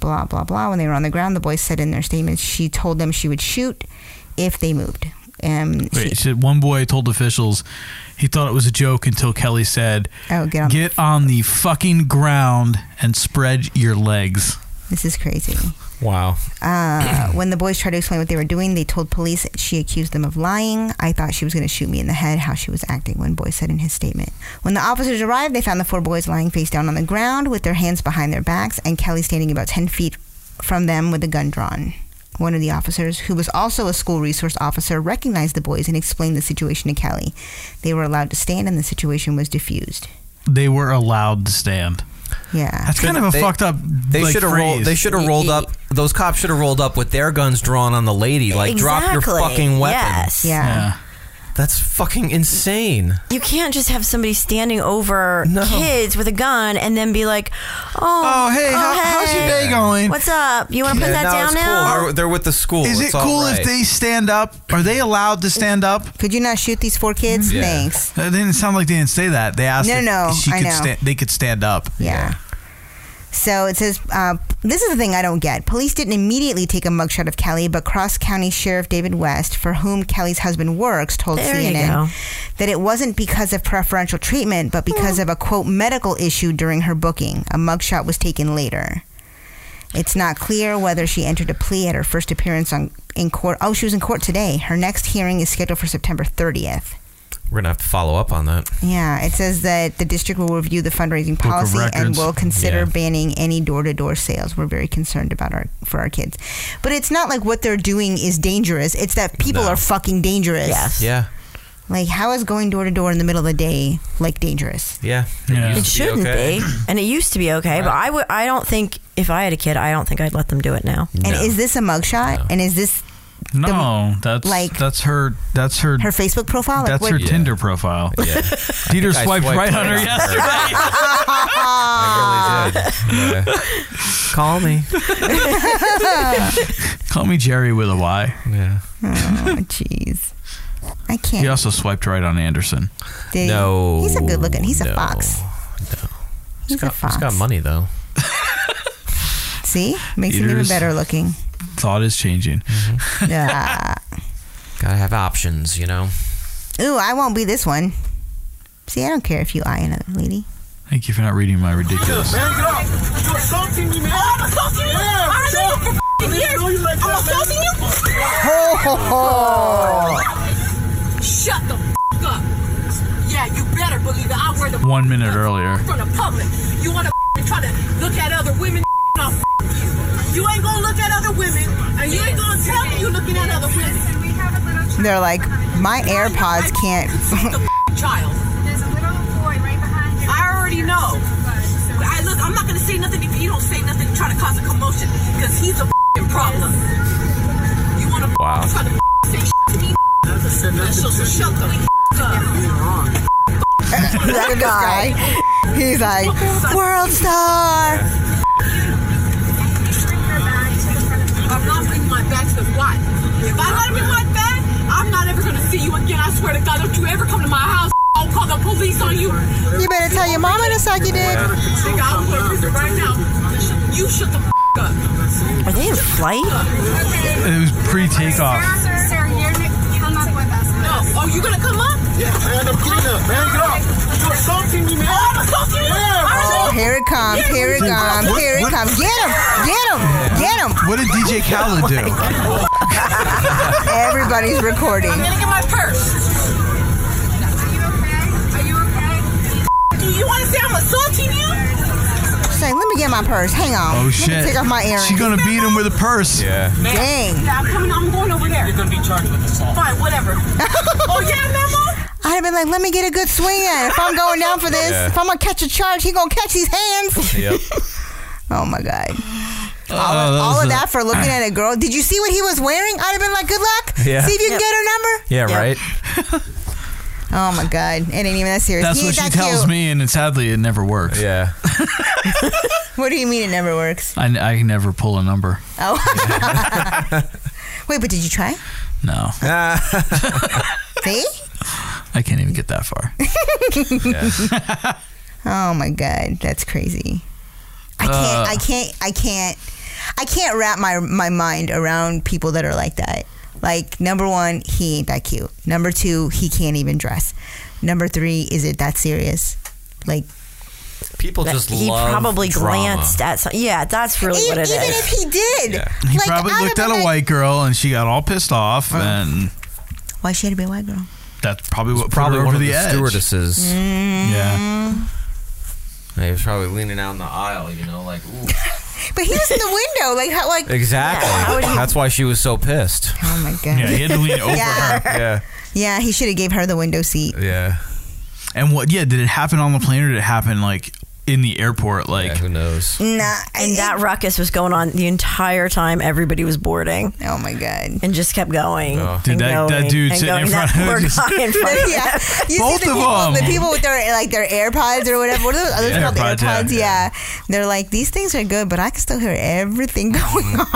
Speaker 5: Blah, blah, blah. When they were on the ground, the boys said in their statements she told them she would shoot if they moved. Um,
Speaker 8: Wait, she said one boy told officials he thought it was a joke until Kelly said,
Speaker 5: oh, get on.
Speaker 8: "Get on the fucking ground and spread your legs."
Speaker 5: This is crazy.
Speaker 11: Wow.
Speaker 5: Uh, when the boys tried to explain what they were doing, they told police she accused them of lying. I thought she was going to shoot me in the head, how she was acting, one boy said in his statement. When the officers arrived, they found the four boys lying face down on the ground with their hands behind their backs and Kelly standing about 10 feet from them with a gun drawn. One of the officers, who was also a school resource officer, recognized the boys and explained the situation to Kelly. They were allowed to stand and the situation was diffused.
Speaker 8: They were allowed to stand.
Speaker 5: Yeah.
Speaker 8: That's kind of a
Speaker 11: They-
Speaker 8: fucked up.
Speaker 11: They
Speaker 8: like,
Speaker 11: should have rolled.
Speaker 8: phrase.
Speaker 11: They should have rolled up. Those cops should have rolled up with their guns drawn on the lady. Like, drop your
Speaker 7: Exactly.
Speaker 11: fucking weapon.
Speaker 7: Yes. Yeah.
Speaker 11: That's fucking insane.
Speaker 7: You can't just have somebody standing over kids with a gun and then be like, "Oh,
Speaker 8: Oh, hey, how- how's your day going?
Speaker 7: What's up? You want to put
Speaker 11: Yeah,
Speaker 7: that
Speaker 11: no,
Speaker 7: down
Speaker 11: it's cool.
Speaker 7: now?"
Speaker 11: They're, they're with the school.
Speaker 8: Is it
Speaker 11: It's all
Speaker 8: cool
Speaker 11: right.
Speaker 8: if they stand up? Are they allowed to stand up?
Speaker 5: Could you not shoot these four kids?
Speaker 8: Yeah.
Speaker 5: Thanks.
Speaker 8: It didn't sound like they didn't say that. They asked
Speaker 5: No,
Speaker 8: if
Speaker 5: no,
Speaker 8: she
Speaker 5: I
Speaker 8: could
Speaker 5: know.
Speaker 8: stand. They could stand up.
Speaker 5: Yeah. So it says, uh, this is the thing I don't get. Police didn't immediately take a mugshot of Kelly, but Cross County Sheriff David West, for whom Kelly's husband works, told
Speaker 7: There you
Speaker 5: CNN
Speaker 7: go.
Speaker 5: that it wasn't because of preferential treatment, but because of a quote medical issue during her booking. A mugshot was taken later. It's not clear whether she entered a plea at her first appearance on in court. Oh, she was in court today. Her next hearing is scheduled for September 30th.
Speaker 11: We're gonna have to follow up on that.
Speaker 5: Yeah, it says that the district will review the fundraising
Speaker 11: of
Speaker 5: policy and
Speaker 11: records.
Speaker 5: will consider
Speaker 11: Yeah.
Speaker 5: banning any door-to-door sales. We're very concerned about our for our kids, but it's not like what they're doing is dangerous. It's that people
Speaker 11: No.
Speaker 5: are fucking dangerous.
Speaker 11: Yeah.
Speaker 5: Like, how is going door-to-door in the middle of the day like dangerous?
Speaker 11: Yeah.
Speaker 7: It, shouldn't be, and it used to be okay. But I would. I don't think if I had a kid, I don't think I'd let them do it now.
Speaker 5: And is this a mugshot? And is this
Speaker 8: No, that's
Speaker 5: like-
Speaker 8: that's her. That's her.
Speaker 5: her Facebook profile? Like,
Speaker 8: that's
Speaker 5: what-
Speaker 8: her Tinder profile. <laughs>
Speaker 11: Yeah.
Speaker 8: Peter
Speaker 11: I
Speaker 8: swiped
Speaker 11: swiped
Speaker 8: right on her
Speaker 11: right on her.
Speaker 8: yesterday.
Speaker 11: Call me.
Speaker 8: Call me Jerry with a Y.
Speaker 11: Yeah.
Speaker 5: Oh, jeez. I can't.
Speaker 8: He also swiped right on Anderson.
Speaker 5: Did-
Speaker 11: No,
Speaker 5: He's a good looking. He's a
Speaker 11: no.
Speaker 5: fox. He's a fox.
Speaker 11: He's got money though.
Speaker 5: See, makes him even
Speaker 11: Eaters.
Speaker 5: better
Speaker 11: <laughs>
Speaker 5: looking.
Speaker 8: <clears throat> Thought is changing.
Speaker 5: Yeah.
Speaker 11: Mm-hmm. Gotta have options, you know.
Speaker 5: Ooh, I won't be this one. See, I don't care if you eye another lady.
Speaker 8: Thank you for not reading my ridiculous.
Speaker 9: You're assaulting me, man. Oh, I'm assaulting you. I know you for f***ing years. I'm assaulting you. Shut the f- up. Yeah, you better believe it. I wear the
Speaker 8: One minute earlier.
Speaker 9: from the public. You want to f- try to look at other women? I'll f- you. You ain't gonna look at other women, and you ain't gonna tell me you're looking at other women.
Speaker 5: They're like, my AirPods can't. <laughs>
Speaker 9: Child. There's a little boy right behind you. I already know. I look. I'm not gonna say nothing if you don't say nothing. Try to cause a commotion, because he's a f***ing problem. You wanna f-
Speaker 11: Wow.
Speaker 9: try to f- say shit to me? So, so shut the f- up.
Speaker 5: that guy. He's like, world star.
Speaker 9: I'm not bringing my back to what? If I let him in my back, I'm not ever gonna see you again. I swear to God, don't you ever come to my house. I'll call the police on you.
Speaker 5: You better tell your mama to suck your dick.
Speaker 9: Nigga, I'm going to prison right now. You shut the f- up.
Speaker 7: Are they in flight?
Speaker 8: It was pre takeoff.
Speaker 9: Sarah, you're come up with us. No. Oh, you gonna come up? Yeah, man, I'm cleaner. Man, get up. You're assaulting me, man. Oh, I'm assaulting you.
Speaker 5: Oh, here it comes, here it comes, here it comes. Get him, <laughs> get him, get him.
Speaker 8: What did DJ Khaled do?
Speaker 5: <laughs> Everybody's recording.
Speaker 9: I'm gonna get my purse. Are you okay? Do you want to say I'm assaulting you?
Speaker 5: Say, let me get my purse. Hang on.
Speaker 8: Oh
Speaker 5: Let me
Speaker 8: shit!
Speaker 5: take off my earrings.
Speaker 8: She gonna beat him with a purse. Yeah.
Speaker 9: Ma'am.
Speaker 5: Dang.
Speaker 9: Yeah, I'm coming. I'm going over there. You're gonna be charged with assault. Fine, whatever. <laughs> oh yeah, Memo.
Speaker 5: I'd have been like, let me get a good swing at it. If I'm going down for this,
Speaker 11: Yeah.
Speaker 5: if I'm gonna catch a charge, he gonna catch these hands.
Speaker 11: Yep.
Speaker 5: <laughs> Oh my god.
Speaker 8: Oh,
Speaker 5: All of that for looking at a girl. Did you see what he was wearing? I'd have been like, good luck.
Speaker 11: Yeah.
Speaker 5: See if you can get her number.
Speaker 11: Yeah, right.
Speaker 5: Oh my god. It ain't even that serious.
Speaker 8: That's
Speaker 5: He
Speaker 8: what
Speaker 5: ain't
Speaker 8: she
Speaker 5: that
Speaker 8: tells
Speaker 5: cute.
Speaker 8: me, and it- sadly, it never works.
Speaker 11: Yeah.
Speaker 5: <laughs> What do you mean it never works?
Speaker 8: I, I never pull a number.
Speaker 5: Oh. Wait, but did you try?
Speaker 8: No.
Speaker 11: Ah.
Speaker 5: See?
Speaker 8: I can't even get that far.
Speaker 5: <laughs> oh my god, that's crazy. I can't.
Speaker 8: Uh.
Speaker 5: I can't. I can't. I can't wrap my my mind around people that are like that. Like number one, he ain't that cute. Number two, he can't even dress. Number three, is it that serious? Like
Speaker 11: People
Speaker 7: That-
Speaker 11: just
Speaker 7: he
Speaker 11: love
Speaker 7: probably
Speaker 11: drama.
Speaker 7: glanced at some. Yeah, that's really
Speaker 5: E-
Speaker 7: what it is.
Speaker 5: even if he did,
Speaker 8: He
Speaker 5: like
Speaker 8: probably
Speaker 5: I
Speaker 8: looked at a white girl, and she got all pissed off, and
Speaker 5: why she had to be a white girl?
Speaker 8: that's probably what
Speaker 11: probably
Speaker 8: put her
Speaker 11: one
Speaker 8: over
Speaker 11: of
Speaker 8: the,
Speaker 11: the
Speaker 8: edge.
Speaker 11: stewardesses.
Speaker 5: Mm.
Speaker 8: Yeah.
Speaker 11: He was probably leaning out in the aisle, you know, like ooh.
Speaker 5: But he was in the window, like how, like
Speaker 11: Exactly.
Speaker 5: How would you-
Speaker 11: That's why she was so pissed.
Speaker 5: Oh my god.
Speaker 8: Yeah, he had to
Speaker 5: <laughs>
Speaker 8: lean over
Speaker 5: Yeah.
Speaker 8: her.
Speaker 11: Yeah.
Speaker 5: yeah, he should have gave her the
Speaker 8: <laughs>
Speaker 5: window seat.
Speaker 11: Yeah.
Speaker 8: And what? Yeah, did it happen on the plane, or did it happen like in the airport? Like
Speaker 11: who knows?
Speaker 5: Nah,
Speaker 7: and that ruckus was going on the entire time everybody was boarding.
Speaker 5: Oh my god!
Speaker 7: And just kept going.
Speaker 8: Oh.
Speaker 7: and
Speaker 8: Dude, that- that
Speaker 7: going,
Speaker 8: dude
Speaker 7: and
Speaker 8: sitting in
Speaker 7: going,
Speaker 8: front
Speaker 7: that
Speaker 8: of
Speaker 7: poor
Speaker 8: her <laughs> just-
Speaker 7: guy in front of
Speaker 5: <laughs> yeah. You
Speaker 8: Both
Speaker 5: see the
Speaker 8: of
Speaker 5: people,
Speaker 8: them.
Speaker 5: The people with their like their AirPods or whatever. What are those, are those
Speaker 8: Yeah.
Speaker 5: called?
Speaker 8: AirPods, yeah.
Speaker 5: AirPods. Yeah. They're like these things are good, but I can still hear everything <laughs> going on.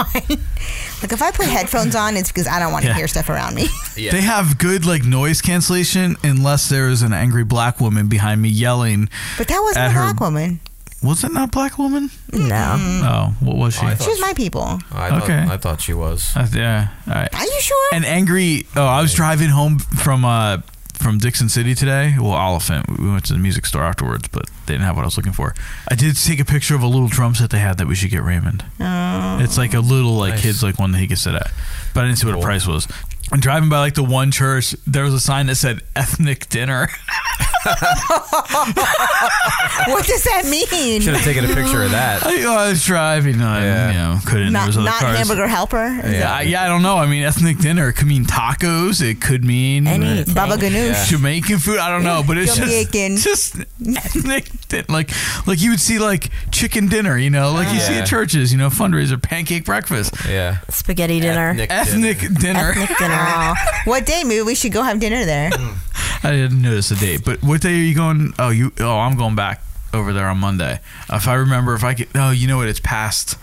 Speaker 5: like if I put headphones on, it's because I don't want to
Speaker 8: Yeah.
Speaker 5: hear stuff around me. <laughs>
Speaker 8: They have good like noise cancellation unless there is an angry black woman behind me yelling.
Speaker 5: But that wasn't
Speaker 8: At
Speaker 5: a
Speaker 8: her-
Speaker 5: black woman.
Speaker 8: Was it not a black woman?
Speaker 7: No.
Speaker 8: Oh, what was she?
Speaker 11: I thought
Speaker 5: She was my people. <laughs>
Speaker 11: I thought,
Speaker 8: Okay.
Speaker 11: I thought she was.
Speaker 8: Uh, yeah. All right.
Speaker 5: Are you sure?
Speaker 8: An angry. Oh, I was driving home from uh from Dixon City today. Well, Oliphant. We went to the music store afterwards, but they didn't have what I was looking for. I did take a picture of a little drum set they had that we should get Raymond.
Speaker 5: Oh.
Speaker 8: It's like a little like
Speaker 11: Nice.
Speaker 8: kids like one that he could sit at, but I didn't see what the price was. And driving by like the one church, there was a sign that said ethnic dinner.
Speaker 5: <laughs>
Speaker 8: <laughs>
Speaker 5: what does that mean?
Speaker 11: Should have taken a picture
Speaker 5: <laughs>
Speaker 11: of that.
Speaker 8: I, <laughs> I was driving, I, you know, couldn't. there
Speaker 5: Not,
Speaker 8: was other
Speaker 5: not
Speaker 8: cars.
Speaker 5: hamburger helper. Is
Speaker 8: Yeah, I, yeah, I don't know. I mean, ethnic dinner could mean tacos. It could mean
Speaker 5: Anything. Baba ganoush.
Speaker 8: Yeah. Jamaican food. I don't know, but it's
Speaker 5: Jamaican.
Speaker 8: just, just <laughs> ethnic din- like like you would see like chicken dinner. You know, like you see
Speaker 11: Yeah.
Speaker 8: at churches. You know, fundraiser, pancake breakfast,
Speaker 11: Yeah.
Speaker 7: Spaghetti dinner.
Speaker 11: Ethnic.
Speaker 8: ethnic dinner.
Speaker 7: Ethnic dinner.
Speaker 8: <laughs>
Speaker 5: it? What day? Maybe we should go have dinner there.
Speaker 8: Hmm. I didn't notice the date, but what day are you going? Oh, you. Oh, I'm going back over there on Monday. If I remember, if I could. Oh, you know what? It's past.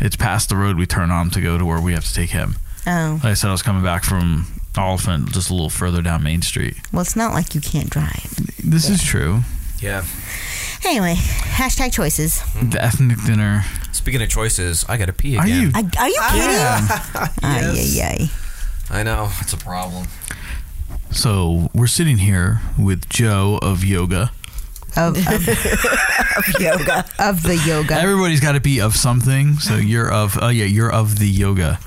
Speaker 8: It's past the road we turn on to go to where we have to take him.
Speaker 5: Oh,
Speaker 8: Like I said, I was coming back from Oliphant, just a little further down Main Street.
Speaker 5: well, it's not like you can't drive.
Speaker 8: This is true.
Speaker 11: Yeah.
Speaker 5: Anyway, hashtag choices.
Speaker 8: The ethnic dinner.
Speaker 11: Speaking of choices, I got to pee
Speaker 8: Are
Speaker 11: again.
Speaker 8: you? Ah.
Speaker 5: I, are you kidding?
Speaker 8: <laughs>
Speaker 5: Ay, ay, ay.
Speaker 11: I know. It's a problem.
Speaker 8: So we're sitting here with Joe of Yoga. <laughs>
Speaker 5: of, of, of yoga of the yoga.
Speaker 8: Everybody's got to be of something. So you're of. Oh yeah, you're of the yoga.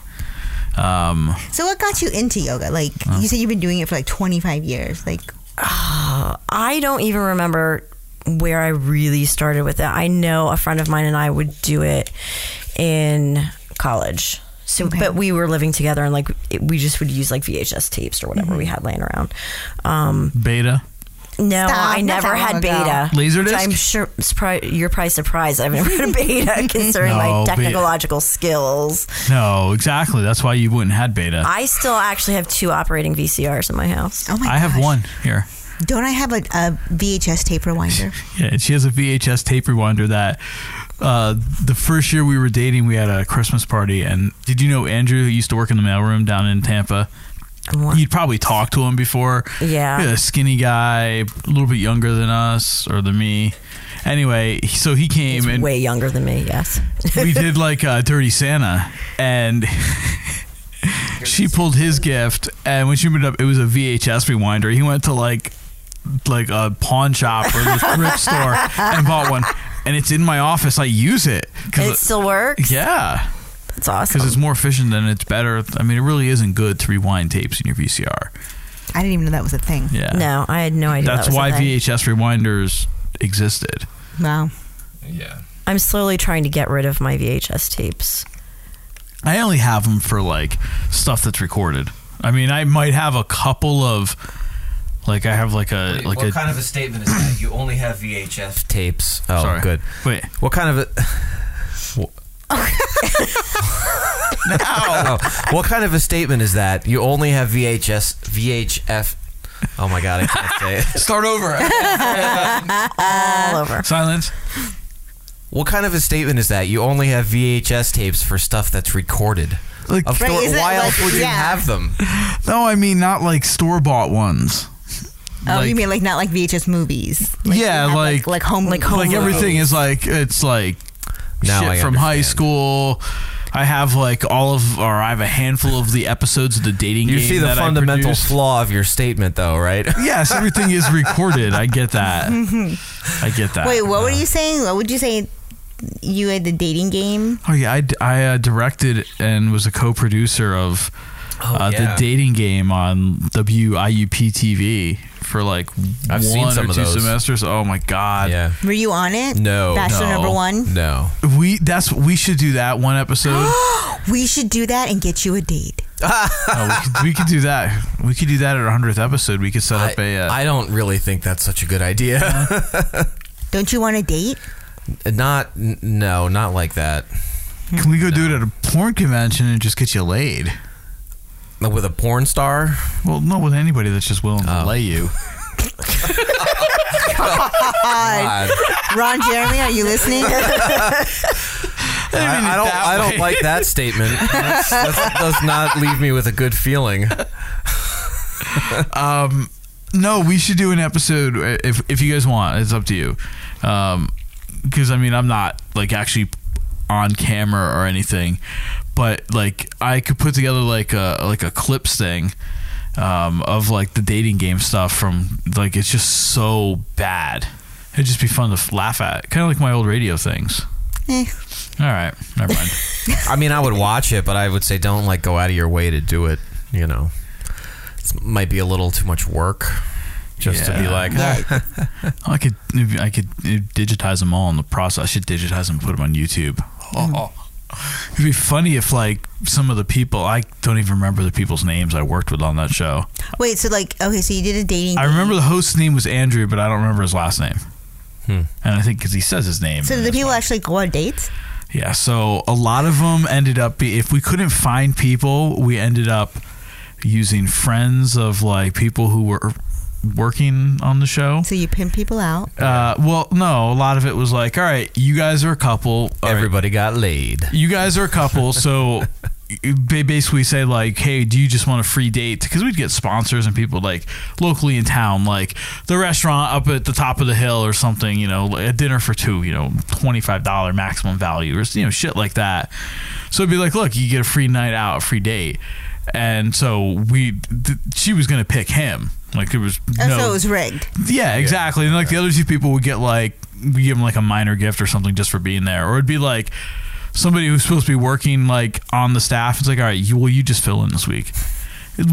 Speaker 8: Um,
Speaker 5: So what got you into yoga? Like you said, you've been doing it for like 25 years. Like
Speaker 7: Uh, I don't even remember where I really started with it. I know a friend of mine and I would do it in college. So, but we were living together and like it, we just would use like VHS tapes or whatever
Speaker 5: Mm-hmm.
Speaker 7: we had laying around. Um,
Speaker 8: beta.
Speaker 7: no,
Speaker 16: Stop,
Speaker 7: I
Speaker 16: not
Speaker 7: never
Speaker 16: that long
Speaker 7: had
Speaker 16: ago.
Speaker 7: beta.
Speaker 8: Laserdisc?
Speaker 7: Which I'm sure it's probably, you're probably surprised <laughs> I've never had a
Speaker 5: <laughs>
Speaker 7: beta considering
Speaker 8: No,
Speaker 7: my
Speaker 8: beta.
Speaker 7: technological skills.
Speaker 8: No, exactly. That's why you wouldn't had beta. I,
Speaker 7: I still actually have two operating VCRs in my house.
Speaker 5: Oh my!
Speaker 8: have one here.
Speaker 5: Don't I have a, a VHS tape rewinder?
Speaker 8: Yeah, and she has a VHS tape rewinder that uh, the first year we were dating, we had a Christmas party. And did you know Andrew, who used to work in the mailroom down in Tampa? You'd probably talked to him before.
Speaker 7: Yeah.
Speaker 8: a skinny guy, a little bit younger than us or than me. Anyway, he- so he came and
Speaker 7: way younger than me. Yes,
Speaker 8: <laughs> we did like a Dirty Santa, and <laughs> she pulled his gift, and when she opened it up, it was a VHS rewinder. He went to like like a pawn shop or
Speaker 7: <laughs>
Speaker 8: this thrift store and bought one, and it's in my office. I use it. 'cause-
Speaker 7: And it still works.
Speaker 8: Yeah.
Speaker 7: That's awesome.
Speaker 8: Because it's more efficient and it's better. I mean, it really isn't good to rewind tapes in your VCR.
Speaker 5: I didn't even know that was a thing.
Speaker 8: Yeah.
Speaker 7: No, I had no idea.
Speaker 8: That's
Speaker 7: that was a
Speaker 8: why
Speaker 7: thing.
Speaker 8: VHS rewinders existed.
Speaker 5: Wow.
Speaker 8: Yeah.
Speaker 7: I'm slowly trying to get rid of my VHS tapes.
Speaker 8: I only have them for like stuff that's recorded. I mean, I might have a couple of like I have like a like
Speaker 11: what
Speaker 8: a
Speaker 11: kind of a statement is that? You only have VHF tapes. Oh,
Speaker 8: Sorry.
Speaker 11: good.
Speaker 8: Wait,
Speaker 11: what kind of a?
Speaker 8: <laughs>
Speaker 11: no. Oh, What kind of a statement is that? You only have VHS VHF. Oh my god, I can't say it.
Speaker 8: Start over.
Speaker 7: All over.
Speaker 8: Silence.
Speaker 11: What kind of a statement is that? You only have VHS tapes for stuff that's recorded.
Speaker 8: Like-
Speaker 11: of
Speaker 8: Right,
Speaker 11: course-
Speaker 8: isn't it
Speaker 11: why
Speaker 8: like-
Speaker 11: else would you
Speaker 5: yeah.
Speaker 11: have them?
Speaker 8: <laughs> No, I mean not like store bought ones.
Speaker 5: Oh,
Speaker 8: Like-
Speaker 5: you mean like not like VHS movies? Like,
Speaker 8: yeah, like,
Speaker 5: like home like home
Speaker 8: everything is like it's like
Speaker 11: Now
Speaker 8: shit
Speaker 11: I
Speaker 8: from high school. I have like all of, or I have a handful of the episodes of the dating.
Speaker 11: You
Speaker 8: game
Speaker 11: see the
Speaker 8: that I
Speaker 11: fundamental
Speaker 8: produced.
Speaker 11: flaw of your statement, though, right?
Speaker 8: <laughs> Yes, everything
Speaker 11: <laughs>
Speaker 8: is recorded. I get that.
Speaker 5: Mhm.
Speaker 8: I get that.
Speaker 5: <laughs> Wait, what were you saying? What would you say? You had the dating game.
Speaker 8: Oh yeah, I, d- I, uh, directed and was a co-producer of
Speaker 5: Oh,
Speaker 8: uh,
Speaker 11: yeah.
Speaker 8: the dating game on WIUP TV for like
Speaker 11: I've
Speaker 8: one
Speaker 11: seen some
Speaker 8: or
Speaker 11: of
Speaker 8: two
Speaker 11: those.
Speaker 8: semesters. Oh my god. Yeah.
Speaker 5: Were you on it? Bachelor number one.
Speaker 11: No.
Speaker 8: We that's we should do that one
Speaker 5: <gasps>
Speaker 8: episode.
Speaker 5: We should do that and get you a date.
Speaker 8: Oh, we, could, we could do that. We could do that at our hundredth episode. We could set up a. Uh,
Speaker 11: I don't really think that's such a good idea. <laughs>
Speaker 5: Don't you want a date?
Speaker 11: not n- no, not like that.
Speaker 8: Can we go do it at a porn convention and just get you laid?
Speaker 11: With a porn star? Oh.
Speaker 8: Well, not with anybody that's just willing to
Speaker 11: <laughs>
Speaker 8: lay you.
Speaker 5: God. <laughs> Ron Jeremy, are you listening? <laughs>
Speaker 11: I, I don't. I don't like
Speaker 8: <laughs>
Speaker 11: that statement. That's, that does not leave me with a good
Speaker 8: <laughs>
Speaker 11: feeling.
Speaker 8: um, no, we should do an episode uh, if if you guys want. It's up to you. Um, because I mean, I'm not like actually on camera or anything, but like I could put together like a like a clips thing. Um, of like the dating game stuff from like it's just so bad. It'd just be fun to f- laugh at, kind of like my old radio things.
Speaker 5: Eh.
Speaker 8: All right, never mind.
Speaker 11: I mean, I would watch it, but I would say don't like go out of your way to do it. You know, it might be a little too much work just to be
Speaker 8: Yeah.
Speaker 11: like. <laughs>
Speaker 8: <laughs> I could I could digitize them all in the process. I should digitize them and put them on YouTube. Oh. <laughs> It'd be funny if like some of the people I don't even remember the people's names I worked with on that show.
Speaker 5: Wait, so like, okay, so you did a dating.
Speaker 8: I
Speaker 5: game.
Speaker 8: remember the host's name was Andrew, but I don't remember his last name. And I think because he says his name.
Speaker 5: So did the people actually go on dates?
Speaker 8: Yeah, so a lot of them ended up be if we couldn't find people, we ended up using friends of like people who were working on the show.
Speaker 5: So you pimp people out.
Speaker 8: Uh, well, no, a lot of it was like, all right, you guys are a couple.
Speaker 11: Everybody got laid.
Speaker 8: You guys are a
Speaker 11: <laughs>
Speaker 8: couple, so they basically say like, hey, do you just want a free date? Because we'd get sponsors and people like locally in town, like the restaurant up at the top of the hill or something. You know, like a dinner for two. You know, twenty five dollar maximum value or you know shit like that. So it'd be like, look, you get a free night out, a free date, and so we, th- she was gonna pick him. Like it was
Speaker 5: Oh,
Speaker 8: no.
Speaker 5: so it was rigged.
Speaker 8: Yeah, exactly. and
Speaker 5: <laughs>
Speaker 8: like the other two people would get like we give them like a minor gift or something just for being there, or it'd be like somebody who's supposed to be working like on the staff. It's like, all right, you will you just fill in this week.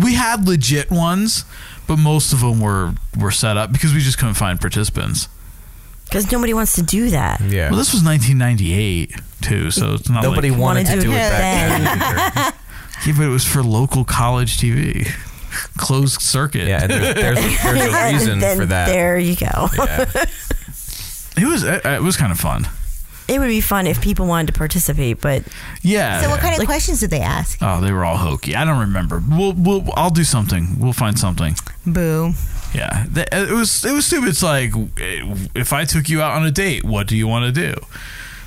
Speaker 8: We had legit ones, but most of them were were set up because we just couldn't find participants.
Speaker 7: Because nobody wants to do that.
Speaker 8: Yeah. Well, <laughs> this was 1998 too, so it's not
Speaker 6: Nobody
Speaker 8: like-
Speaker 6: wanted to do it back <laughs> then.
Speaker 8: yeah, but it was for local college TV, closed circuit. Yeah,
Speaker 6: and there's- there's- <laughs> there's a reason
Speaker 7: <laughs> then There you go.
Speaker 8: Yeah.
Speaker 6: <laughs>
Speaker 8: It was uh, it was kind of fun.
Speaker 7: <laughs> it would be fun if people wanted to participate, but
Speaker 8: Yeah.
Speaker 5: So what kind of questions did they ask?
Speaker 8: Oh, they were all hokey. I don't remember. We'll, we'll I'll do something. We'll find something.
Speaker 6: Oh
Speaker 5: Boo.
Speaker 8: Yeah, Th- it was it was stupid. It's like eh, if I took you out on a date, what do you want to do?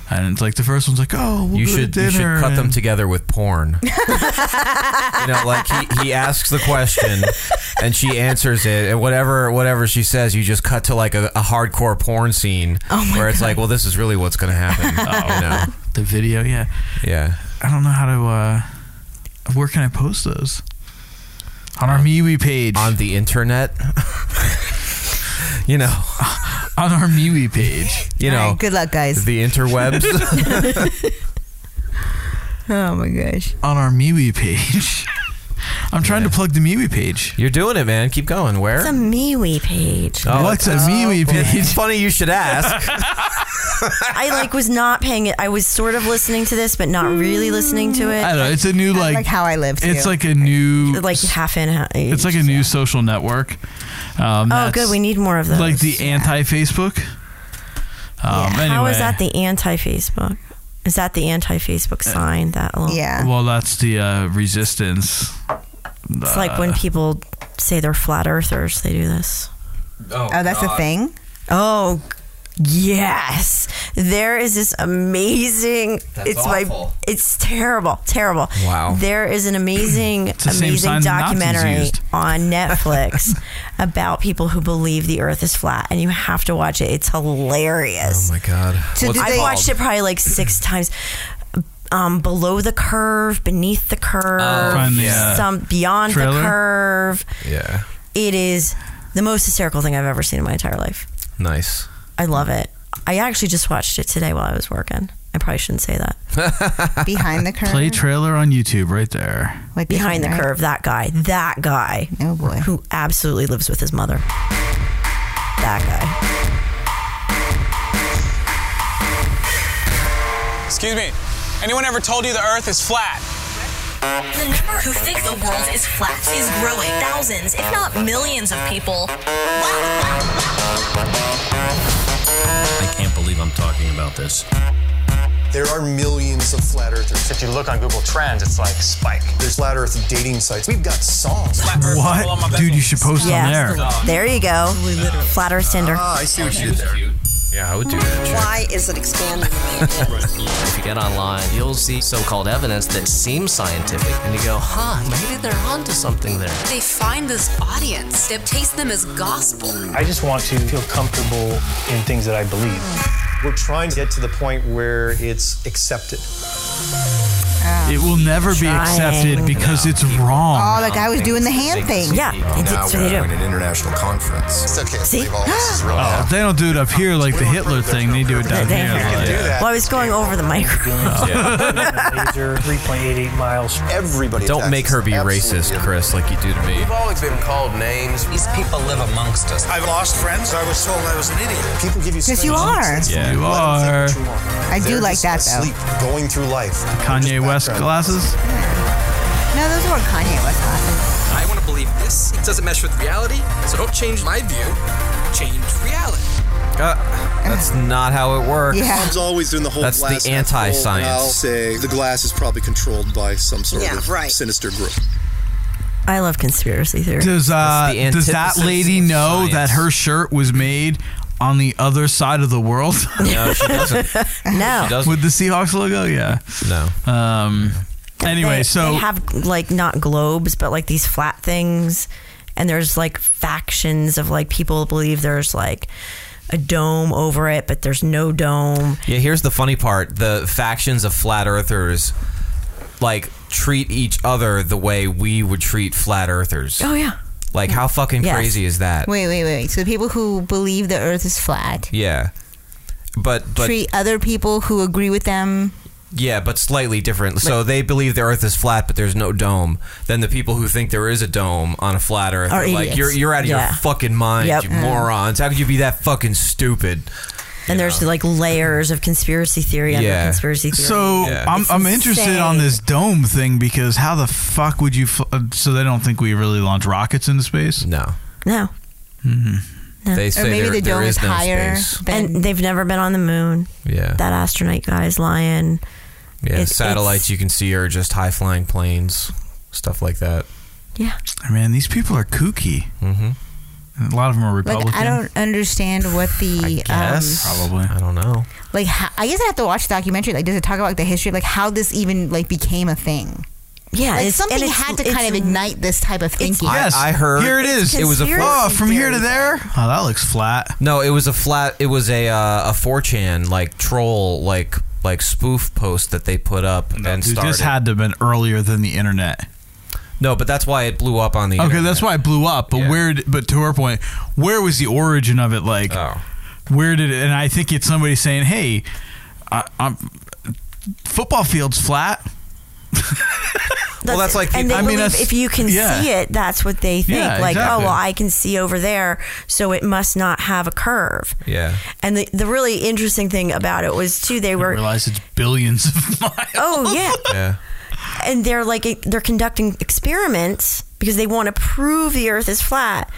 Speaker 8: And it's like the first one's like, oh, we'll
Speaker 6: you
Speaker 8: go to
Speaker 6: should you should
Speaker 8: dinner
Speaker 6: cut them
Speaker 8: and-
Speaker 6: together with porn. you know, like he, he asks the question and she answers it, and whatever whatever she says, you just cut to like a, a hardcore porn scene where it's like, well, this is really what's going
Speaker 8: <laughs>
Speaker 6: to happen. you know?
Speaker 8: Oh. The video, yeah,
Speaker 6: yeah.
Speaker 8: I don't know how to. uh Where can I post those? On our MeWe page. On
Speaker 6: the internet. <laughs> you know,
Speaker 8: <laughs> on our MeWe page.
Speaker 6: You know,
Speaker 5: All right, good luck, guys.
Speaker 6: The interwebs.
Speaker 5: <laughs>
Speaker 6: <laughs>
Speaker 5: oh my gosh.
Speaker 8: on our MeWe page. <laughs> I'm trying to plug the MeWe page.
Speaker 6: You're doing it, man. Keep going. Where? Oh,
Speaker 7: it's a MeWe page.
Speaker 8: What's Oh, a MeWe <laughs> page?
Speaker 6: It's funny you
Speaker 8: <laughs>
Speaker 6: should ask.
Speaker 7: I like was not paying it. I was sort of listening to this, but not really listening to it.
Speaker 8: I don't know. It's a new like,
Speaker 5: I live.
Speaker 8: It's like a new
Speaker 7: like half in. Half,
Speaker 8: It's like a new social network. Um,
Speaker 7: oh,
Speaker 8: that's
Speaker 7: good. We need more of those.
Speaker 8: Like the anti Facebook. Um, anyway,
Speaker 7: How is that the anti Facebook? Is that the anti Facebook
Speaker 5: Uh,
Speaker 7: sign? That little,
Speaker 8: Well, that's the uh, resistance.
Speaker 7: It's like
Speaker 5: Uh,
Speaker 7: when people say they're flat earthers. They do this.
Speaker 5: Oh, that's a thing.
Speaker 7: Oh, yes. There is this amazing.
Speaker 5: That's
Speaker 7: it's my.
Speaker 5: awful.
Speaker 7: It's terrible, terrible.
Speaker 5: Wow.
Speaker 7: There is an amazing,
Speaker 5: the same
Speaker 7: amazing
Speaker 5: sign the Nazis
Speaker 7: documentary
Speaker 5: used. <laughs>
Speaker 7: on Netflix about people who believe the Earth is flat, and you have to watch it. It's hilarious.
Speaker 6: Oh my god!
Speaker 7: So I've watched it probably like
Speaker 5: <clears throat>
Speaker 7: six times. Um, below the curve, beneath the curve,
Speaker 5: Oh,
Speaker 6: Find the, uh,
Speaker 7: some beyond
Speaker 6: trailer?
Speaker 7: the curve.
Speaker 6: Yeah,
Speaker 7: It is the most hysterical thing I've ever seen in my entire life.
Speaker 6: nice.
Speaker 7: I love it. I actually just watched it today while I was working. I probably shouldn't say that.
Speaker 5: <laughs> Behind the curve.
Speaker 8: Play trailer on YouTube right there.
Speaker 5: Like
Speaker 7: behind the
Speaker 5: behind, right?
Speaker 7: curve, that guy, that guy.
Speaker 5: Oh boy.
Speaker 7: Who absolutely lives with his mother. That
Speaker 17: Excuse me. Anyone ever told you the Earth is flat?
Speaker 9: The number who think the world is flat is growing. Thousands, if not millions of people.
Speaker 18: I can't believe I'm talking about this.
Speaker 11: There are millions of flat earthers. If you look on Google Trends, it's like spike. There's flat earth dating sites. We've got songs.
Speaker 8: What, dude? You should post
Speaker 7: guy.
Speaker 8: on there.
Speaker 7: Yeah. There you go. Flat Earth Tinder.
Speaker 11: Ah, I see what you did there.
Speaker 6: Yeah, I would do that.
Speaker 9: Why is it expanding?
Speaker 18: If you get online, you'll see so called evidence that seems scientific, and you go,
Speaker 9: Ah,
Speaker 18: huh, maybe they're onto something there.
Speaker 9: They find this audience that takes them as gospel.
Speaker 11: I just want to feel comfortable in things that I believe. We're trying to get to the point where it's accepted.
Speaker 8: It
Speaker 11: <laughs>
Speaker 8: will never be
Speaker 11: Trying.
Speaker 8: accepted because it's wrong.
Speaker 5: Oh, the guy was doing the hand thing.
Speaker 7: Yeah,
Speaker 11: Now we're doing an international conference. It's okay. Leave all
Speaker 12: <gasps>
Speaker 11: this is really
Speaker 8: Oh, they don't do it up here like the Hitler thing. They do it down
Speaker 11: They-
Speaker 8: here.
Speaker 11: You can
Speaker 8: like- Oh,
Speaker 11: do that.
Speaker 7: Well, I was going over the microphone. <laughs>
Speaker 11: Laser, 3.88 miles. Everybody.
Speaker 6: Don't make her be racist, Chris, like you do to me.
Speaker 11: always been called names. These people live amongst us. I've lost friends. I was told I was an idiot. People give you.
Speaker 5: Yes, you are.
Speaker 8: Yeah, you
Speaker 11: are.
Speaker 5: I do like that, though.
Speaker 11: Sleep, going through life.
Speaker 8: Kanye West glasses.
Speaker 5: No, those were Kanye West glasses.
Speaker 12: I want to believe this. It doesn't mesh with reality, so don't change my view. Change reality.
Speaker 6: Uh, that's not how it works.
Speaker 11: Yeah. Mom's always doing the whole
Speaker 6: That's
Speaker 11: glass
Speaker 6: the
Speaker 11: half full, I'll
Speaker 6: anti-science.
Speaker 11: say the glass is probably controlled by some sort
Speaker 7: Yeah,
Speaker 11: of
Speaker 7: right.
Speaker 11: sinister group.
Speaker 7: I love conspiracy theory.
Speaker 8: Does uh, does that lady know
Speaker 7: science.
Speaker 8: that her shirt was made on the other side of the world?
Speaker 6: <laughs> No, she
Speaker 7: <laughs>
Speaker 6: doesn't.
Speaker 7: no.
Speaker 8: With the Seahawks logo, yeah.
Speaker 6: No.
Speaker 8: Um. Anyway,
Speaker 7: They-
Speaker 8: so
Speaker 7: they have like not globes, but like these flat things, and there's like factions of like people believe there's like a dome over it, but there's no dome.
Speaker 6: Yeah, here's the funny part: the factions of flat earthers like treat each other the way we would treat flat earthers.
Speaker 7: Oh yeah,
Speaker 6: Like, how fucking
Speaker 5: Yes.
Speaker 6: crazy is that?
Speaker 5: Wait, wait, wait. So the people who believe the Earth is flat
Speaker 6: Yeah, but but
Speaker 5: treat other people who agree with them.
Speaker 6: yeah, but slightly different. so they believe the Earth is flat, but there's no dome. Then the people who think there is a dome on a flat Earth
Speaker 5: Are
Speaker 6: are like,
Speaker 5: idiots.
Speaker 6: "You're you're out of
Speaker 7: Yeah.
Speaker 6: your fucking mind,
Speaker 7: Yep.
Speaker 6: you
Speaker 7: Mm.
Speaker 6: morons! How could you be that fucking stupid?"
Speaker 7: And there's like layers of conspiracy theory under
Speaker 6: Yeah.
Speaker 7: conspiracy theory.
Speaker 8: So I'm,
Speaker 7: It's
Speaker 8: I'm interested on
Speaker 7: insane.
Speaker 8: this dome thing because how the fuck would you? Fl- uh, so they don't think we really launch rockets into space?
Speaker 6: No.
Speaker 7: No.
Speaker 8: Mm-hmm.
Speaker 6: They Or say maybe there- the there dome is is no higher space.
Speaker 7: and they've never been on the moon.
Speaker 6: Yeah.
Speaker 7: That astronaut guy's lying.
Speaker 6: Yeah,
Speaker 7: It's-
Speaker 6: satellites you can see are just high flying planes, stuff like that.
Speaker 7: Yeah.
Speaker 8: Man, these people are kooky. Mm-hmm. A lot of them are Republican.
Speaker 5: Like I don't um, understand what the um,
Speaker 8: probably. I
Speaker 6: don't know.
Speaker 5: like. How, I guess I have to watch the documentary. Like, does it talk about the history, like how this even like became a thing?
Speaker 7: Yeah,
Speaker 5: like
Speaker 7: it's-
Speaker 5: something
Speaker 7: and it's-
Speaker 5: had to
Speaker 7: it's-
Speaker 5: kind of ignite this type of thinking.
Speaker 6: I- I, heard. It was a
Speaker 8: oh from here to there. Oh, that looks flat.
Speaker 6: No, it was a flat. It was a uh, a 4chan like troll like like spoof post that they put up and
Speaker 8: Dude,
Speaker 6: started.
Speaker 8: this had to have been earlier than the internet.
Speaker 6: no, but that's why it blew up on the.
Speaker 8: Okay,
Speaker 6: internet.
Speaker 8: that's why it blew up. But where? d- But to her point, where was the origin of it? Like,
Speaker 6: Oh.
Speaker 8: where did it? And I think it's somebody saying, "Hey, I, I'm football field's
Speaker 7: <laughs>
Speaker 8: flat."
Speaker 7: Well,
Speaker 8: that's like people-
Speaker 7: and they
Speaker 8: I mean,
Speaker 7: believe
Speaker 8: that's-
Speaker 7: if you can
Speaker 8: yeah.
Speaker 7: see it, that's what they think.
Speaker 8: Yeah,
Speaker 7: like,
Speaker 8: exactly.
Speaker 7: oh well, I can see over there, so it must not have a curve.
Speaker 6: Yeah.
Speaker 7: And the, the really interesting thing about it was too they
Speaker 8: <laughs>
Speaker 7: were
Speaker 8: realize it's billions of
Speaker 7: oh yeah
Speaker 6: <laughs> Yeah.
Speaker 7: and they're like they're conducting experiments because they want to prove the earth is flat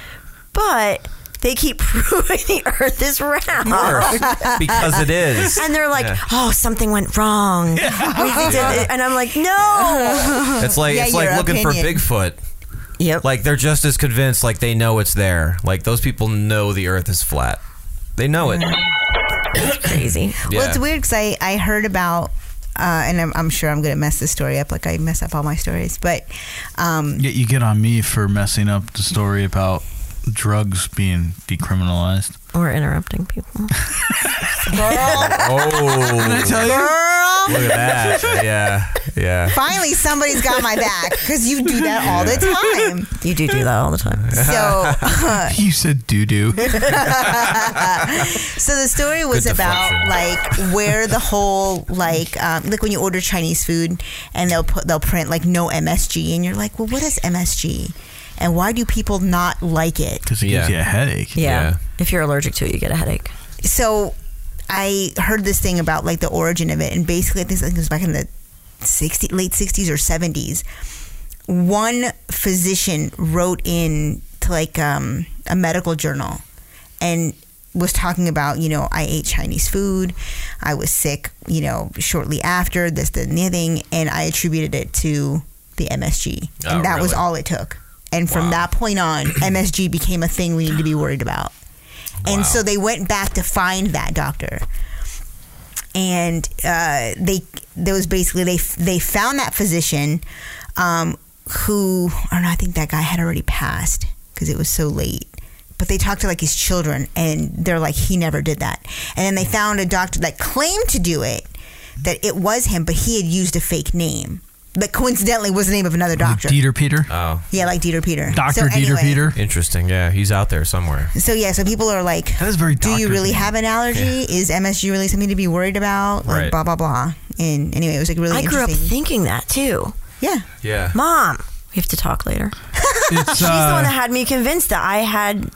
Speaker 7: but they keep <laughs> proving the earth is round <laughs>
Speaker 6: course, because it is.
Speaker 7: and they're like
Speaker 6: Yeah.
Speaker 7: oh something went wrong We did
Speaker 6: <laughs> Yeah.
Speaker 7: it." and i'm like no
Speaker 6: <laughs> It's like it's like looking for
Speaker 7: <laughs>
Speaker 6: Bigfoot.
Speaker 7: Yep.
Speaker 6: Like they're just as convinced. Like they know it's there. Like those people know the Earth is flat. They know it.
Speaker 7: crazy.
Speaker 5: Well, it's weird because I, I heard about, uh, and I'm, I'm sure I'm going to mess this story up. Like, I mess up all my stories. But um,
Speaker 8: Yet you get on me for messing up the story about drugs being decriminalized.
Speaker 7: or interrupting people
Speaker 6: Oh.
Speaker 8: Can I tell you?
Speaker 5: Girl.
Speaker 6: Look at that.
Speaker 7: <laughs>
Speaker 6: Yeah. Yeah.
Speaker 5: finally somebody's got my back because you do that all the time.
Speaker 7: <laughs> you do do that all the
Speaker 6: <laughs>
Speaker 7: time
Speaker 5: So, uh,
Speaker 8: you said doo
Speaker 5: <laughs>
Speaker 8: doo.
Speaker 5: so the story was
Speaker 8: Good
Speaker 5: about
Speaker 8: deflection.
Speaker 5: like where the whole like um, like when you order Chinese food and they'll put they'll print like no MSG and you're like, well, what is MSG? And why do people not like it?
Speaker 8: Because it gives you a headache.
Speaker 7: yeah. if you're allergic to it you get a headache
Speaker 5: so I heard this thing about like the origin of it, and basically, I think it was back in the 60, late 60s or 70s. One physician wrote in to like um, a medical journal and was talking about, you know, I ate Chinese food, I was sick, you know, shortly after this, the knitting, and I attributed it to the MSG.
Speaker 19: Oh,
Speaker 5: and that was
Speaker 19: really?
Speaker 5: all it took. And from that point on,
Speaker 19: <clears throat>
Speaker 5: MSG became a thing we need to be worried about. And so they went back to find that doctor. And uh, they there was basically they they found that physician um, who I don't know I think that guy had already passed because it was so late. But they talked to like his children and they're like he never did that. And then they found a doctor that claimed to do it that it was him, but he had used a fake name that coincidentally was the name of another doctor.
Speaker 8: Dieter Peter.
Speaker 6: Oh.
Speaker 5: yeah, like
Speaker 8: <laughs>
Speaker 5: Dieter Peter.
Speaker 6: Doctor
Speaker 5: So anyway-
Speaker 6: Interesting. Yeah, he's out there somewhere.
Speaker 5: So yeah, so people are like,
Speaker 8: that is very.
Speaker 5: Do you
Speaker 6: doctor
Speaker 5: really
Speaker 6: thing.
Speaker 5: have an allergy? Is MSG really something to be worried about? Like
Speaker 6: Right.
Speaker 5: blah blah blah. And anyway, it was like really.
Speaker 7: i grew up
Speaker 5: interesting.
Speaker 7: thinking that too
Speaker 5: yeah
Speaker 6: yeah
Speaker 7: mom we have to talk later
Speaker 8: <laughs> It's,
Speaker 7: She's the
Speaker 8: uh,
Speaker 7: one that had me convinced that I had.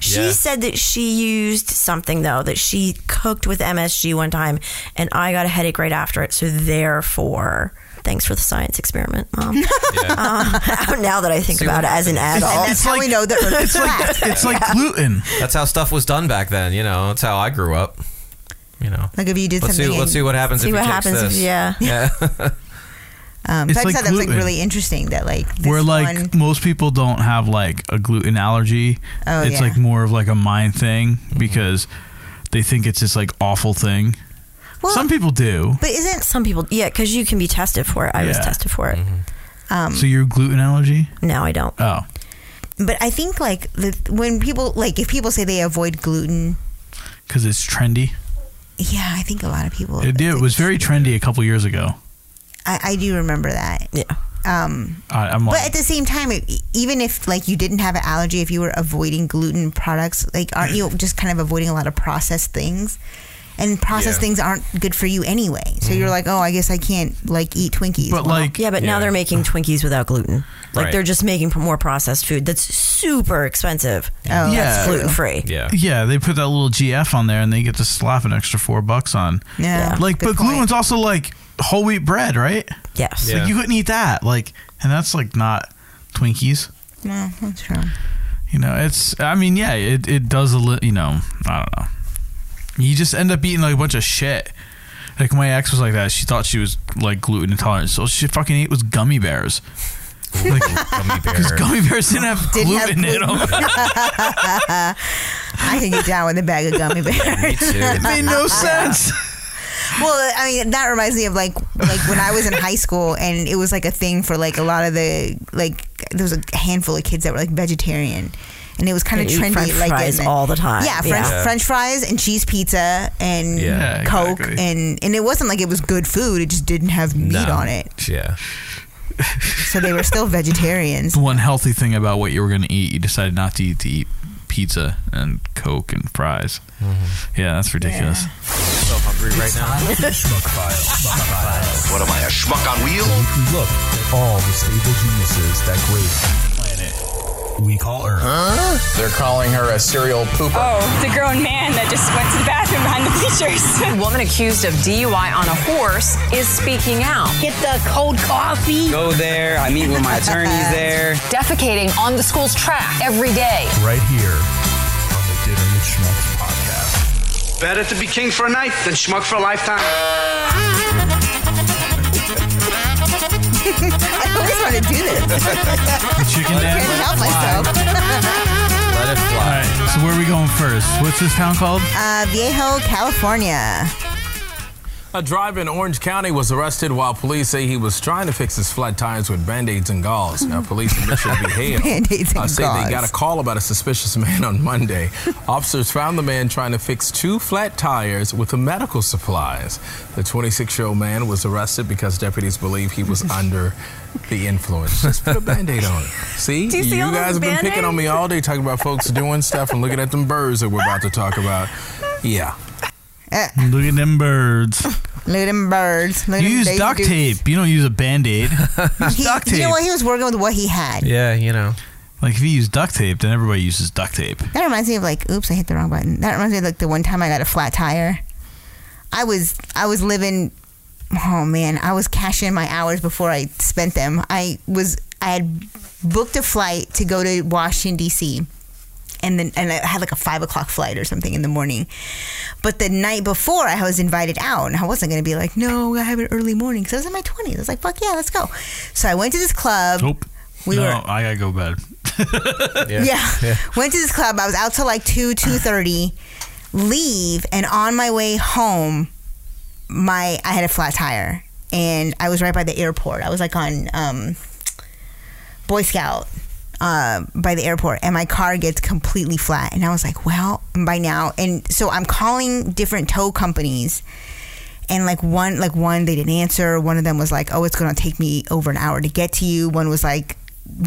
Speaker 7: She
Speaker 8: Yeah.
Speaker 7: said that she used something though that she cooked with MSG one time, and I got a headache right after it. So therefore, thanks for the science experiment, mom. <laughs> Um, now that I think about it as an adult,
Speaker 5: And that's how we know the Earth is flat.
Speaker 8: It's like gluten.
Speaker 6: That's how stuff was done back then. You know, that's how I grew up. You know,
Speaker 5: <laughs> Like if you did
Speaker 6: let's see,
Speaker 5: something.
Speaker 6: let's
Speaker 5: and-
Speaker 6: see what happens. if he takes this.
Speaker 5: <laughs>
Speaker 6: yeah.
Speaker 5: Um, but
Speaker 8: It's
Speaker 5: I just
Speaker 8: like
Speaker 5: thought that was like
Speaker 8: gluten.
Speaker 5: really interesting that like this
Speaker 8: Where like
Speaker 5: one.
Speaker 8: most people don't have like a gluten allergy.
Speaker 5: Oh,
Speaker 8: it's
Speaker 5: yeah.
Speaker 8: like more of like a mind thing
Speaker 7: Mm-hmm.
Speaker 8: because they think it's this like awful thing. Some people do.
Speaker 5: But isn't
Speaker 7: some people? Yeah, because you can be tested for it. I was
Speaker 8: Yeah.
Speaker 7: tested for it. Um,
Speaker 8: so your gluten allergy?
Speaker 7: No, I don't.
Speaker 8: Oh.
Speaker 5: But I think like the, when people like if people say they avoid gluten,
Speaker 8: Because it's trendy.
Speaker 5: yeah, I think a lot of people.
Speaker 8: It did. It was very trendy a couple years ago.
Speaker 5: I, I do remember that.
Speaker 7: Yeah.
Speaker 5: Um,
Speaker 8: All right, I'm
Speaker 5: but
Speaker 8: on.
Speaker 5: at the same time, e- even if like you didn't have an allergy, if you were avoiding gluten products, like aren't
Speaker 7: <laughs>
Speaker 5: you just kind of avoiding a lot of processed things? And processed
Speaker 7: Yeah.
Speaker 5: things aren't good for you anyway. So you're like, oh, I guess I can't like eat Twinkies. Well,
Speaker 7: yeah, but now they're making Twinkies without gluten. Like
Speaker 5: Right.
Speaker 7: they're just making more processed food that's super expensive.
Speaker 5: Oh,
Speaker 7: that's gluten free.
Speaker 8: Yeah, they put that little GF on there and they get to slap an extra four bucks on.
Speaker 7: Yeah,
Speaker 8: Like, but gluten's also like whole wheat bread, right?
Speaker 7: Yes.
Speaker 8: Like,
Speaker 7: Yeah.
Speaker 8: you couldn't eat that. Like, and that's like not Twinkies.
Speaker 5: No, that's true.
Speaker 8: You know, it's, I mean, yeah, it, it does a little, you know, I don't know. You just end up eating like a bunch of shit. Like, my ex was like that. She thought she was like gluten intolerant. So she fucking ate was gummy bears. Like, <laughs>
Speaker 11: gummy
Speaker 8: Because gummy bears didn't have
Speaker 5: Didn't have
Speaker 8: <laughs> gluten in
Speaker 5: gluten.
Speaker 8: them.
Speaker 5: <laughs> I can get down with a bag of gummy bears.
Speaker 8: Me too. It made
Speaker 5: <laughs>
Speaker 8: no sense.
Speaker 5: Well, I mean, that reminds me of like like when I was in high school, and it was like a thing for like a lot of the like there was a handful of kids that were like vegetarian. And it was kind of
Speaker 7: They eat
Speaker 5: trendy,
Speaker 7: french
Speaker 5: like
Speaker 7: fries
Speaker 5: in
Speaker 7: all the time.
Speaker 5: Yeah, french,
Speaker 7: Yeah.
Speaker 5: french fries and cheese pizza and
Speaker 11: Yeah,
Speaker 5: Coke,
Speaker 11: exactly.
Speaker 5: and and it wasn't like it was good food; it just didn't have meat
Speaker 11: No.
Speaker 5: on it,
Speaker 11: Yeah.
Speaker 5: so they were still vegetarians.
Speaker 8: The one healthy thing about what you were going to eat, you decided not to eat to eat pizza and Coke and fries. Yeah, that's ridiculous.
Speaker 11: <laughs> So hungry right now.
Speaker 3: What am I, a schmuck on wheels?
Speaker 19: Look at all the stable geniuses that great planet we call Earth.
Speaker 10: They're calling her a serial pooper.
Speaker 20: Oh, the grown man that just went to the bathroom behind <laughs> the bleachers. Woman accused of DUI on a horse is speaking out. Get the cold coffee.
Speaker 21: Go there. I meet with my attorneys there.
Speaker 20: <laughs> Defecating on the school's track every day.
Speaker 19: Right here on the Dinner with Schmucks podcast.
Speaker 3: Better to be king for a night than schmuck for a lifetime.
Speaker 5: I always want to do this.
Speaker 11: <laughs>
Speaker 8: Chicken
Speaker 5: Can't help
Speaker 20: <laughs>
Speaker 5: myself.
Speaker 8: Let it fly. All right, so where are we going first? What's this town called?
Speaker 5: Uh, Viejo, California.
Speaker 12: A driver in Orange County was arrested while police say he was trying to fix his flat tires with band-aids and gauze. Now, police in Mission
Speaker 9: <laughs>
Speaker 12: Viejo
Speaker 5: Band-Aids
Speaker 12: uh,
Speaker 5: and
Speaker 12: say
Speaker 5: gauze.
Speaker 12: they got a call about a suspicious <laughs> man on Monday. Officers found the man trying to fix two flat tires with the medical supplies. The 26-year-old man was arrested because deputies believe
Speaker 21: <laughs>
Speaker 12: he was under the influence. Just put a band-aid on it. See,
Speaker 21: Do you see all those
Speaker 12: guys have been picking on
Speaker 21: Band-Aids?
Speaker 12: me all day, talking about folks doing stuff and looking at them birds that we're about to talk about. Yeah.
Speaker 22: Eh.
Speaker 8: Look at
Speaker 22: <laughs>
Speaker 8: them birds.
Speaker 5: Look at them birds. Look at
Speaker 8: you
Speaker 5: them
Speaker 8: use
Speaker 5: daisy
Speaker 8: duct
Speaker 5: dukes.
Speaker 8: tape. You don't use a band aid.
Speaker 5: He-
Speaker 8: duct tape.
Speaker 5: You know what? He was working with what he had.
Speaker 8: yeah, you know. Like if you use duct tape, then everybody uses duct tape.
Speaker 5: That reminds me of like, oops, I hit the wrong button. That reminds me of like the one time I got a flat tire. I was I was living. Oh man, I was cashing in my hours before I spent them. I was I had booked a flight to go to Washington D.C. and then and I had like a five o'clock flight or something in the morning. But the night before, I was invited out, and I wasn't going to be like, no, I have an early morning because I was in my twenties. I was like, fuck yeah, let's go. So I went to this club.
Speaker 8: Nope.
Speaker 5: We
Speaker 8: no,
Speaker 5: were
Speaker 8: I gotta go to bed. <laughs>
Speaker 5: Yeah. went to this club. I was out till like two, two thirty. Leave, and on my way home, my I had a flat tire, and I was right by the airport. I was like on um, Boy Scout uh, by the airport, and my car gets completely flat. And I was like, well, by now, and so I'm calling different tow companies. And like one, like one, they didn't answer. One of them was like, "Oh, it's gonna take me over an hour to get to you." One was like,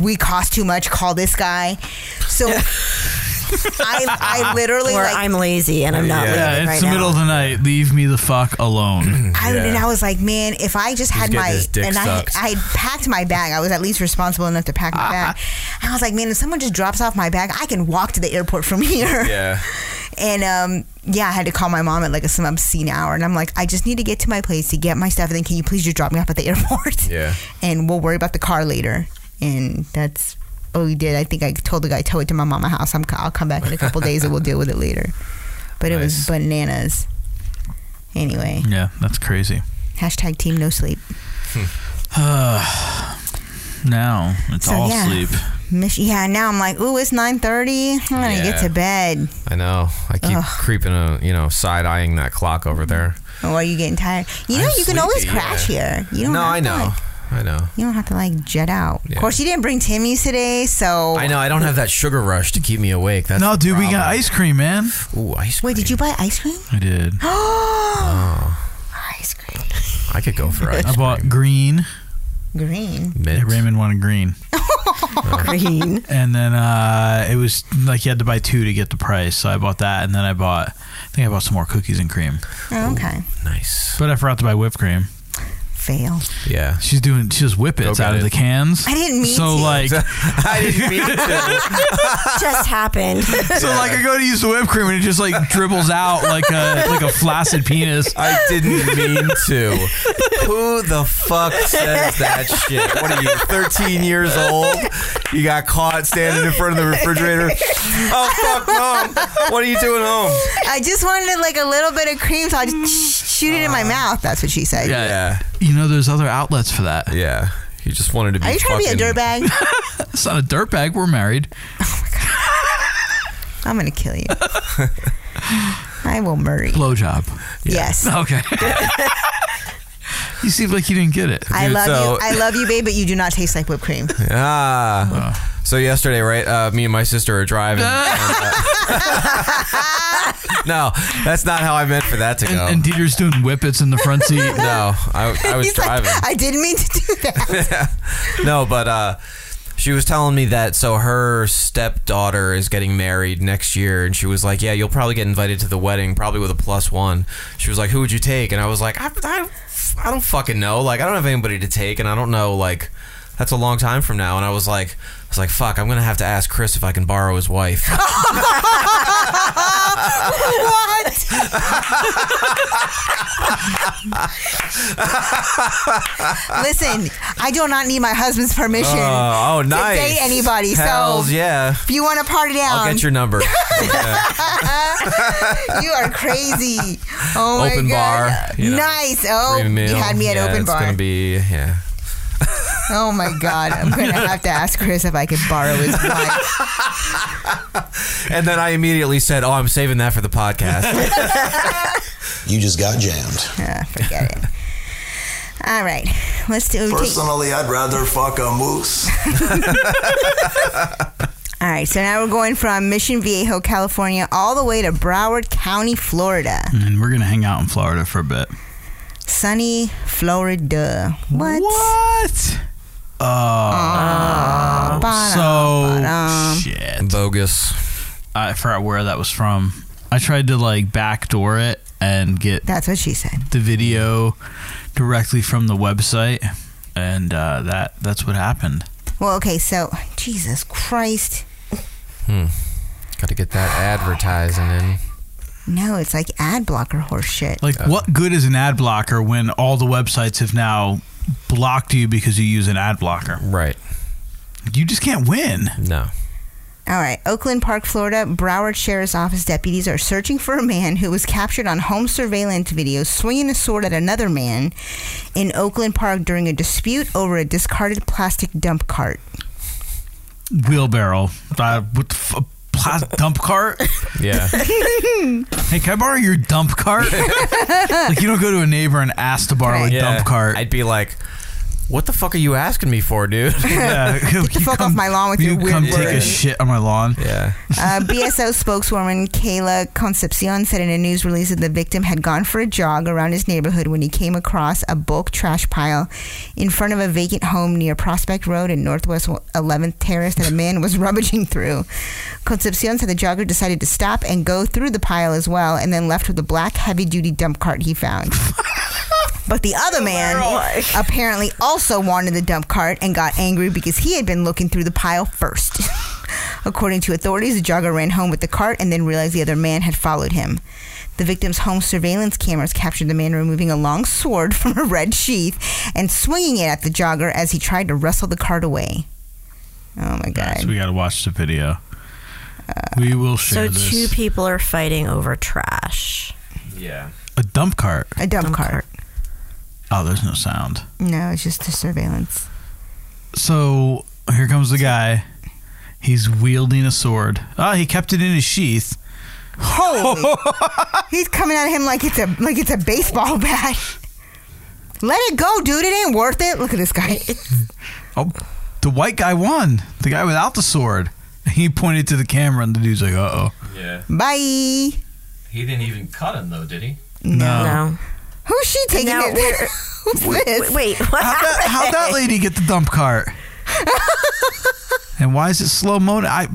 Speaker 5: "We cost too much. Call this guy."
Speaker 7: <laughs>
Speaker 5: So I, I literally
Speaker 7: or
Speaker 5: like
Speaker 7: I'm lazy and I'm not
Speaker 8: yeah,
Speaker 7: leaving
Speaker 8: it's
Speaker 7: right
Speaker 8: the
Speaker 7: now.
Speaker 8: middle of the night. Leave me the fuck
Speaker 11: <clears throat>
Speaker 8: alone.
Speaker 5: I, And I was like, man, if I just had
Speaker 8: get
Speaker 5: my
Speaker 8: this dick
Speaker 5: and I had,
Speaker 8: sucked.
Speaker 5: I had packed my bag, I was at least responsible enough to pack my
Speaker 7: <laughs>
Speaker 5: bag. And I was like, man, if someone just drops off my bag, I can walk to the airport from here.
Speaker 11: Yeah.
Speaker 5: <laughs> And um, yeah, I had to call my mom at like some obscene hour, and I'm like, I just need to get to my place to get my stuff, and then can you please just drop me off at the <laughs> airport?
Speaker 11: Yeah.
Speaker 5: and we'll worry about the car later. And that's what we did. I think I told the guy tow it to my mama's house. I'm, I'll come back in a couple days and we'll deal with it later. But it was bananas. Anyway,
Speaker 8: Yeah, that's crazy. <sighs>
Speaker 5: hashtag team no sleep.
Speaker 8: now it's all sleep.
Speaker 5: Mich- yeah, now I'm like, ooh, it's 9:30. I'm gonna get
Speaker 11: Yeah.
Speaker 5: to bed.
Speaker 11: I know. I keep
Speaker 5: Ugh.
Speaker 11: creeping, a, you know, side eyeing that clock over there.
Speaker 5: Or are you getting tired? You know,
Speaker 11: I'm
Speaker 5: you can always
Speaker 11: sleepy,
Speaker 5: crash
Speaker 11: yeah.
Speaker 5: here. You don't
Speaker 11: no,
Speaker 5: have
Speaker 11: I
Speaker 5: to,
Speaker 11: know.
Speaker 5: like-
Speaker 11: I know.
Speaker 5: you don't have to like jet out.
Speaker 11: Yeah.
Speaker 5: Of course, you didn't bring Timmy's today, so
Speaker 11: I know. I don't have that sugar rush to keep me awake. That's
Speaker 8: no, dude, we got ice cream, man.
Speaker 11: Ooh, ice cream.
Speaker 5: Wait, did you buy ice cream? <gasps>
Speaker 8: I
Speaker 7: <gasps>
Speaker 8: did.
Speaker 5: oh,
Speaker 11: I could go for ice
Speaker 8: I bought green.
Speaker 5: Green.
Speaker 8: Yeah, Raymond wanted green.
Speaker 7: <laughs> green.
Speaker 8: And then uh, it was like you had to buy two to get the price. So I bought that, and then I bought, I think I bought some more cookies and cream.
Speaker 5: Oh, okay.
Speaker 8: Nice. But I forgot to buy whipped cream.
Speaker 5: Fail.
Speaker 8: Yeah. She's doing, she just whip it
Speaker 11: Go get
Speaker 8: out of
Speaker 11: it.
Speaker 8: the cans.
Speaker 5: I didn't mean
Speaker 8: so
Speaker 5: to.
Speaker 11: <laughs>
Speaker 8: like,
Speaker 11: I didn't mean
Speaker 5: <laughs>
Speaker 8: <laughs>
Speaker 7: Just happened.
Speaker 8: So like I go to use the whipped cream and it just like dribbles out like a like a flaccid penis.
Speaker 11: <laughs> I didn't mean to. Who the fuck says that shit? What are you, 13 years old? You got caught standing in front of the refrigerator. Oh, fuck, mom. What are you doing home?
Speaker 5: <laughs> I just wanted like a little bit of cream, so I just sh- shoot it in
Speaker 11: Uh,
Speaker 5: my mouth. That's what she said.
Speaker 8: yeah. You know, there's other outlets for that.
Speaker 11: Yeah. You just wanted to
Speaker 5: Are you trying to be a dirtbag? Oh
Speaker 8: It's not a dirtbag. We're married.
Speaker 5: I'm gonna kill
Speaker 11: <laughs>
Speaker 5: you. I will murder you.
Speaker 8: Blowjob.
Speaker 5: Yes. <laughs>
Speaker 8: Okay.
Speaker 11: <laughs>
Speaker 8: you seem like you didn't get it.
Speaker 5: I love
Speaker 11: so-
Speaker 5: you. I love you, babe, but you do not taste like whipped cream.
Speaker 11: <laughs> Ah. So yesterday, right? Uh, me and my sister are
Speaker 8: <laughs>
Speaker 11: driving. uh, <laughs> no, that's not how I meant for that to go.
Speaker 8: And Dieter's doing whippets in the front
Speaker 5: <laughs>
Speaker 8: seat.
Speaker 11: no, I, I was
Speaker 5: He's like,
Speaker 11: driving.
Speaker 5: I didn't mean to do that.
Speaker 11: no, but uh, she was telling me that so her stepdaughter is getting married next year, and she was like, "Yeah, you'll probably get invited to the wedding, probably with a plus one." She was like, "Who would you take?" And I was like, "I, I, I don't fucking know. Like, I don't have anybody to take, and I don't know. Like, that's a long time from now." And I was like, "I was like, fuck, I'm gonna have to ask Chris if I can borrow his wife."
Speaker 5: what? <laughs> Listen, I do not need my husband's permission
Speaker 11: Oh, oh, nice.
Speaker 5: to date anybody.
Speaker 11: Hells
Speaker 5: so
Speaker 11: yeah.
Speaker 5: if you want to party down,
Speaker 11: I'll get your
Speaker 5: <laughs>
Speaker 11: number. Yeah.
Speaker 5: you are crazy. Oh my
Speaker 11: open
Speaker 5: God.
Speaker 11: bar. you know,
Speaker 5: nice. Oh,
Speaker 11: free meal.
Speaker 5: you had me at
Speaker 11: Yeah,
Speaker 5: open
Speaker 11: it's
Speaker 5: bar.
Speaker 11: gonna be yeah.
Speaker 5: Oh my god, I'm gonna
Speaker 8: <laughs>
Speaker 5: have to ask Chris if I could borrow his wife.
Speaker 11: And then I immediately said, "Oh, I'm saving that for the podcast."
Speaker 3: <laughs> You just got jammed.
Speaker 5: Ah, forget it. All right, let's do. take-
Speaker 2: Personally, I'd rather fuck a moose.
Speaker 5: all right, so now we're going from Mission Viejo, California, all the way to Broward County, Florida.
Speaker 8: <laughs> And we're gonna hang out in Florida for a bit.
Speaker 5: Sunny Florida. What?
Speaker 8: What? Oh, so shit.
Speaker 11: Bogus.
Speaker 8: I forgot where that was from. I tried to like backdoor it and get.
Speaker 5: That's what she said.
Speaker 8: The video directly from the website, and uh, that that's what happened.
Speaker 5: Well, okay, so Jesus Christ.
Speaker 11: hmm. Got to get that advertising in.
Speaker 5: No, it's like ad blocker horse shit.
Speaker 8: Like, what good is an ad blocker when all the websites have now blocked you because you use an ad blocker?
Speaker 11: Right.
Speaker 8: You just can't win.
Speaker 11: No.
Speaker 5: All right, Oakland Park, Florida. Broward Sheriff's Office deputies are searching for a man who was captured on home surveillance video swinging a sword at another man in Oakland Park during a dispute over a discarded plastic dump cart.
Speaker 8: Wheelbarrow. Uh, what the f-
Speaker 11: <laughs>
Speaker 8: plas- dump cart?
Speaker 11: Yeah.
Speaker 8: <laughs> hey, can I borrow your
Speaker 11: <laughs>
Speaker 8: dump cart? like, you don't go to a neighbor and ask to borrow a dump cart.
Speaker 11: I'd be like, "What the fuck are you asking me for,
Speaker 5: <laughs>
Speaker 11: dude?" <laughs>
Speaker 8: <laughs> Yeah.
Speaker 5: Get the fuck off my lawn with
Speaker 8: Will
Speaker 5: your
Speaker 8: you
Speaker 5: weird
Speaker 8: come take a
Speaker 5: words.
Speaker 8: shit on my lawn?
Speaker 11: Yeah.
Speaker 5: Uh, BSO spokeswoman Kayla Concepcion said in a news release that the victim had gone for a jog around his neighborhood when he came across a bulk trash pile in front of a vacant home near Prospect Road and Northwest 11th Terrace that a man was <laughs> rummaging through. Concepcion said the jogger decided to stop and go through the pile as well and then left with a black heavy duty dump cart he found. But the other man apparently also wanted the dump cart and got angry because he had been looking through the pile first. <laughs> According to authorities, the jogger ran home with the cart and then realized the other man had followed him. The victim's home surveillance cameras captured the man removing a long sword <laughs> from a red sheath and swinging it at the jogger as he tried to wrestle the cart away. Oh my god.
Speaker 8: So we got to watch the video. we will
Speaker 7: So
Speaker 8: share this.
Speaker 7: two people are fighting over trash.
Speaker 11: Yeah.
Speaker 8: a dump cart.
Speaker 5: A dump, cart.
Speaker 8: Oh, there's no sound.
Speaker 5: No, it's just the surveillance.
Speaker 8: So here comes the guy. He's wielding a sword. Ah, he kept it in his sheath.
Speaker 5: Holy! <laughs> He's coming at him like it's a like it's a baseball <laughs> bat. Let it go, dude. It ain't worth it. Look at this guy.
Speaker 8: <laughs> Oh, the white guy won. The guy without the sword. <laughs> He pointed to the camera, and the dude's like, "Uh oh."
Speaker 11: Yeah.
Speaker 5: Bye.
Speaker 11: He didn't even cut him though, did he?
Speaker 8: No.
Speaker 5: Who's she taking <laughs>
Speaker 7: now
Speaker 5: it? Wait, wait what
Speaker 8: How'd that, how'd
Speaker 7: <laughs>
Speaker 8: that lady get the dump cart? and why is it slow motion? I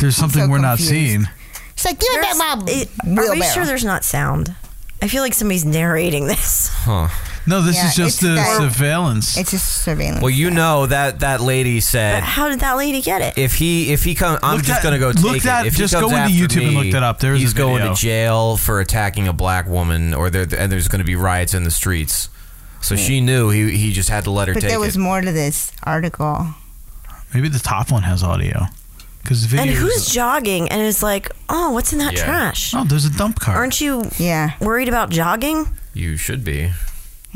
Speaker 8: there's something we're not seeing.
Speaker 5: She's like, give me back my
Speaker 7: Are we
Speaker 5: wheelbarrow.
Speaker 7: sure there's not sound? I feel like somebody's narrating this.
Speaker 6: Huh.
Speaker 8: No,
Speaker 7: this Yeah, is just it's the that-
Speaker 8: surveillance.
Speaker 5: It's just surveillance.
Speaker 6: Well, you know that that lady said
Speaker 7: How did that lady get it?
Speaker 6: if he if he comes, I'm
Speaker 7: Look
Speaker 6: just
Speaker 7: that-
Speaker 6: gonna go
Speaker 8: look
Speaker 6: take
Speaker 8: that-
Speaker 6: it. If he
Speaker 8: just go
Speaker 6: comes
Speaker 8: into
Speaker 6: after
Speaker 8: YouTube and
Speaker 6: me,
Speaker 8: look that up. There is
Speaker 6: he's
Speaker 8: a
Speaker 6: going
Speaker 8: video.
Speaker 6: to jail for attacking a black woman, or there and there's going to be riots in the streets. So she knew he he just had to let her
Speaker 5: Hmm. But
Speaker 6: take
Speaker 5: there
Speaker 6: it.
Speaker 5: was more to this article.
Speaker 8: Maybe the top one has audio. Because video.
Speaker 7: and
Speaker 8: is-
Speaker 7: who's jogging and it's like, oh, what's in that
Speaker 6: Yeah.
Speaker 7: trash?
Speaker 8: Oh, there's a dump cart.
Speaker 7: Aren't you
Speaker 5: yeah.
Speaker 7: worried about <laughs> jogging?
Speaker 6: You should be.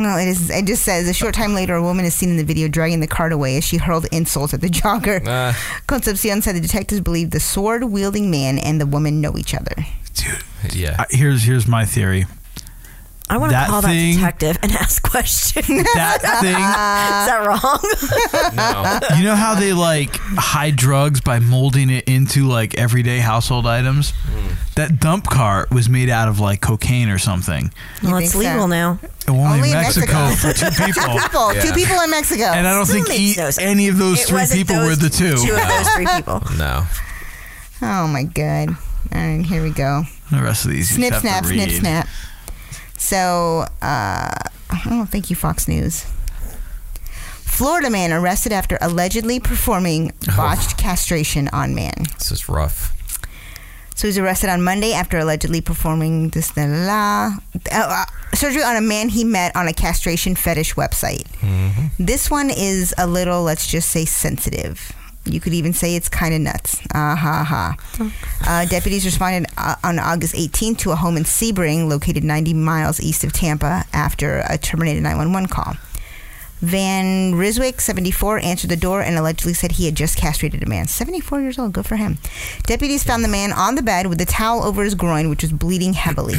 Speaker 5: No, it is. It just says a short time later, a woman is seen in the video dragging the cart away as she hurled insults at
Speaker 8: <laughs>
Speaker 5: the jogger.
Speaker 6: Uh.
Speaker 8: Ah.
Speaker 5: Concepcion said the detectives believe the sword wielding man and the woman know each other.
Speaker 6: Yeah.
Speaker 8: here's here's my theory.
Speaker 7: I want to
Speaker 8: That
Speaker 7: call
Speaker 8: thing-
Speaker 7: that detective and ask
Speaker 5: <laughs>
Speaker 7: questions.
Speaker 8: That thing- <laughs>
Speaker 7: Is that wrong?
Speaker 8: You know how they like hide drugs by molding it into like everyday household items? That dump cart was made out of like cocaine or something.
Speaker 7: Well, it's legal now.
Speaker 8: Only,
Speaker 5: Only
Speaker 8: in
Speaker 5: in
Speaker 8: Mexico,
Speaker 5: Mexico.
Speaker 8: for two people.
Speaker 5: <laughs> Two people, two people in Mexico,
Speaker 8: Ah. And I don't think e- any of those
Speaker 5: It
Speaker 8: three
Speaker 5: wasn't
Speaker 8: people
Speaker 5: those
Speaker 8: were the two.
Speaker 5: two of those
Speaker 8: <laughs>
Speaker 5: three people.
Speaker 6: <laughs>
Speaker 5: <laughs>
Speaker 6: No.
Speaker 5: Oh my god! All right, here we go.
Speaker 8: The rest of these. you
Speaker 5: snip
Speaker 8: just have
Speaker 5: snap,
Speaker 8: to
Speaker 5: snip
Speaker 8: read.
Speaker 5: snap. So, uh, oh, thank you, Fox News. Florida man arrested after allegedly performing botched castration on man.
Speaker 6: This is rough.
Speaker 5: So he was arrested on Monday after allegedly performing this la, la, la, uh, uh, surgery on a man he met on a castration fetish website.
Speaker 11: Mm-hmm.
Speaker 5: This one is a little, let's just say, sensitive. You could even say it's kind of nuts. Ah ha ha. Uh, deputies responded uh, on August 18 to a home in Sebring, located 90 miles east of Tampa, after a terminated 911 call. Van Riswick, 74, answered the door and allegedly said he had just castrated a man. 74 years old, good for him. Deputies found the man on the bed with a towel over his groin, which was bleeding heavily.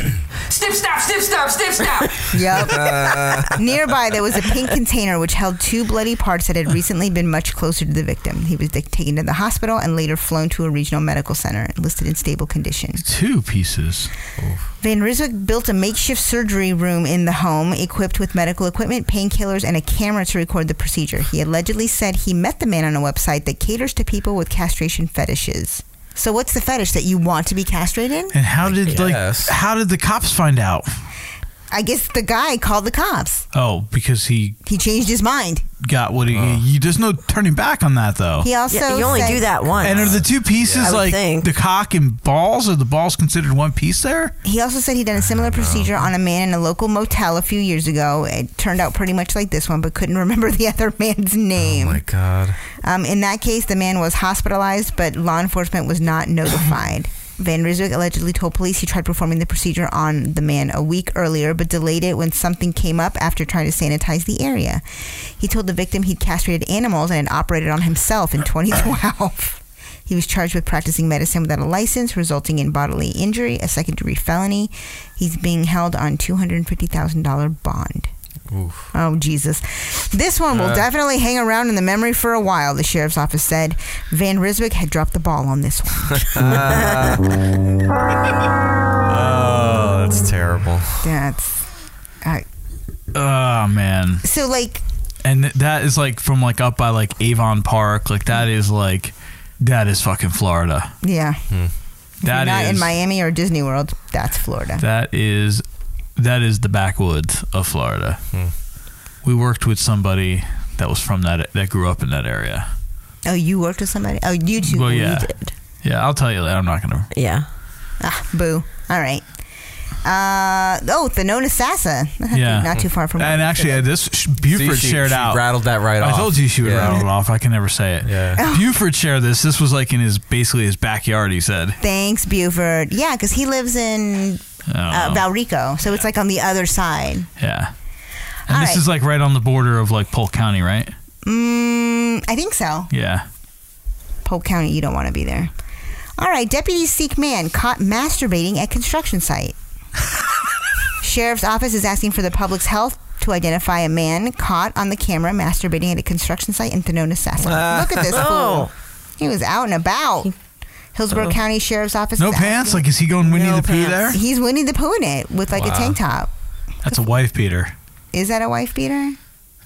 Speaker 9: Snip, stop, snip, stop, snip, stop.
Speaker 5: Yup. Nearby, there was a
Speaker 8: <laughs>
Speaker 5: pink container which held two bloody parts that had recently been much closer to the victim. He was taken to the hospital and later flown to a regional medical center, listed in stable condition.
Speaker 8: Two pieces.
Speaker 5: Van Ryswick built a makeshift surgery room in the home, equipped with medical equipment, painkillers, and a camera to record the procedure. He allegedly said he met the man on a website that caters to people with castration fetishes. So, what's the fetish that you want to be castrated?
Speaker 8: And how did like how did the cops find out?
Speaker 5: I guess the guy called the cops.
Speaker 8: Oh, because he
Speaker 5: He changed his mind.
Speaker 8: got what he. you, there's no turning back on that though.
Speaker 5: He also
Speaker 7: Yeah, you only
Speaker 5: said-
Speaker 7: do that once.
Speaker 8: And are the two
Speaker 7: I
Speaker 8: pieces
Speaker 7: would
Speaker 8: like
Speaker 7: think.
Speaker 8: the cock and balls? Are the balls considered one piece there?
Speaker 5: He also said he'd done a similar procedure on a man in a local motel a few years ago. It turned out pretty much like this one, but couldn't <laughs> remember the other man's
Speaker 11: Oh
Speaker 5: name.
Speaker 6: My God.
Speaker 5: Um, in that case, the man was hospitalized, but law enforcement was not notified. Van Ryswick allegedly told police he tried performing the procedure on the man a week earlier, but delayed it when something came up after trying to sanitize the area. He told the victim he'd castrated animals and had operated on himself in 2012. He was charged with practicing medicine without a license, resulting in bodily injury, a second degree felony. He's being held on $250,000 bond. <laughs>
Speaker 11: <laughs>
Speaker 5: Oh, Jesus. This one will
Speaker 1: Uh.
Speaker 5: definitely hang around in the memory for a while, the sheriff's office said. Van Ryswick had dropped the ball on this one.
Speaker 6: oh, that's terrible.
Speaker 5: That's. uh, I
Speaker 8: Oh man.
Speaker 5: so, like,
Speaker 8: And th- that is like from like up by like Avon Park. Like that is like that is fucking Florida.
Speaker 5: yeah.
Speaker 6: Hmm.
Speaker 5: If you're
Speaker 8: That
Speaker 5: not
Speaker 8: is-
Speaker 5: in Miami or Disney World, that's Florida.
Speaker 8: That is that is the backwoods of Florida.
Speaker 6: Hmm.
Speaker 8: We worked with somebody that was from that that grew up in that area.
Speaker 5: oh, you worked with somebody? Oh, you two.
Speaker 8: well,
Speaker 5: you
Speaker 8: yeah,
Speaker 5: did.
Speaker 8: yeah. I'll tell you later. I'm not gonna.
Speaker 7: Yeah.
Speaker 5: Ah, boo. All right. Uh, oh, the Nona Sassa.
Speaker 8: Yeah,
Speaker 5: Not too far from
Speaker 8: And actually, uh, this sh- Buford
Speaker 6: See, she-
Speaker 8: shared
Speaker 6: she
Speaker 8: out.
Speaker 6: rattled that right
Speaker 8: I
Speaker 6: off.
Speaker 8: told you she would
Speaker 6: Yeah.
Speaker 8: rattle it off. I can never say it.
Speaker 5: Oh.
Speaker 8: Yeah. Buford shared this. This was like in his basically his backyard. He said.
Speaker 5: Thanks, Buford. Yeah, because he lives in uh,
Speaker 8: Oh.
Speaker 5: Valrico. So it's like on the other side.
Speaker 8: Yeah. And
Speaker 5: All
Speaker 8: this
Speaker 5: right.
Speaker 8: is like right on the border of like Polk County, right?
Speaker 5: Mm, I think so.
Speaker 8: Yeah.
Speaker 5: Polk County, you don't want to be there. All right, deputies seek man caught masturbating at construction site. Sheriff's office is asking for the public's help to identify a man caught on the camera masturbating at a construction site in Thenona, Saskatchewan. Look at this
Speaker 8: Oh.
Speaker 5: fool. He was out and about. Hillsborough
Speaker 8: Oh.
Speaker 5: County Sheriff's Office.
Speaker 8: No
Speaker 5: is
Speaker 8: pants?
Speaker 5: asking-
Speaker 8: Like, is he going Winnie the Pooh there?
Speaker 5: He's Winnie the Pooh in it with like a
Speaker 8: Wow.
Speaker 5: tank top.
Speaker 8: That's a wife beater.
Speaker 5: Is that a wife beater?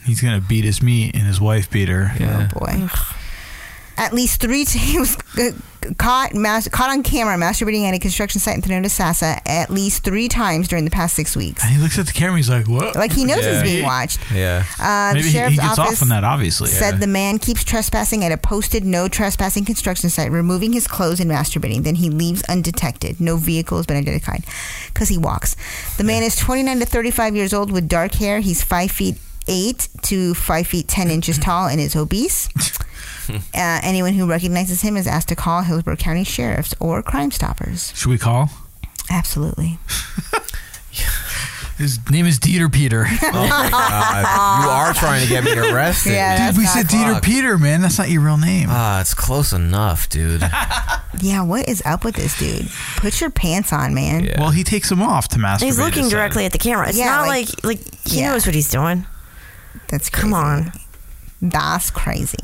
Speaker 8: He's gonna beat his meat and his wife beat her.
Speaker 5: Oh boy. At least three <laughs> t- he was uh, caught mas- caught on camera masturbating at a construction site in Tenoda Sassa at least three times during the past six weeks.
Speaker 8: And he looks at the camera. He's like, "What?"
Speaker 5: Like he knows he's being watched.
Speaker 8: Yeah.
Speaker 5: Uh,
Speaker 8: Maybe
Speaker 5: the
Speaker 8: he,
Speaker 5: sheriff's
Speaker 8: he gets
Speaker 5: office
Speaker 8: off on that. Obviously.
Speaker 5: Said the man keeps trespassing at a posted no trespassing construction site, removing his clothes and masturbating. Then he leaves undetected. No vehicle has been identified because he walks. The man is 29 to 35 years old with dark hair. He's 5 feet 8 to 5 feet 10 inches tall and
Speaker 8: <laughs>
Speaker 5: is obese. Uh, anyone who recognizes him is asked to call Hillsborough County Sheriff's or Crime Stoppers.
Speaker 8: Should we call? <laughs>
Speaker 5: Absolutely.
Speaker 8: His name is Dieter
Speaker 6: <laughs>
Speaker 8: Peter.
Speaker 5: Oh my God.
Speaker 6: You are trying to get
Speaker 5: <laughs>
Speaker 6: me arrested.
Speaker 5: Yeah,
Speaker 8: dude,
Speaker 5: that's
Speaker 8: we
Speaker 5: not
Speaker 8: said Dieter
Speaker 5: fuck.
Speaker 8: Peter, man. That's not your real name.
Speaker 6: Ah, it's close enough, dude.
Speaker 5: Yeah, what is up with this dude? Put your pants on, man.
Speaker 8: <laughs> Well, he takes them off to masturbate.
Speaker 7: He's looking
Speaker 8: his son.
Speaker 7: directly at the camera. It's
Speaker 5: Yeah,
Speaker 7: not
Speaker 5: like-
Speaker 7: like like, he knows what he's doing.
Speaker 5: That's crazy. come on. That's crazy.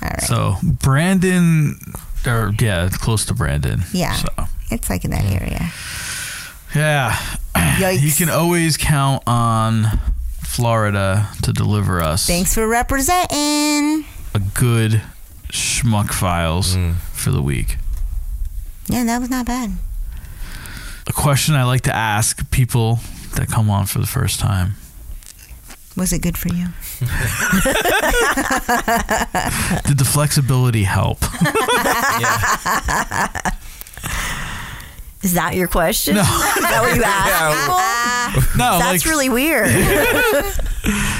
Speaker 5: All right.
Speaker 8: So Brandon, or yeah, it's close to Brandon.
Speaker 5: Yeah.
Speaker 8: So,
Speaker 5: It's like in that area.
Speaker 8: yeah. <clears throat> You can always count on Florida to deliver us
Speaker 5: Thanks for representing.
Speaker 8: a good schmuck files
Speaker 6: Mm.
Speaker 8: for the week.
Speaker 5: Yeah, that was not bad.
Speaker 8: A question I like to ask people that come on for the first time.
Speaker 5: Was it good for
Speaker 8: <laughs>
Speaker 5: you?
Speaker 8: Did the flexibility
Speaker 7: <laughs>
Speaker 8: help?
Speaker 7: Is that your question?
Speaker 8: No.
Speaker 7: <laughs> Is that
Speaker 5: Oh,
Speaker 7: what you ask people?
Speaker 8: <laughs> No,
Speaker 7: That's
Speaker 8: like-
Speaker 7: really weird.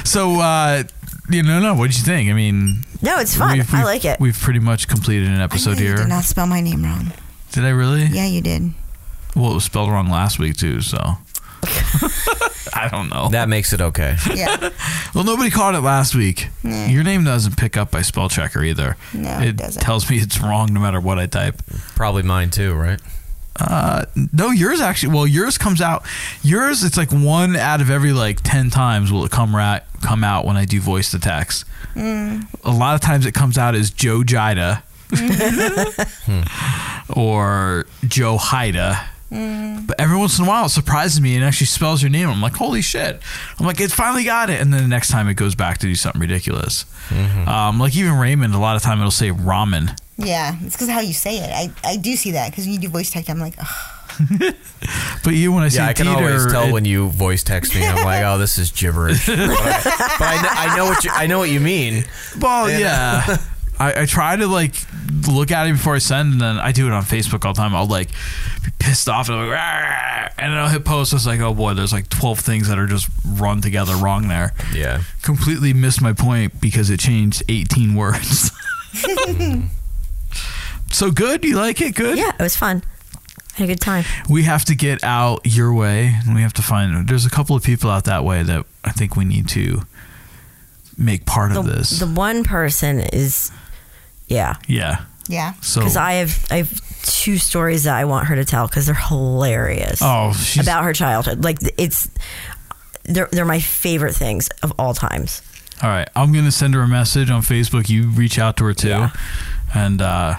Speaker 8: So, uh, you know, no, what did you think? I mean,
Speaker 7: No, it's fun. I like it.
Speaker 8: We've pretty much completed an episode
Speaker 5: You
Speaker 8: here.
Speaker 5: did not spell my name wrong.
Speaker 8: Did I really?
Speaker 5: Yeah, you did.
Speaker 8: Well, it was spelled wrong last week too, so
Speaker 7: <laughs>
Speaker 8: <laughs> I don't know. That makes it okay. <laughs>
Speaker 5: Yeah.
Speaker 8: well, nobody caught it last week. Your name doesn't pick up by spell checker either.
Speaker 5: No,
Speaker 8: it,
Speaker 5: it doesn't.
Speaker 8: tells me it's wrong no matter what I type. Probably mine too, right? Uh, no, yours actually. Well, yours comes out. Yours, it's like one out of every like ten times will it come ra- come out when I do voice to text.
Speaker 5: Mm.
Speaker 8: A lot of times it comes out as Joe Jida
Speaker 5: Mm-hmm.
Speaker 8: <laughs> or Joe Haida.
Speaker 5: Mm.
Speaker 8: But every once in a while, it surprises me and actually spells your name. I'm like, holy shit! I'm like, it finally got it. And then the next time, it goes back to do something ridiculous.
Speaker 11: Mm-hmm.
Speaker 8: Um, like even Raymond, a lot of time it'll say ramen.
Speaker 5: Yeah, it's because how you say it. I, I do see that because when you do voice tech, I'm like, ugh.
Speaker 8: But you, when I see
Speaker 11: yeah, I can always
Speaker 8: Dieter,
Speaker 11: tell
Speaker 8: it-
Speaker 11: when
Speaker 8: <laughs>
Speaker 11: you voice text me. I'm like, oh, this is gibberish. but I, but I kn- I
Speaker 8: <laughs>
Speaker 11: know what you, I know what you mean.
Speaker 8: Well, Oh, yeah. I, I try to like look at it before I send, and then I do it on Facebook all the time. I'll like be pissed off and I'm like, "Rah!" and then I'll hit post. It's like, oh boy, there's like twelve things that are just run together wrong there. Yeah, completely missed my point because it changed eighteen <laughs> words. <laughs> so good, you like it? Good.
Speaker 7: Yeah, it was fun. I had a good time.
Speaker 8: We have to get out your way, and we have to find. There's a couple of people out that way that I think we need to make part
Speaker 7: The,
Speaker 8: of this.
Speaker 7: the one person is, yeah,
Speaker 8: yeah.
Speaker 5: yeah.
Speaker 8: So-
Speaker 7: because I have I have two stories that I want her to tell because they're hilarious.
Speaker 8: Oh, she's-
Speaker 7: about her childhood. Like it's they're they're my favorite things of all times.
Speaker 8: All right, I'm gonna send her a message on Facebook. You reach out to her too, and uh,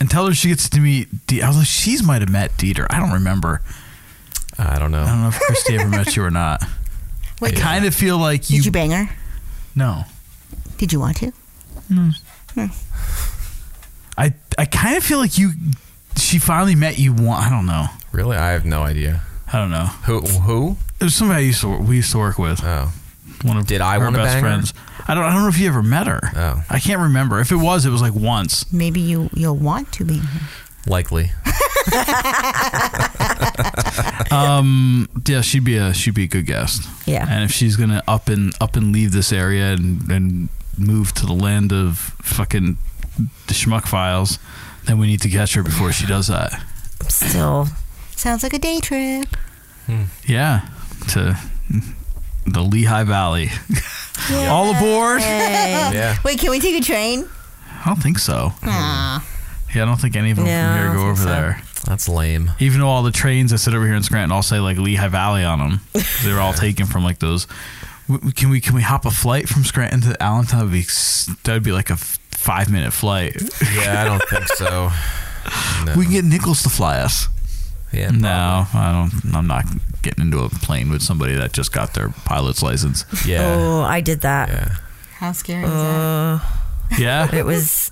Speaker 8: and tell her she gets to meet. De- I was like, she's might have met Dieter. I don't remember. Uh, I don't know. I don't know if Christy ever met you or <laughs> not.
Speaker 5: Wait,
Speaker 8: I kind of feel like you.
Speaker 5: Did you bang her?
Speaker 8: No,
Speaker 5: Did you want to?
Speaker 8: Hmm. I I kind of feel like you. She finally met you. One. I don't know.
Speaker 11: Really, I have no idea.
Speaker 8: I don't know
Speaker 11: who. Who?
Speaker 8: It was somebody I used to we used to work with.
Speaker 11: Oh,
Speaker 8: one of did
Speaker 11: I
Speaker 8: her
Speaker 11: wanna
Speaker 8: best
Speaker 11: bang her?
Speaker 8: friends. I don't. I don't know if you ever met her. Oh, I can't remember. If it was, it was like once.
Speaker 5: Maybe you you'll want to bang her.
Speaker 8: Likely. <laughs> um. Yeah, she'd be a she'd be a good guest.
Speaker 7: Yeah.
Speaker 8: And if she's gonna up and up and leave this area and and move to the land of fucking the schmuck files, then we need to catch her before she does that.
Speaker 7: Still.
Speaker 5: Sounds like a day trip.
Speaker 8: Yeah. To the Lehigh Valley. <laughs> All aboard.
Speaker 5: Yay.
Speaker 8: Yeah.
Speaker 5: Wait, can we take a train?
Speaker 8: I don't think so.
Speaker 5: Aw.
Speaker 8: Yeah, I don't think any of them
Speaker 5: No,
Speaker 8: from
Speaker 5: I
Speaker 8: here go
Speaker 5: don't
Speaker 8: over
Speaker 5: think so.
Speaker 8: there. That's lame. Even though all the trains that sit over here in Scranton all say like Lehigh Valley on
Speaker 5: <laughs>
Speaker 8: them, they were all taken from like those. w- w- Can we can we hop a flight from Scranton to Allentown? That'd be, s- that'd be like a f- five
Speaker 6: uh,
Speaker 8: minute flight. <laughs>
Speaker 11: Yeah, I don't think so.
Speaker 8: We can get Nichols to fly us. Yeah. No, I don't. I'm not getting into a plane with somebody that just got their pilot's license.
Speaker 7: Oh, I did that.
Speaker 5: How scary is
Speaker 7: Uh,
Speaker 8: Yeah?
Speaker 7: <laughs> It was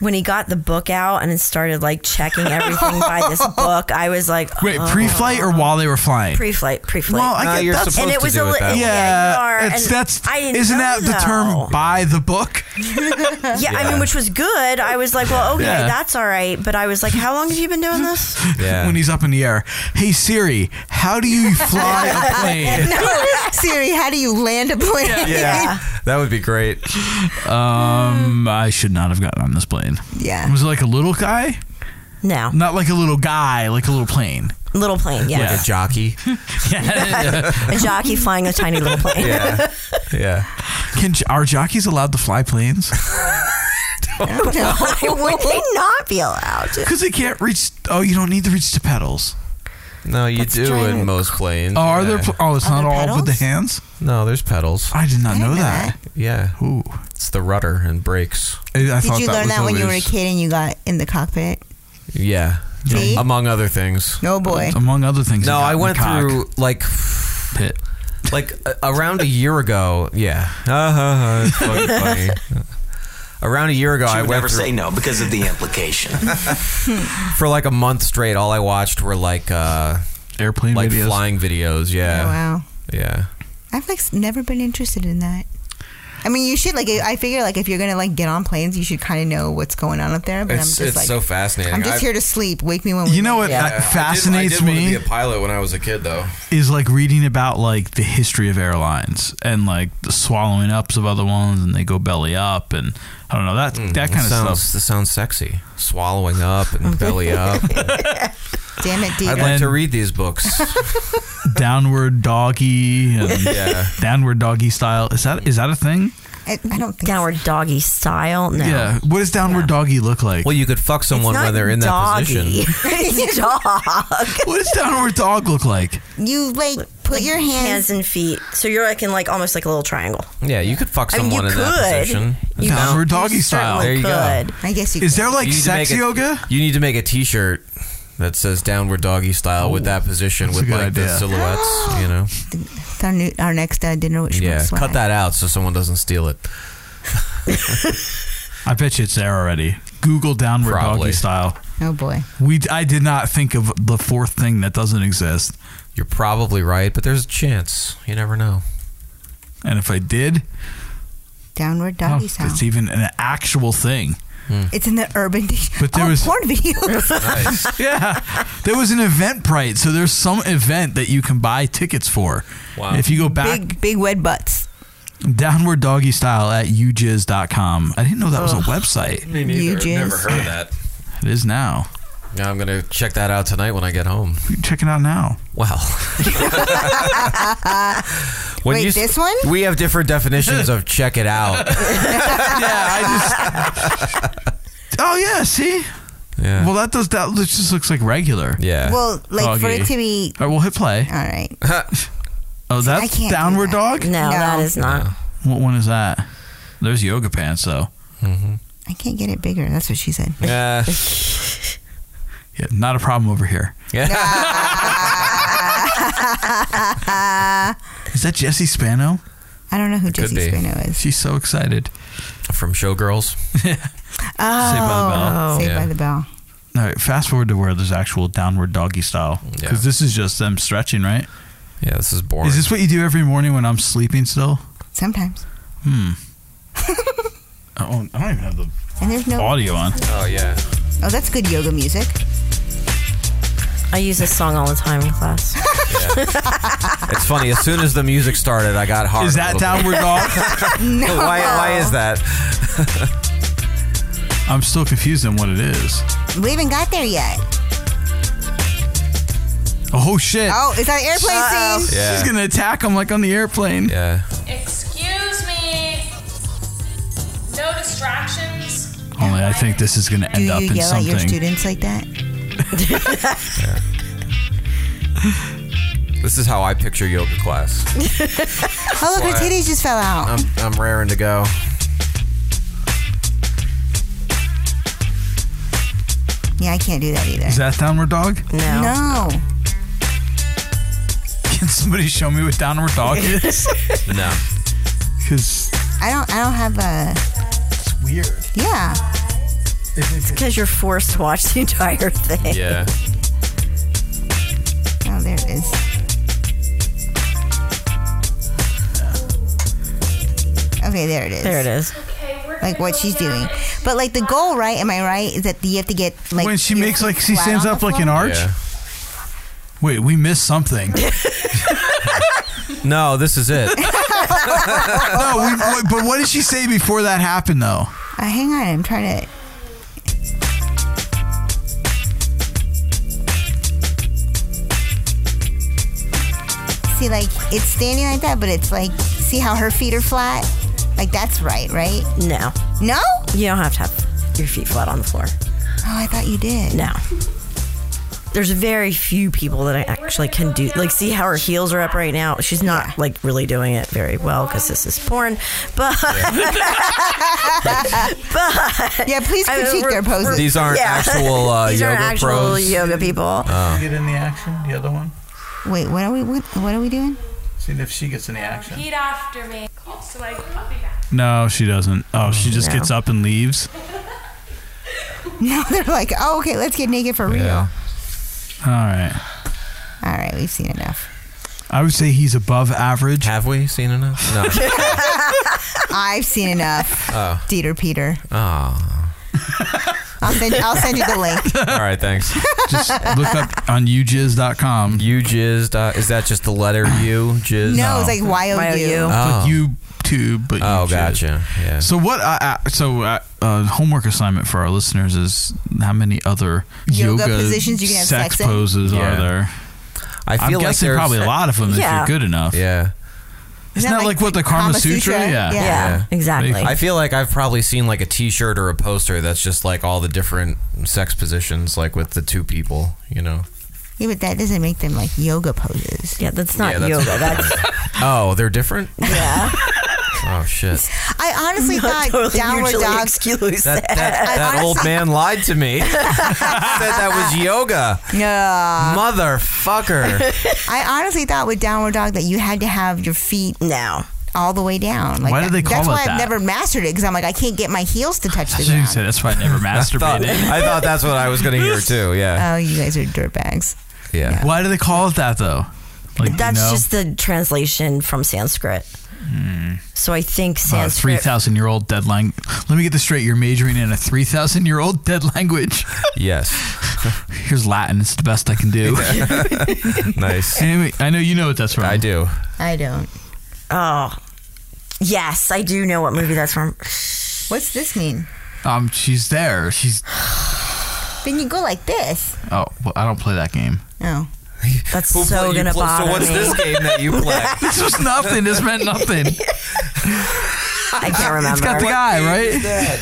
Speaker 7: when he got the book out and it started like checking everything by
Speaker 8: <laughs>
Speaker 7: this book. I was like,
Speaker 8: Wait,
Speaker 7: oh.
Speaker 5: uh-huh.
Speaker 8: pre-flight or while they were flying?
Speaker 7: Pre-flight, pre-flight.
Speaker 8: Well, I get that's,
Speaker 7: and it was a li-
Speaker 8: yeah.
Speaker 7: you are,
Speaker 8: it's,
Speaker 7: and
Speaker 8: that's
Speaker 7: I didn't
Speaker 8: isn't that the
Speaker 7: know,
Speaker 8: term by the book?
Speaker 7: though. <laughs> yeah, I
Speaker 8: Yeah.
Speaker 7: mean, which was good. I was like, well, okay,
Speaker 8: Yeah.
Speaker 7: that's all right. But I was like, how long have you been doing this?
Speaker 8: Yeah. when he's up in the air. Hey Siri, how do you fly a
Speaker 5: <laughs>
Speaker 8: plane?
Speaker 5: no, Siri, how do you land a
Speaker 8: <laughs>
Speaker 5: plane? <laughs>
Speaker 8: that would be great. Um, I should not have gotten on this plane.
Speaker 5: Yeah.
Speaker 8: was it like a little guy?
Speaker 7: No,
Speaker 8: not like a little guy, like a little plane.
Speaker 7: Little plane, yeah.
Speaker 8: like a
Speaker 7: <laughs>
Speaker 8: jockey. yeah,
Speaker 7: a jockey flying a tiny little plane. <laughs>
Speaker 8: Yeah. yeah. Can are jockeys allowed to fly
Speaker 7: <laughs>
Speaker 8: planes?
Speaker 7: no, would they not be allowed?
Speaker 8: Because they can't reach. Oh, you don't need to reach the pedals.
Speaker 6: No, you do in most planes.
Speaker 8: Oh, are there?
Speaker 6: yeah.
Speaker 8: Pl- oh, it's not all with the hands.
Speaker 6: No, there's pedals.
Speaker 8: I did not know, that.
Speaker 6: Yeah.
Speaker 8: Ooh.
Speaker 6: It's the rudder and brakes.
Speaker 5: Did you learn that when you were a kid and you got in the cockpit?
Speaker 6: Yeah.
Speaker 5: See?
Speaker 6: Among other things.
Speaker 5: No boy.
Speaker 8: Among other things.
Speaker 6: No,
Speaker 5: you got
Speaker 6: I
Speaker 5: in the
Speaker 6: went
Speaker 5: cock.
Speaker 6: through like
Speaker 8: pit.
Speaker 6: Like a- around a year ago. Yeah. <laughs> Uh-huh, it's fucking funny. Around a year ago,
Speaker 23: She
Speaker 6: I
Speaker 23: would
Speaker 6: went
Speaker 23: never
Speaker 6: through-
Speaker 23: say no because
Speaker 8: <laughs>
Speaker 23: of the implication.
Speaker 6: for like a month straight. All I watched were like uh,
Speaker 8: airplane,
Speaker 6: like
Speaker 8: videos.
Speaker 6: flying videos. Yeah.
Speaker 5: Oh, wow.
Speaker 6: Yeah.
Speaker 5: I've like s- never been interested in that. I mean, you should like. I figure like if you're gonna like get on planes, you should kind of know what's going on up there. But I'm
Speaker 6: It's,
Speaker 5: just
Speaker 6: it's
Speaker 5: like,
Speaker 6: so fascinating.
Speaker 5: I'm just
Speaker 6: I've-
Speaker 5: here to sleep. Wake me when
Speaker 8: You know what, that fascinates
Speaker 6: I did, I did
Speaker 8: me?
Speaker 6: Want to be a pilot when I was a kid, though.
Speaker 8: Is like reading about like the history of airlines and like the swallowing ups of other ones, and they go belly up, and I don't know that that kind of stuff.
Speaker 6: sounds, Mm, That sounds sexy. Swallowing up
Speaker 5: <laughs>
Speaker 6: and
Speaker 7: <laughs>
Speaker 6: belly up.
Speaker 5: Damn it,
Speaker 6: I'd
Speaker 5: Deegan.
Speaker 6: like to read these books.
Speaker 8: <laughs> downward doggy and
Speaker 6: <laughs> Yeah.
Speaker 8: downward doggy style. Is that is that a thing?
Speaker 5: I, I don't think
Speaker 7: downward doggy style. No,
Speaker 8: Yeah. What does downward doggy look like?
Speaker 6: Well, you could fuck someone
Speaker 7: not
Speaker 6: when they're in that
Speaker 7: doggy.
Speaker 6: position.
Speaker 7: <laughs> It's dog.
Speaker 8: What does downward dog
Speaker 23: <laughs>
Speaker 8: look like?
Speaker 5: You like put your hands-
Speaker 7: and feet, so you're like in like almost like a little triangle.
Speaker 6: Yeah, you could fuck
Speaker 7: I mean,
Speaker 6: someone
Speaker 7: you
Speaker 6: in that
Speaker 7: could.
Speaker 6: position.
Speaker 7: You
Speaker 8: Downward doggy style.
Speaker 6: There you go.
Speaker 5: I guess you.
Speaker 8: Is
Speaker 5: could.
Speaker 8: there like
Speaker 6: You need to
Speaker 8: sex
Speaker 6: make a-
Speaker 8: yoga?
Speaker 6: You need to make a T-shirt that says "Downward Doggy Style" with that position,
Speaker 8: that's a
Speaker 6: with
Speaker 8: good
Speaker 6: like the
Speaker 8: idea.
Speaker 6: silhouettes. you know,
Speaker 5: <laughs> our, new, our next uh, dinner with
Speaker 6: yeah.
Speaker 5: Schmuck's
Speaker 6: Cut
Speaker 5: Swag.
Speaker 6: that out so someone doesn't steal it.
Speaker 8: <laughs> I bet you it's there already. Google downward
Speaker 6: Probably.
Speaker 8: doggy style.
Speaker 5: Oh boy.
Speaker 8: We I did not think of the fourth thing that doesn't exist.
Speaker 6: You're probably right, but there's a chance. You never know.
Speaker 8: And if I did,
Speaker 5: Downward doggy
Speaker 8: oh,
Speaker 5: style.
Speaker 8: it's even an actual thing.
Speaker 6: Hmm.
Speaker 5: It's in the urban. <laughs> Dic-
Speaker 8: But there
Speaker 5: oh,
Speaker 8: was-
Speaker 5: porn
Speaker 8: <laughs>
Speaker 5: videos. <laughs>
Speaker 8: yeah, there was an event right, so there's some event that you can buy tickets for.
Speaker 5: Wow.
Speaker 8: If you go back
Speaker 5: Big big wed butts.
Speaker 8: downward doggy style at ujiz.com. I didn't know that was a
Speaker 5: Ugh.
Speaker 8: website.
Speaker 6: Me neither.
Speaker 5: Eugenes.
Speaker 6: Never heard of that.
Speaker 8: It is now.
Speaker 6: Now I'm gonna check that out tonight when I get home.
Speaker 8: You can check it out now.
Speaker 6: Wow. <laughs> When
Speaker 5: Wait,
Speaker 6: you s-
Speaker 5: this one?
Speaker 8: <laughs>
Speaker 6: We have different definitions of check it <laughs> out.
Speaker 8: Oh yeah, see.
Speaker 6: Yeah.
Speaker 8: Well, that does that. This just looks like regular.
Speaker 6: Yeah.
Speaker 5: Well, like for it to be.
Speaker 8: All right, we'll hit play.
Speaker 5: All right.
Speaker 8: <laughs> oh,
Speaker 5: I
Speaker 8: that's
Speaker 5: can't do
Speaker 8: downward
Speaker 5: that.
Speaker 8: dog.
Speaker 5: No, No. that is not.
Speaker 8: What one is that? There's yoga pants though. Mm-hmm.
Speaker 5: I can't get it bigger. That's what she said. <laughs>
Speaker 6: Yeah.
Speaker 8: yeah, not a problem over here.
Speaker 6: <laughs>
Speaker 5: I
Speaker 8: Is that Jesse Spano?
Speaker 5: don't know who
Speaker 8: Could
Speaker 5: Jesse
Speaker 8: be.
Speaker 5: Spano is.
Speaker 8: She's so excited. <laughs>
Speaker 6: From Showgirls.
Speaker 5: Oh,
Speaker 8: Bell.
Speaker 5: Saved
Speaker 8: Yeah.
Speaker 5: by the Bell.
Speaker 8: All right, fast forward to where there's actual downward doggy style. Because
Speaker 6: Yeah.
Speaker 8: this is just them stretching, right?
Speaker 6: Yeah, this is boring.
Speaker 8: Is this what you do every morning when I'm sleeping still?
Speaker 5: Sometimes.
Speaker 8: Hmm. <laughs> I, don't, I don't even have the
Speaker 5: And there's no.
Speaker 8: audio on.
Speaker 6: Oh, yeah. <laughs>
Speaker 5: Oh, that's good yoga music.
Speaker 7: I use this song all the time
Speaker 8: <laughs>
Speaker 7: in class.
Speaker 6: It's funny. As soon as the music started, I got hard.
Speaker 8: Is
Speaker 6: a
Speaker 8: that
Speaker 6: little
Speaker 8: downward
Speaker 6: bit.
Speaker 8: dog?
Speaker 6: <laughs>
Speaker 5: No.
Speaker 6: Why? Why is that?
Speaker 8: <laughs> I'm still confused on what it is.
Speaker 5: We haven't got there yet.
Speaker 8: Oh, shit.
Speaker 5: Oh, it's our airplane scene.
Speaker 8: She's going to attack him like on the airplane.
Speaker 6: Yeah.
Speaker 11: Excuse me. No
Speaker 5: <laughs>
Speaker 11: distractions.
Speaker 8: Only I think this is going to
Speaker 5: Do
Speaker 8: end up
Speaker 5: you
Speaker 8: in
Speaker 5: yell at your
Speaker 8: something.
Speaker 5: students like <laughs> that?
Speaker 6: This is how I picture yoga class.
Speaker 5: oh, look, her
Speaker 6: Why?
Speaker 5: titties just fell
Speaker 8: Uh.
Speaker 5: out.
Speaker 6: I'm, I'm raring to go.
Speaker 5: Yeah, I can't do that
Speaker 8: <laughs>
Speaker 5: either.
Speaker 8: Is that downward dog?
Speaker 5: No.
Speaker 8: <laughs> Can somebody show me what downward
Speaker 6: <laughs>
Speaker 8: dog is? <laughs>
Speaker 6: no.
Speaker 8: Because
Speaker 5: I don't. I don't have a.
Speaker 8: it's weird.
Speaker 5: Yeah.
Speaker 7: It's because you're forced to watch the entire thing.
Speaker 6: Yeah.
Speaker 5: Oh, there it is. Okay, there it is.
Speaker 7: There it is.
Speaker 5: Like what she's doing, but like the goal, right? Am I right? Is that you have to get like
Speaker 8: when she
Speaker 5: your
Speaker 8: makes
Speaker 5: feet
Speaker 8: like she
Speaker 5: flat
Speaker 8: stands
Speaker 5: on
Speaker 8: up
Speaker 5: the
Speaker 8: like an
Speaker 5: floor?
Speaker 8: arch. Wait, we missed something.
Speaker 6: no, this is it.
Speaker 8: no, we, wait, but what did she say before that happened though?
Speaker 5: Uh, hang on, I'm trying to. See, like it's standing like that, but it's like, see how her feet are flat? Like that's right, right?
Speaker 7: No.
Speaker 5: No?
Speaker 7: You don't have to have your feet flat on the floor.
Speaker 5: Oh, I thought you did.
Speaker 7: No. There's very few people that I actually can do. Like, see how her heels are up right now. She's not like really doing it very well because this is porn. But, <laughs> but
Speaker 5: yeah,
Speaker 7: <laughs>
Speaker 5: please critique their poses.
Speaker 6: These aren't actual, uh,
Speaker 7: These aren't
Speaker 6: yoga
Speaker 7: actual
Speaker 6: pros.
Speaker 7: yoga
Speaker 6: Oh.
Speaker 7: people.
Speaker 8: Get in the action. The other one.
Speaker 5: Wait, what are we? What, what are we doing?
Speaker 8: Seeing if she gets in the action.
Speaker 12: Repeat after me. So I, I'll be back.
Speaker 8: No, she doesn't. Oh,
Speaker 6: Mm,
Speaker 8: she just
Speaker 5: No.
Speaker 8: gets up and leaves.
Speaker 5: <laughs> No, they're like, oh, okay, let's get naked for real.
Speaker 8: All right.
Speaker 5: All right,
Speaker 8: <laughs>
Speaker 5: we've seen enough.
Speaker 8: I would say he's above average.
Speaker 6: Have we seen enough? No.
Speaker 5: <laughs>
Speaker 8: Oh.
Speaker 5: I've seen enough.
Speaker 6: Oh.
Speaker 5: Dieter Peter.
Speaker 6: Oh.
Speaker 5: I'll send. I'll send you the link.
Speaker 6: All right, thanks.
Speaker 5: <laughs>
Speaker 8: Just look up on ujiz.com.
Speaker 6: Ujiz. dot- Is that just the letter U? Jizz?
Speaker 5: No, it's like Y O U.
Speaker 6: Oh.
Speaker 8: YouTube, but
Speaker 6: oh, gotcha. Yeah.
Speaker 8: So what? I, I, so uh, uh, homework assignment for our listeners is how many other
Speaker 5: Yoga
Speaker 8: yoga,
Speaker 5: positions you can have
Speaker 8: sex,
Speaker 5: sex in?
Speaker 8: poses
Speaker 6: Yeah.
Speaker 8: are there?
Speaker 6: I
Speaker 8: I'm
Speaker 6: feel like
Speaker 8: guessing
Speaker 6: there's-
Speaker 8: probably a lot of them
Speaker 6: Yeah.
Speaker 8: if you're good enough.
Speaker 6: Yeah.
Speaker 8: Isn't that like, what the Karma, Sutra? Yeah.
Speaker 6: I feel like I've probably seen like a T-shirt or a poster that's just like all the different sex positions, like with the two people. You know.
Speaker 5: Yeah, but that doesn't make them like yoga poses.
Speaker 7: Yeah, that's
Speaker 6: Yeah, that's- <laughs> oh, they're different.
Speaker 7: Yeah.
Speaker 6: Oh shit.
Speaker 5: I honestly
Speaker 7: Not
Speaker 5: thought
Speaker 7: totally
Speaker 5: downward
Speaker 7: mutually
Speaker 5: dog.
Speaker 7: exclusive.
Speaker 6: That that, that old man lied to me. <laughs> Said that was yoga.
Speaker 5: Yeah. <laughs>
Speaker 6: Motherfucker.
Speaker 5: I honestly thought with downward dog that you had to have your feet
Speaker 7: now
Speaker 5: all the way down. Like
Speaker 8: Why do
Speaker 5: that-
Speaker 8: they call
Speaker 5: That's
Speaker 8: it
Speaker 5: why I've
Speaker 8: that?
Speaker 5: never mastered it because I'm like I can't get my heels
Speaker 8: <laughs>
Speaker 5: to touch the
Speaker 8: I
Speaker 5: ground.
Speaker 8: said that's why I
Speaker 6: <laughs>
Speaker 8: never
Speaker 6: Thought-
Speaker 8: masturbated.
Speaker 6: I thought that's what I was gonna hear too. Yeah.
Speaker 7: <laughs>
Speaker 5: Oh, you guys are dirtbags.
Speaker 6: yeah.
Speaker 8: Why do they call it that though? Like
Speaker 7: That's
Speaker 8: you know,
Speaker 7: just the translation from Sanskrit. So I think
Speaker 8: a Uh, three
Speaker 7: Sanskrit.
Speaker 8: thousand year old dead language. Let me get this straight. You're majoring in a three thousand year old dead language.
Speaker 6: Yes.
Speaker 8: <laughs> Here's Latin. It's the best I can do.
Speaker 6: <laughs>
Speaker 8: <laughs>
Speaker 6: nice.
Speaker 8: Anyway, I know you know what that's from. I
Speaker 6: do.
Speaker 5: I don't.
Speaker 7: oh, yes, I do know what movie that's from.
Speaker 5: What's this mean?
Speaker 8: Um, she's there. She's.
Speaker 5: Then you go like this.
Speaker 8: Oh, well, I don't play that game.
Speaker 5: Oh.
Speaker 7: That's
Speaker 8: Who
Speaker 7: so
Speaker 8: play- you
Speaker 7: gonna
Speaker 8: play- so
Speaker 7: bother
Speaker 8: what's
Speaker 7: me.
Speaker 8: this game that you play? <laughs> This was nothing. This meant nothing.
Speaker 7: <laughs> I can't remember.
Speaker 8: It's got the guy, right?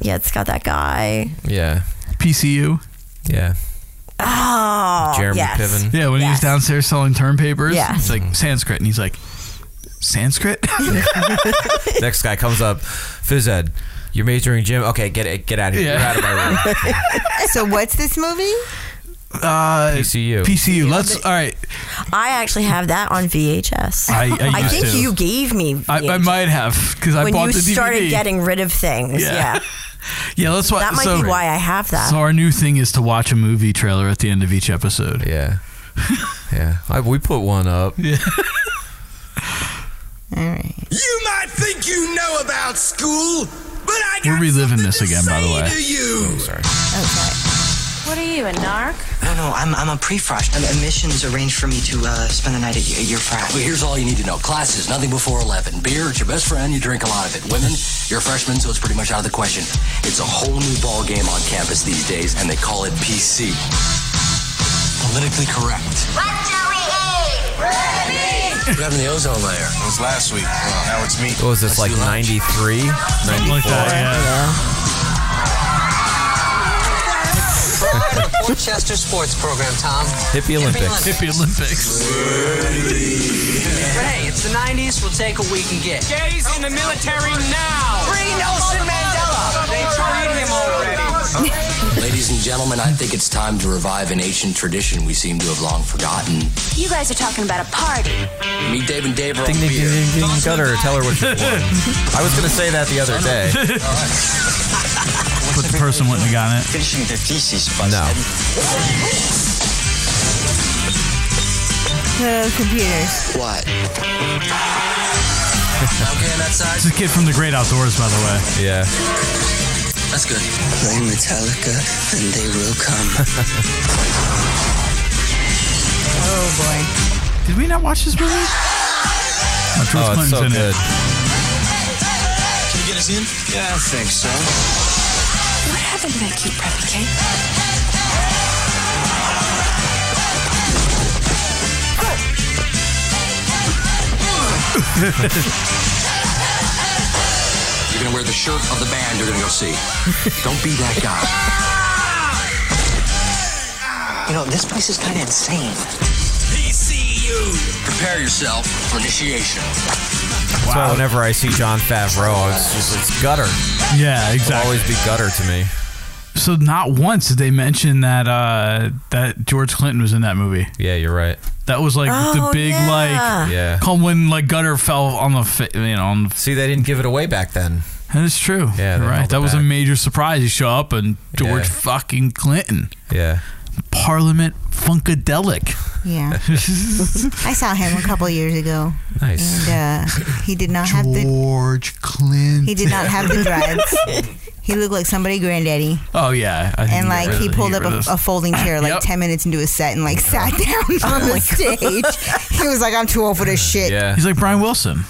Speaker 7: Yeah, it's got that guy.
Speaker 6: Yeah.
Speaker 8: PCU.
Speaker 6: Yeah.
Speaker 7: Oh, yes.
Speaker 8: Yeah, when he was downstairs selling term papers.
Speaker 7: Yes.
Speaker 8: It's like Sanskrit, and he's like, Sanskrit.
Speaker 6: <laughs> Next guy comes up, phys ed. You're majoring gym. Okay, get it, get out of here. You're
Speaker 8: Yeah.
Speaker 6: out of my
Speaker 8: <laughs>
Speaker 6: room.
Speaker 5: so what's this movie?
Speaker 8: Uh,
Speaker 6: PCU.
Speaker 8: PCU. Let's. All right.
Speaker 7: I actually have that on VHS.
Speaker 8: I- I used
Speaker 7: think
Speaker 8: to.
Speaker 7: you gave me
Speaker 8: I, I might have because I
Speaker 7: when
Speaker 8: bought
Speaker 7: you
Speaker 8: the DVD.
Speaker 7: started getting rid of things. Yeah,
Speaker 8: <laughs> yeah, that's why.
Speaker 7: that might
Speaker 8: so,
Speaker 7: be why I have that.
Speaker 8: So our new thing is to watch a movie trailer at the end of each episode.
Speaker 6: Yeah. Yeah. I, we put one up.
Speaker 8: <laughs> Yeah.
Speaker 5: All right.
Speaker 24: You might think you know about school, but I
Speaker 8: We're reliving this again, by the
Speaker 24: say
Speaker 8: way.
Speaker 24: to you.
Speaker 6: Oh,
Speaker 12: What are you, a narc?
Speaker 25: No, no, I'm, I'm a pre-frosh. Um, admissions arranged for me to uh, spend the night at y- your frat.
Speaker 11: Well, here's all you need to know. Classes, nothing before 11. Beer, it's your best friend. You drink a lot of it. Women, you're a freshman, so it's pretty much out of the question. It's a whole new ball game on campus these days, and they call it PC. Politically correct.
Speaker 16: What shall we eat? Rabbit!
Speaker 11: What happened to the ozone layer? It was last week. now it's me.
Speaker 6: What was this, like <laughs> 93? 94?
Speaker 8: like that,
Speaker 11: Worcester sports program, Tom.
Speaker 6: Hippie Olympics.
Speaker 8: Hippie Olympics.
Speaker 11: But hey, it's the 90s. We'll take what we can get.
Speaker 26: Gays in the military now.
Speaker 11: Free Nelson Mandela.
Speaker 26: They tried him already.
Speaker 27: Ladies and gentlemen, I think it's time to revive an ancient tradition we seem to have long forgotten.
Speaker 22: <laughs> You guys are talking about a party.
Speaker 27: Meet Dave and Dave are on
Speaker 11: Ding ding ding
Speaker 27: beer.
Speaker 11: ding ding. Gutter, tell her what you want.
Speaker 27: <laughs>
Speaker 11: I was gonna say that the other day.
Speaker 8: But the person wouldn't have gotten it.
Speaker 21: Finishing the thesis,
Speaker 11: No.
Speaker 9: Eh,
Speaker 5: The computers.
Speaker 27: What? okay, on that side?
Speaker 8: It's a kid from the Great Outdoors, by the way.
Speaker 11: Yeah.
Speaker 27: That's good.
Speaker 15: Play Metallica and they will come.
Speaker 11: <laughs>
Speaker 5: Oh
Speaker 8: Did we not watch this movie? No, George
Speaker 11: Oh, it's
Speaker 8: Clinton's
Speaker 11: so
Speaker 8: in
Speaker 11: good.
Speaker 8: it.
Speaker 27: Can you get us in? Yeah, I think so.
Speaker 22: What happened to that cute preppy cake?
Speaker 27: You're gonna wear the shirt of the band you're gonna go see. <laughs> Don't be that guy.
Speaker 15: You know, this place is kind of insane.
Speaker 27: PCU. Prepare yourself for initiation.
Speaker 11: That's why whenever I see John Favreau, it's just it's gutter.
Speaker 8: Yeah,
Speaker 11: It'll
Speaker 8: exactly.
Speaker 11: always be gutter to me.
Speaker 8: So not once did they mention that uh, that George Clinton was in that movie.
Speaker 11: Yeah, you're right.
Speaker 8: That was like the
Speaker 7: Oh,
Speaker 8: big
Speaker 7: yeah.
Speaker 8: like
Speaker 11: Yeah.
Speaker 8: come when like gutter fell on the fa- you know on the
Speaker 11: See, they didn't give it away back then.
Speaker 8: That is true.
Speaker 11: Yeah,
Speaker 8: You're
Speaker 11: they
Speaker 8: right.
Speaker 11: held it
Speaker 8: That was a
Speaker 11: back.
Speaker 8: major surprise. You show up and George
Speaker 11: Yeah.
Speaker 8: fucking Clinton,
Speaker 11: Yeah.
Speaker 8: Parliament funkadelic.
Speaker 5: boy. Yeah.
Speaker 8: <laughs>
Speaker 5: I saw him a couple years ago.
Speaker 11: Nice.
Speaker 5: And uh, he did not have the
Speaker 8: George Clinton.
Speaker 5: he did not have the dreads. he looked like somebody granddaddy.
Speaker 8: <laughs> Oh yeah, I
Speaker 5: And like he pulled up a, a folding chair like
Speaker 8: Yep.
Speaker 5: ten minutes into his set and like sat down on the stage. he was like, "I'm too old for this shit."
Speaker 8: He's like Brian Wilson.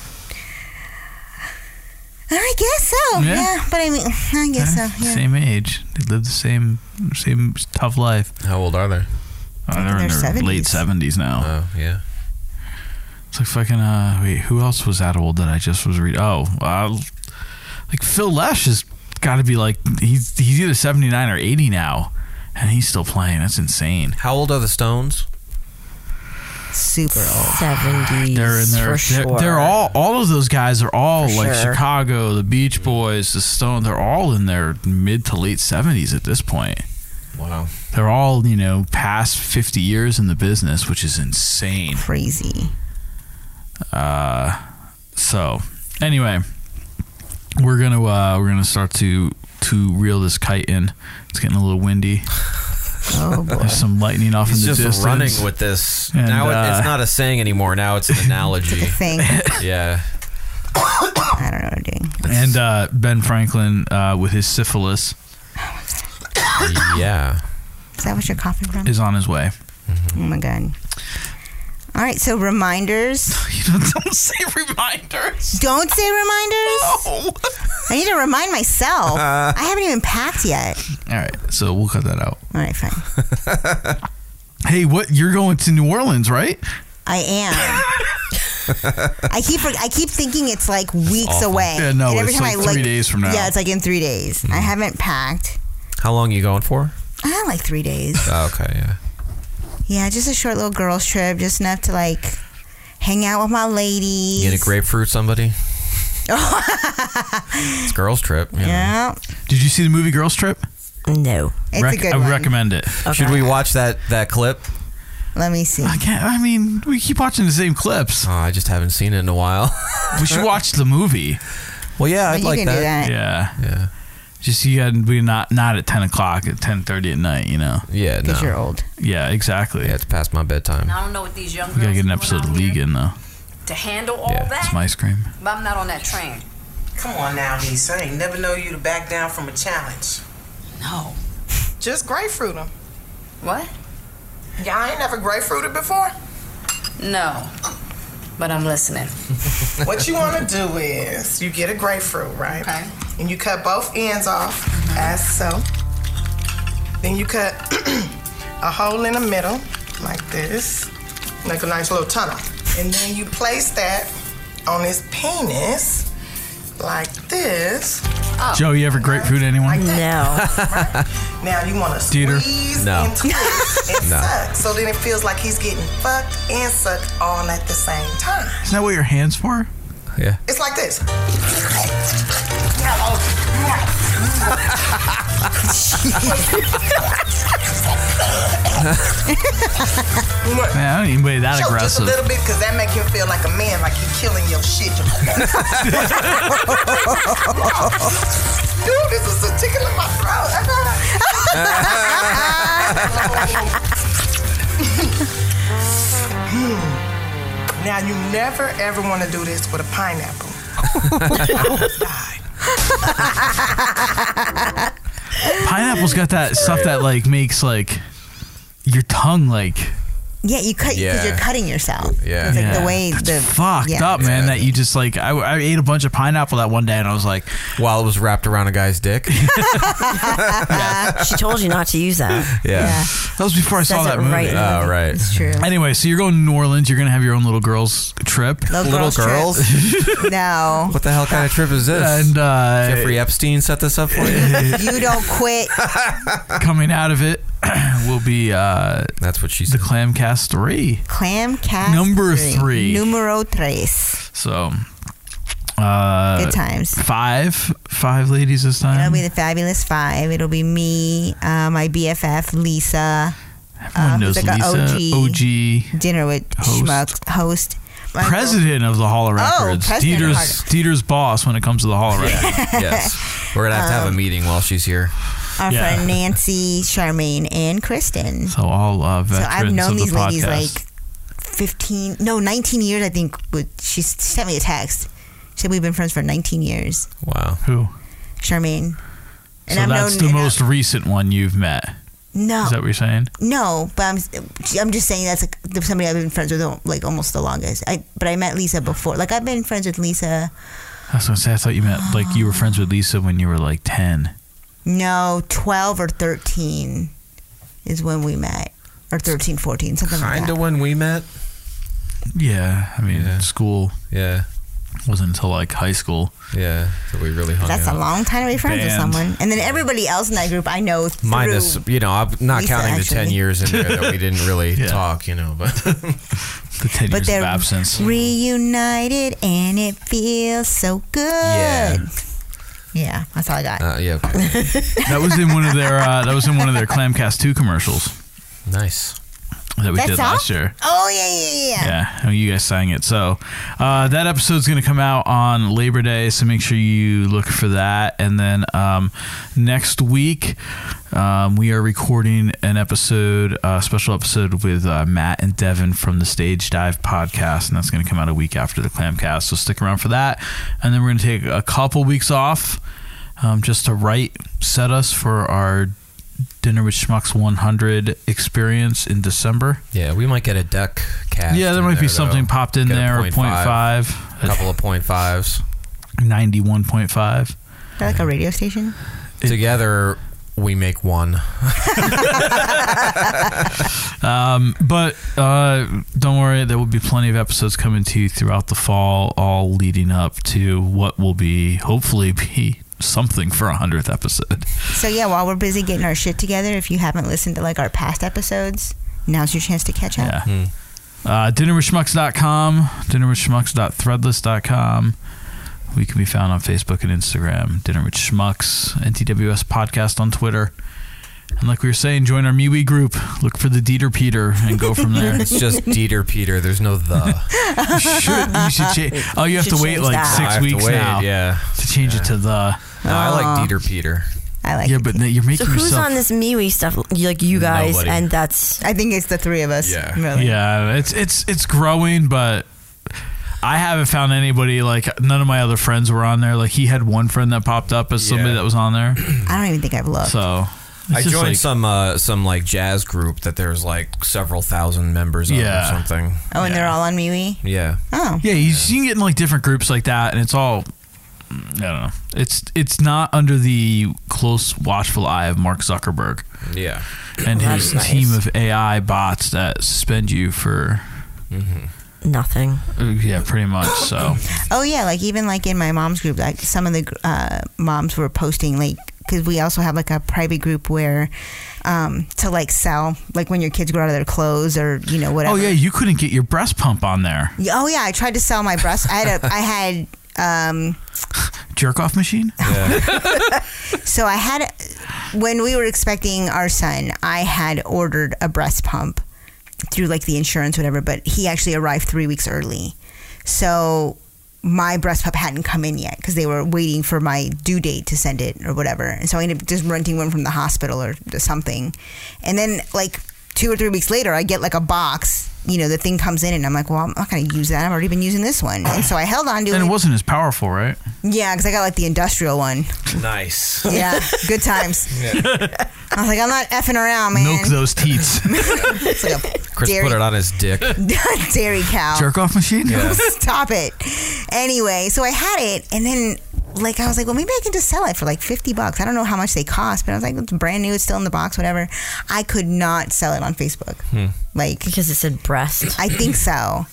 Speaker 5: I guess so. Yeah.
Speaker 8: Yeah.
Speaker 5: but I mean, I guess so. Yeah.
Speaker 8: Same age. They live the same same tough life.
Speaker 11: How old are they?
Speaker 8: Uh, they're in
Speaker 5: They're
Speaker 8: their
Speaker 5: 70s.
Speaker 8: late seventies now.
Speaker 11: Oh yeah.
Speaker 8: It's like fucking. Uh, wait, who else was that old that I just was reading? Oh, uh, like Phil Lesh has got to be like he's he's either seventy nine or eighty now, and he's still playing. That's insane.
Speaker 11: How old are the Stones?
Speaker 5: Super old.
Speaker 7: Seventies.
Speaker 8: They're in their.
Speaker 7: For sure.
Speaker 8: They're, they're all all of those guys are all
Speaker 7: For
Speaker 8: Oh, like
Speaker 7: sure.
Speaker 8: Chicago, the Beach Boys, the Stone. They're all in their mid to late seventies at this point.
Speaker 11: Wow.
Speaker 8: They're all you know past fifty years in the business, which is insane.
Speaker 5: Crazy.
Speaker 8: Uh, so anyway, we're gonna uh, we're gonna start to to reel this kite in. It's getting a little windy.
Speaker 5: <laughs> Oh boy.
Speaker 8: There's some lightning off
Speaker 11: He's
Speaker 8: in the
Speaker 11: just
Speaker 8: distance.
Speaker 11: running with this.
Speaker 8: And,
Speaker 11: now it,
Speaker 8: uh,
Speaker 11: it's not a saying anymore. Now
Speaker 8: <laughs>
Speaker 11: it's an analogy.
Speaker 5: Thing.
Speaker 11: yeah.
Speaker 5: <coughs> I don't know what I'm doing.
Speaker 8: and uh, Ben Franklin uh, with his syphilis
Speaker 11: Yeah.
Speaker 5: Is that what you're coughing from?
Speaker 8: is on his way.
Speaker 5: oh my god. All right, so reminders.
Speaker 8: You don't, don't say reminders.
Speaker 5: Don't say reminders.
Speaker 8: all
Speaker 5: I need to remind myself. I haven't even packed yet.
Speaker 8: right, so we'll cut that out.
Speaker 5: All right, fine.
Speaker 8: <laughs> Hey, what? You're going to New
Speaker 11: <laughs>
Speaker 8: Orleans, right?
Speaker 5: I am. I keep I keep thinking it's like weeks
Speaker 11: awful.
Speaker 5: away.
Speaker 8: Yeah, no, it's like three days from now.
Speaker 5: Yeah, it's like in three days. I haven't packed.
Speaker 11: How long you going
Speaker 5: <laughs>
Speaker 11: for?
Speaker 5: Ah, like three days.
Speaker 11: Oh, okay. Yeah.
Speaker 5: Yeah, just a short little girls trip, just enough to like hang out with my ladies.
Speaker 11: You gonna grapefruit somebody?
Speaker 5: <laughs>
Speaker 11: it's girls' trip. you know.
Speaker 5: Yeah,
Speaker 8: Did you see the movie Girls Trip?
Speaker 7: No.
Speaker 5: it's
Speaker 8: Rec-
Speaker 5: a good
Speaker 8: I
Speaker 5: one.
Speaker 8: recommend it.
Speaker 11: Should we watch that that clip?
Speaker 5: Let me see.
Speaker 8: I can't. I mean, we keep watching the same clips.
Speaker 11: Oh, I just haven't seen it in a while.
Speaker 8: <laughs> We should watch the movie.
Speaker 11: well, yeah, I'd
Speaker 5: you
Speaker 11: like
Speaker 5: can do that.
Speaker 8: Yeah.
Speaker 11: Yeah.
Speaker 8: Just you had we not not at ten o'clock at ten thirty at night. You know.
Speaker 11: Yeah.
Speaker 5: Because
Speaker 11: No.
Speaker 5: you're old.
Speaker 8: Yeah, exactly.
Speaker 11: Yeah, it's past my bedtime.
Speaker 13: I don't know what these young
Speaker 8: We
Speaker 13: girls
Speaker 8: gotta get an
Speaker 13: doing
Speaker 8: episode
Speaker 13: out
Speaker 8: of
Speaker 13: here
Speaker 8: League in though.
Speaker 13: to handle all
Speaker 11: Yeah,
Speaker 13: that.
Speaker 8: Some ice cream.
Speaker 13: but I'm not on that train.
Speaker 16: Come on now, Lisa. I ain't never know you to back down from a challenge.
Speaker 13: No.
Speaker 16: Just grapefruit them.
Speaker 13: What?
Speaker 16: Yeah, I ain't never grapefruited before.
Speaker 13: No. But I'm
Speaker 8: <laughs>
Speaker 5: <laughs>
Speaker 13: listening.
Speaker 16: what you want to do is you get a grapefruit, right?
Speaker 13: Okay.
Speaker 16: And you cut both ends off, as so. Then you cut <clears throat> a hole in the middle, like this, like a nice little tunnel. And then you place that on his penis, like this. Oh,
Speaker 5: Oh.
Speaker 8: Joe, you ever grapefruit anyone?
Speaker 7: No.
Speaker 16: Now you want to
Speaker 8: Dieter.
Speaker 16: squeeze
Speaker 11: No.
Speaker 16: and twist and
Speaker 11: No.
Speaker 16: suck. So then it feels like he's getting fucked and sucked all at the same time.
Speaker 8: <laughs> Isn't that what your hands for? <laughs>
Speaker 11: Yeah.
Speaker 16: It's like this.
Speaker 8: Man, I don't even be that
Speaker 16: Choke just a
Speaker 8: aggressive.
Speaker 16: little bit because that make him feel like a man, like he killing your shit. Dude, this is a tickle in my throat. <laughs> Hmm. now you never ever want to do this with a pineapple. <laughs>
Speaker 8: Pineapple's got that stuff that like makes like your tongue like
Speaker 5: Yeah, you cut because
Speaker 8: Yeah.
Speaker 5: you're cutting yourself.
Speaker 8: Yeah.
Speaker 5: it's like
Speaker 8: Yeah.
Speaker 5: the way the
Speaker 8: fucked
Speaker 5: yeah.
Speaker 8: up, man. That you just like I, I ate a bunch of pineapple that one day, and I was like,
Speaker 11: while it was wrapped around a guy's
Speaker 8: <laughs>
Speaker 11: dick.
Speaker 7: Uh, she told you not to
Speaker 8: <laughs>
Speaker 7: use that.
Speaker 11: Yeah.
Speaker 8: That was before I
Speaker 7: Says
Speaker 8: saw that
Speaker 7: it
Speaker 8: movie. Ah,
Speaker 7: right in the-
Speaker 11: Oh, right.
Speaker 5: It's true.
Speaker 8: Anyway, so you're going to New Orleans. You're going to have your own little girls trip.
Speaker 5: Little Little girls <laughs> no,
Speaker 11: What the hell kind of trip is this?
Speaker 8: And uh,
Speaker 11: Jeffrey Epstein set this up for
Speaker 8: <laughs>
Speaker 11: you.
Speaker 5: you don't quit.
Speaker 8: Coming out of it <clears throat> will be uh, that's what she said. The Clamcast three.
Speaker 5: Clam cast
Speaker 8: Number three.
Speaker 5: Numero tres.
Speaker 8: So. Uh,
Speaker 5: Good times.
Speaker 8: Five, five ladies this time.
Speaker 5: It'll be the fabulous five. It'll be me, uh, my BFF Lisa.
Speaker 8: Everyone
Speaker 5: uh,
Speaker 8: knows
Speaker 5: who's like a
Speaker 8: Lisa, OG,
Speaker 5: dinner with
Speaker 8: host.
Speaker 5: schmuck host. My girl-
Speaker 8: president of the Hall of
Speaker 5: Oh,
Speaker 8: Records,
Speaker 5: president of
Speaker 8: Dieter's,
Speaker 5: Hall-
Speaker 8: Dieter's boss when it comes to the Hall of Records.
Speaker 5: <laughs>
Speaker 11: yes. We're gonna have to have a
Speaker 5: Um,
Speaker 11: meeting while she's here.
Speaker 5: Our friend Nancy, Charmaine, and Kristen.
Speaker 8: So all uh,
Speaker 5: So
Speaker 8: veterans
Speaker 5: I've known
Speaker 8: of the
Speaker 5: these ladies
Speaker 8: podcast.
Speaker 5: like 15, no, 19 years, I think. But she s- sent me a text. She said, We've been friends for 19 years.
Speaker 11: Wow.
Speaker 8: Who?
Speaker 5: Charmaine.
Speaker 8: so that's the
Speaker 5: and I-
Speaker 8: most recent one you've met.
Speaker 5: No.
Speaker 8: Is that what you're saying?
Speaker 5: No, but I'm I'm just saying that's like the- somebody I've been friends with like almost the longest. I but I met Lisa before. Like I've been friends with Lisa.
Speaker 8: I was gonna say I thought you meant like you were friends with Lisa when you were like ten.
Speaker 5: No, twelve or thirteen is when we met, or 13, 14, something like
Speaker 11: Kinda
Speaker 5: that.
Speaker 11: when we met.
Speaker 8: Yeah, I mean school.
Speaker 11: Yeah,
Speaker 8: wasn't until like high school.
Speaker 11: Yeah, so we really hung
Speaker 5: That's a
Speaker 11: out.
Speaker 5: long time to be friends with
Speaker 11: Band.
Speaker 5: someone. And then everybody else in that group I know through.
Speaker 11: Minus, you know, I'm not
Speaker 5: Lisa,
Speaker 11: counting the ten
Speaker 5: actually.
Speaker 11: years in there that we didn't
Speaker 8: <laughs>
Speaker 11: really talk, you know, but
Speaker 8: the ten
Speaker 5: but they're reunited and it feels so good. Yeah, that's all I got.
Speaker 11: Uh, yeah,
Speaker 8: <laughs> that was in one of their uh, that was in one of their Clamcast two commercials.
Speaker 11: Nice.
Speaker 8: That we
Speaker 5: That's
Speaker 8: did
Speaker 5: all?
Speaker 8: last year.
Speaker 5: Oh yeah, yeah, yeah.
Speaker 8: Yeah, I mean, you guys sang it. So uh, that episode's going to come out on Labor Day. So make sure you look for that. And then um, next week, um, we are recording an episode, a special episode with uh, Matt and Devin from the Stage Dive podcast. And that's going to come out a week after the Clamcast. So stick around for that. And then we're going to take a couple weeks off um, just to write, set us for our Dinner with Schmucks 100 experience in December.
Speaker 11: yeah, we might get a duck cast.
Speaker 8: Yeah, there
Speaker 11: in
Speaker 8: might be
Speaker 11: though.
Speaker 8: something popped in
Speaker 11: Get a
Speaker 8: there, a point
Speaker 11: a couple of point fives.
Speaker 8: 91.5.
Speaker 5: Is that like a radio station?
Speaker 11: Together, we make one.
Speaker 8: <laughs> Um, but uh, don't worry, there will be plenty of episodes coming to you throughout the fall, all leading up to what will be hopefully be something for a hundredth episode.
Speaker 5: So yeah, while we're busy getting our shit together, if you haven't listened to like our past episodes, now's your chance to catch
Speaker 11: Hmm.
Speaker 5: up.
Speaker 8: Yeah. Uh, dinnerwithschmucks.com, dinnerwithschmucks.threadless.com. We can be found on Facebook and Instagram, Dinner with Schmucks, NTWS Podcast on Twitter. And like we were saying, join our MeWe group. Look for the Dieter Peter and go
Speaker 6: <laughs>
Speaker 8: from there.
Speaker 11: It's
Speaker 8: <laughs>
Speaker 11: just Dieter Peter. There's no the.
Speaker 8: You should, you should
Speaker 11: <laughs>
Speaker 8: change. Oh, you have
Speaker 11: Should
Speaker 8: to wait
Speaker 11: change
Speaker 8: like
Speaker 11: that. I
Speaker 8: six
Speaker 11: have to
Speaker 8: weeks
Speaker 11: wait,
Speaker 8: now.
Speaker 11: yeah.
Speaker 8: To change it to the.
Speaker 11: No, I like Dieter Peter.
Speaker 5: I like
Speaker 8: Yeah, but you're
Speaker 7: So
Speaker 8: making
Speaker 7: who's
Speaker 8: yourself.
Speaker 7: on this MeWe stuff? You- Like you guys,
Speaker 8: Nobody.
Speaker 7: and that's.
Speaker 5: I think it's the three of us. Yeah. Really.
Speaker 8: Yeah, it's it's it's growing, but I haven't found anybody like none of my other friends were on there. Like he had one friend that popped up as somebody that was on there.
Speaker 5: <laughs> I don't even think I've looked.
Speaker 8: So
Speaker 11: I
Speaker 8: it's just,
Speaker 11: joined
Speaker 8: like-
Speaker 11: some uh, some like jazz group that there's like several thousand members of
Speaker 8: Yeah.
Speaker 11: or something.
Speaker 5: Oh, and they're all on MeWe.
Speaker 11: Yeah.
Speaker 5: Oh.
Speaker 8: Yeah, you, you can get in like different groups like that, and it's all. I don't know. It's it's not under the close watchful eye of Mark Zuckerberg.
Speaker 11: Yeah.
Speaker 8: and
Speaker 5: Oh,
Speaker 7: Well,
Speaker 8: his
Speaker 7: that's nice.
Speaker 8: team of AI bots that suspend you for
Speaker 5: Mm-hmm.
Speaker 8: Uh,
Speaker 7: nothing.
Speaker 8: Yeah, pretty much. So
Speaker 5: Oh yeah, like even like in my mom's group, like some of the uh, moms were posting like because we also have like a private group where um, to like sell like when your kids grow out of their clothes or you know <laughs> whatever.
Speaker 8: Oh yeah, you couldn't get your breast pump on there.
Speaker 5: Yeah, Oh yeah, I tried to sell my breast. I had a I had um <laughs>
Speaker 8: Jerk off machine.
Speaker 5: So I had, when we were expecting our son, I had ordered a breast pump through like the insurance, whatever, but he actually arrived three weeks early. So my breast pump hadn't come in yet because they were waiting for my due date to send it or whatever. And so I ended up just renting one from the hospital or something. And then like two or three weeks later, I get like a box. You know, the thing comes in, and I'm like, well, I'm not going to use that. I've already been using this one. And so I held on to
Speaker 8: <laughs> And it wasn't as powerful, right?
Speaker 5: yeah, because I got like the industrial one.
Speaker 11: Nice. <laughs>
Speaker 5: Yeah, good times. I was like, I'm not effing around, man.
Speaker 8: Milk those teats.
Speaker 5: <laughs> It's like a
Speaker 11: Chris
Speaker 5: dairy,
Speaker 11: put it on his dick.
Speaker 5: <laughs> dairy cow.
Speaker 8: Jerk off machine?
Speaker 5: <laughs>
Speaker 8: <laughs>
Speaker 5: Stop it. Anyway, so I had it, and then like I was like, well, maybe I can just sell it for like fifty bucks. I don't know how much they cost, but I was like, it's brand new, it's still in the box, whatever. I could not sell it on Facebook,
Speaker 7: Hmm.
Speaker 5: like
Speaker 7: because it said breast.
Speaker 5: I think so.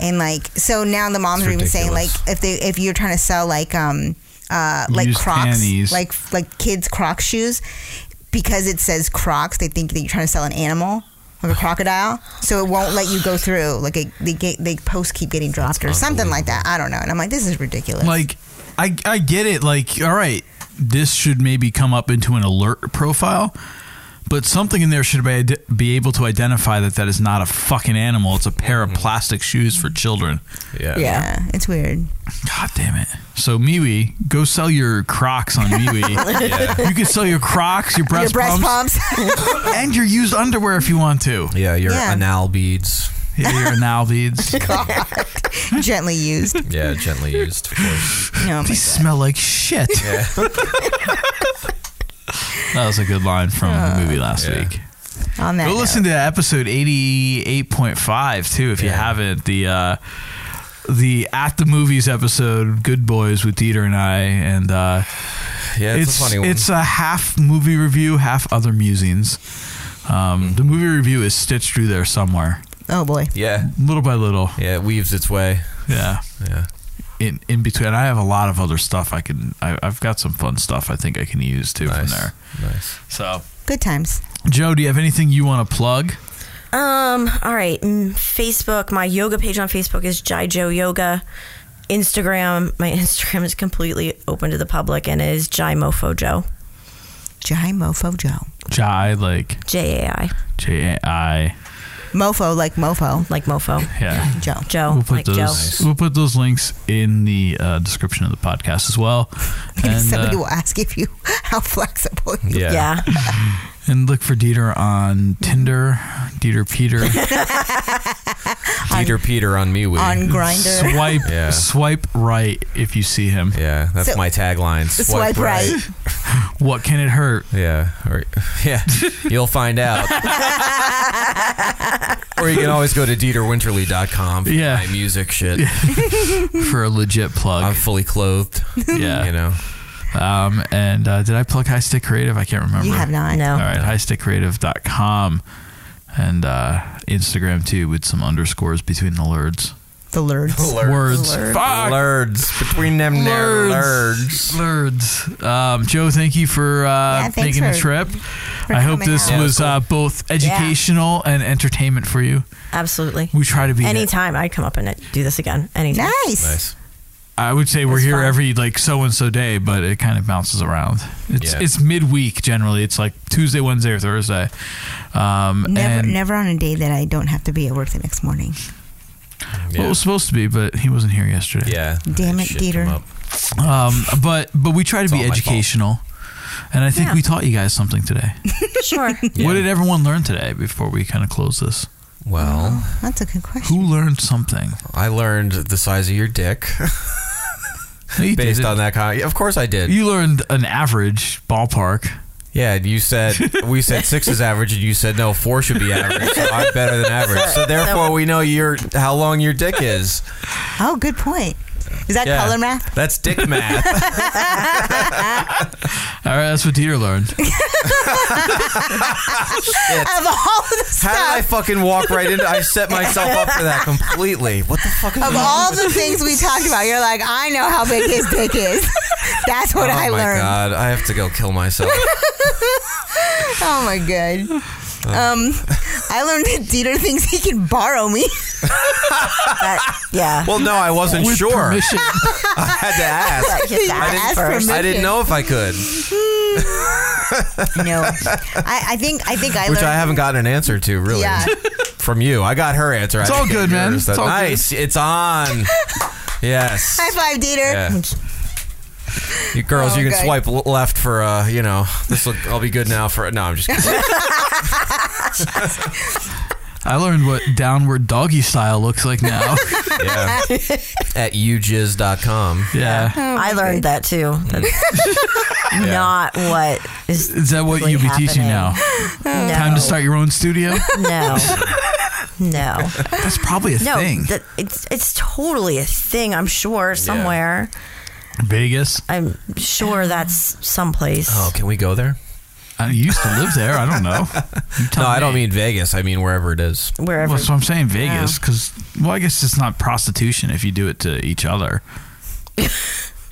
Speaker 5: And like, so now the moms
Speaker 7: It's
Speaker 5: are even saying like,
Speaker 7: ridiculous.
Speaker 5: if they if you're trying to sell like um uh like
Speaker 8: Used
Speaker 5: Crocs,
Speaker 8: panties.
Speaker 5: like like kids Croc shoes, because it says Crocs, they think that you're trying to sell an animal. Like a crocodile, so it won't let you go through. Like it, they get, they posts keep getting dropped or something like that. I don't know, and I'm like, this is ridiculous.
Speaker 8: Like, I, I get it. Like, all right, this should maybe come up into an alert profile, but something in there should be, be able to identify that that is not a fucking animal. It's a pair
Speaker 11: Mm-hmm.
Speaker 8: of plastic shoes for children.
Speaker 5: yeah. it's weird. <laughs>
Speaker 8: God damn it. So Miwi, go sell your Crocs on Miwi.
Speaker 5: Yeah.
Speaker 8: You can sell your Crocs, your breast,
Speaker 5: breast
Speaker 8: pumps. and your used underwear if you want to.
Speaker 11: Yeah, your
Speaker 5: Yeah.
Speaker 11: anal beads.
Speaker 8: Yeah, your anal beads.
Speaker 5: Gently used.
Speaker 11: <laughs> Yeah, gently used. Of course.
Speaker 5: No,
Speaker 8: These smell like shit.
Speaker 11: Yeah. <laughs>
Speaker 8: That was a good line from the movie last week.
Speaker 5: Uh, On that,
Speaker 8: Go
Speaker 5: note.
Speaker 8: listen to episode eighty-eight point five too, if you haven't. The uh, the at the movies episode, Good Boys with Dieter and I, and uh,
Speaker 11: Yeah, it's a funny one.
Speaker 8: It's a half movie review, half other musings.
Speaker 11: Mm-hmm.
Speaker 8: Um, The movie review is stitched through there somewhere,
Speaker 5: <laughs> Oh boy.
Speaker 11: Yeah.
Speaker 8: little by little.
Speaker 11: Yeah, it weaves its way.
Speaker 8: Yeah,
Speaker 11: yeah.
Speaker 8: In in between, I have a lot of other stuff I can. I, I've got some fun stuff I think I can use too from there.
Speaker 11: Nice.
Speaker 8: So,
Speaker 5: Good times.
Speaker 8: Joe, do you have anything you want to plug?
Speaker 7: Um. All right. mm, Facebook. My yoga page on Facebook is Jai Joe Yoga. Instagram. My <laughs> Instagram is completely open to the public and it is Jai Mofo Joe.
Speaker 5: Jai Mofo Joe.
Speaker 8: Jai like
Speaker 7: J A I.
Speaker 8: J A I.
Speaker 5: Mofo like mofo.
Speaker 7: Like mofo.
Speaker 8: Yeah.
Speaker 5: Joe.
Speaker 7: Joe.
Speaker 8: We'll put
Speaker 7: like
Speaker 8: those.
Speaker 7: Joe.
Speaker 8: We'll put those links in the uh, description of the podcast as
Speaker 5: <laughs>
Speaker 8: well.
Speaker 5: <laughs> Maybe somebody
Speaker 8: uh,
Speaker 5: will ask if you <laughs> how flexible. You
Speaker 8: Yeah.
Speaker 5: are.
Speaker 8: and look for Dieter on Tinder, Dieter
Speaker 5: <laughs>
Speaker 8: Peter,
Speaker 11: <laughs> Peter Peter on me.
Speaker 5: on Grindr.
Speaker 8: Swipe,
Speaker 11: Yeah.
Speaker 8: swipe right if you see him.
Speaker 11: Yeah, that's
Speaker 5: So-
Speaker 11: my tagline.
Speaker 5: Swipe right.
Speaker 8: <laughs> what can it hurt?
Speaker 11: Yeah. Or,
Speaker 8: <laughs>
Speaker 11: yeah. You'll find
Speaker 5: <laughs>
Speaker 11: out. or you can always go to DieterWinterly.com for
Speaker 8: Yeah.
Speaker 11: my music shit.
Speaker 8: <laughs>
Speaker 6: Hmm.
Speaker 5: <laughs>
Speaker 8: for a legit plug.
Speaker 11: I'm fully clothed. <laughs>
Speaker 8: Yeah.
Speaker 11: You know?
Speaker 8: Um, and uh, did I plug High Stick Creative? I can't remember.
Speaker 5: You have not.
Speaker 7: No.
Speaker 8: All right, highstickcreative.com and uh, Instagram too with some underscores between the lurds.
Speaker 5: <laughs> The lurds.
Speaker 8: Words. Fuck.
Speaker 11: Lurds. Between them there, lurds.
Speaker 8: Lurds. Um, Joe, thank you for uh,
Speaker 5: thanks
Speaker 8: making the
Speaker 5: for-
Speaker 8: trip.
Speaker 5: for
Speaker 8: I hope
Speaker 5: coming
Speaker 8: this
Speaker 5: out. Yeah,
Speaker 8: was uh, both educational and entertainment for you.
Speaker 7: Absolutely.
Speaker 8: We try to be.
Speaker 7: Anytime I'd come up and do this again. Anytime.
Speaker 5: Nice.
Speaker 8: I would say we're
Speaker 7: That's
Speaker 8: here
Speaker 7: fun.
Speaker 8: every like so and so day, but it kind of bounces around. It's
Speaker 11: Yeah.
Speaker 8: it's midweek generally. It's like Tuesday, Wednesday, or Thursday. Um,
Speaker 5: Never,
Speaker 8: and
Speaker 5: never on a day that I don't have to be at work the next morning.
Speaker 8: Well, it was supposed to be, but he wasn't here yesterday.
Speaker 11: Yeah.
Speaker 5: Damn it,
Speaker 11: Shit come
Speaker 5: Dieter.
Speaker 11: up.
Speaker 8: Um, but but we try to
Speaker 11: It's
Speaker 8: be
Speaker 11: all my fault.
Speaker 8: educational, and I think
Speaker 7: Yeah.
Speaker 8: we taught you guys
Speaker 11: <laughs>
Speaker 8: something today.
Speaker 7: Sure.
Speaker 8: What did everyone learn today before we kind of close this?
Speaker 11: Well,
Speaker 5: Oh, That's a good question.
Speaker 8: Who learned something?
Speaker 11: I learned the size of your dick
Speaker 8: You,
Speaker 11: <laughs> based
Speaker 8: didn't.
Speaker 11: on that. Con- of course I did.
Speaker 8: You learned an average ballpark.
Speaker 11: Yeah, and you
Speaker 8: <laughs>
Speaker 11: said we said six is average, and you said no, four should be average. So I'm better than average, so therefore we know your how long your dick is.
Speaker 5: Oh, good point. Is that
Speaker 11: Yeah.
Speaker 5: color math?
Speaker 11: That's dick
Speaker 5: <laughs>
Speaker 11: math.
Speaker 8: All right, that's what Dieter learned.
Speaker 5: <laughs> Of all of the
Speaker 11: How
Speaker 5: stuff,
Speaker 11: did I fucking walk right into? I set myself up for that completely. What the fuck? Is
Speaker 5: of
Speaker 11: wrong
Speaker 5: all
Speaker 11: with-
Speaker 5: the things we talked about, you're like, I know how big his dick is. <laughs> That's what
Speaker 11: oh
Speaker 5: I
Speaker 11: my
Speaker 5: learned.
Speaker 11: god, I have to go kill myself.
Speaker 5: <laughs> Oh my god. Um, I learned that Dieter thinks he can
Speaker 6: <laughs>
Speaker 5: borrow me.
Speaker 7: That- yeah.
Speaker 11: Well, no, I wasn't
Speaker 8: With
Speaker 11: sure.
Speaker 8: permission.
Speaker 11: <laughs> I had to ask.
Speaker 7: Hit that
Speaker 11: I didn't,
Speaker 5: ask
Speaker 11: I didn't know if I could. <laughs>
Speaker 5: no, I, I think I think I
Speaker 6: which I
Speaker 5: learned-
Speaker 6: haven't gotten an answer to
Speaker 11: <laughs>
Speaker 6: really
Speaker 5: Yeah.
Speaker 6: from you. I got her answer.
Speaker 5: It's
Speaker 6: I
Speaker 5: all
Speaker 6: didn't
Speaker 5: good,
Speaker 6: get
Speaker 5: man.
Speaker 6: yours.
Speaker 5: It's all good.
Speaker 6: nice. It's
Speaker 5: <laughs>
Speaker 6: on. yes.
Speaker 5: High five, Dieter.
Speaker 6: You girls,
Speaker 5: Oh,
Speaker 6: you can
Speaker 5: okay.
Speaker 6: swipe l- left for uh, you know, this will I'll be good now for no, I'm just kidding.
Speaker 8: I learned what downward doggy style looks like
Speaker 6: <laughs>
Speaker 8: now.
Speaker 6: yeah. At ujiz.com.
Speaker 8: Yeah.
Speaker 7: <laughs> I learned that too. That's not what is.
Speaker 8: Is that what
Speaker 7: usually
Speaker 8: you be teaching now?
Speaker 7: happening. <laughs> No.
Speaker 8: Time to start your own studio?
Speaker 7: No. No.
Speaker 8: That's probably a
Speaker 7: no,
Speaker 8: thing.
Speaker 7: that- it's it's totally a thing. I'm sure somewhere.
Speaker 8: <laughs> Vegas.
Speaker 7: I'm sure that's someplace.
Speaker 6: Oh, can we go there?
Speaker 8: I used to live there. I don't know.
Speaker 6: no, I don't mean Vegas. I mean wherever it is.
Speaker 7: Wherever.
Speaker 8: Well, so I'm saying Vegas because well, I guess it's not prostitution if you do it to each
Speaker 7: <laughs>
Speaker 8: other.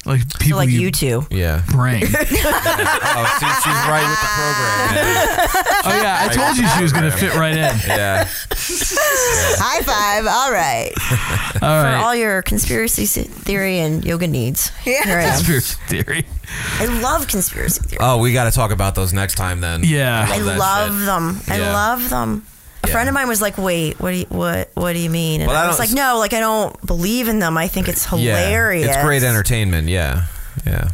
Speaker 8: Like people,
Speaker 7: like you two,
Speaker 6: yeah,
Speaker 8: bring.
Speaker 6: Oh, see, she's right with the program.
Speaker 8: <laughs> Oh yeah, I told you she was gonna fit right in.
Speaker 11: Oh.
Speaker 6: Yeah.
Speaker 7: <laughs> High five. All right.
Speaker 8: All
Speaker 7: For
Speaker 8: right.
Speaker 7: all your conspiracy s- theory and yoga needs. Yeah. Here I am.
Speaker 8: Conspiracy theory.
Speaker 7: I love conspiracy theory.
Speaker 6: Oh, we got to talk about those next time then.
Speaker 8: Yeah.
Speaker 7: I
Speaker 6: that
Speaker 7: love
Speaker 6: shit.
Speaker 7: them. I
Speaker 6: Yeah.
Speaker 7: love them. A friend of mine was like, "Wait, what do you what what do you mean?" And
Speaker 6: Well, I
Speaker 7: I was
Speaker 6: don't-
Speaker 7: like, "No, like I don't believe in them. I think it's hilarious.
Speaker 6: Yeah, it's great entertainment. Yeah, yeah.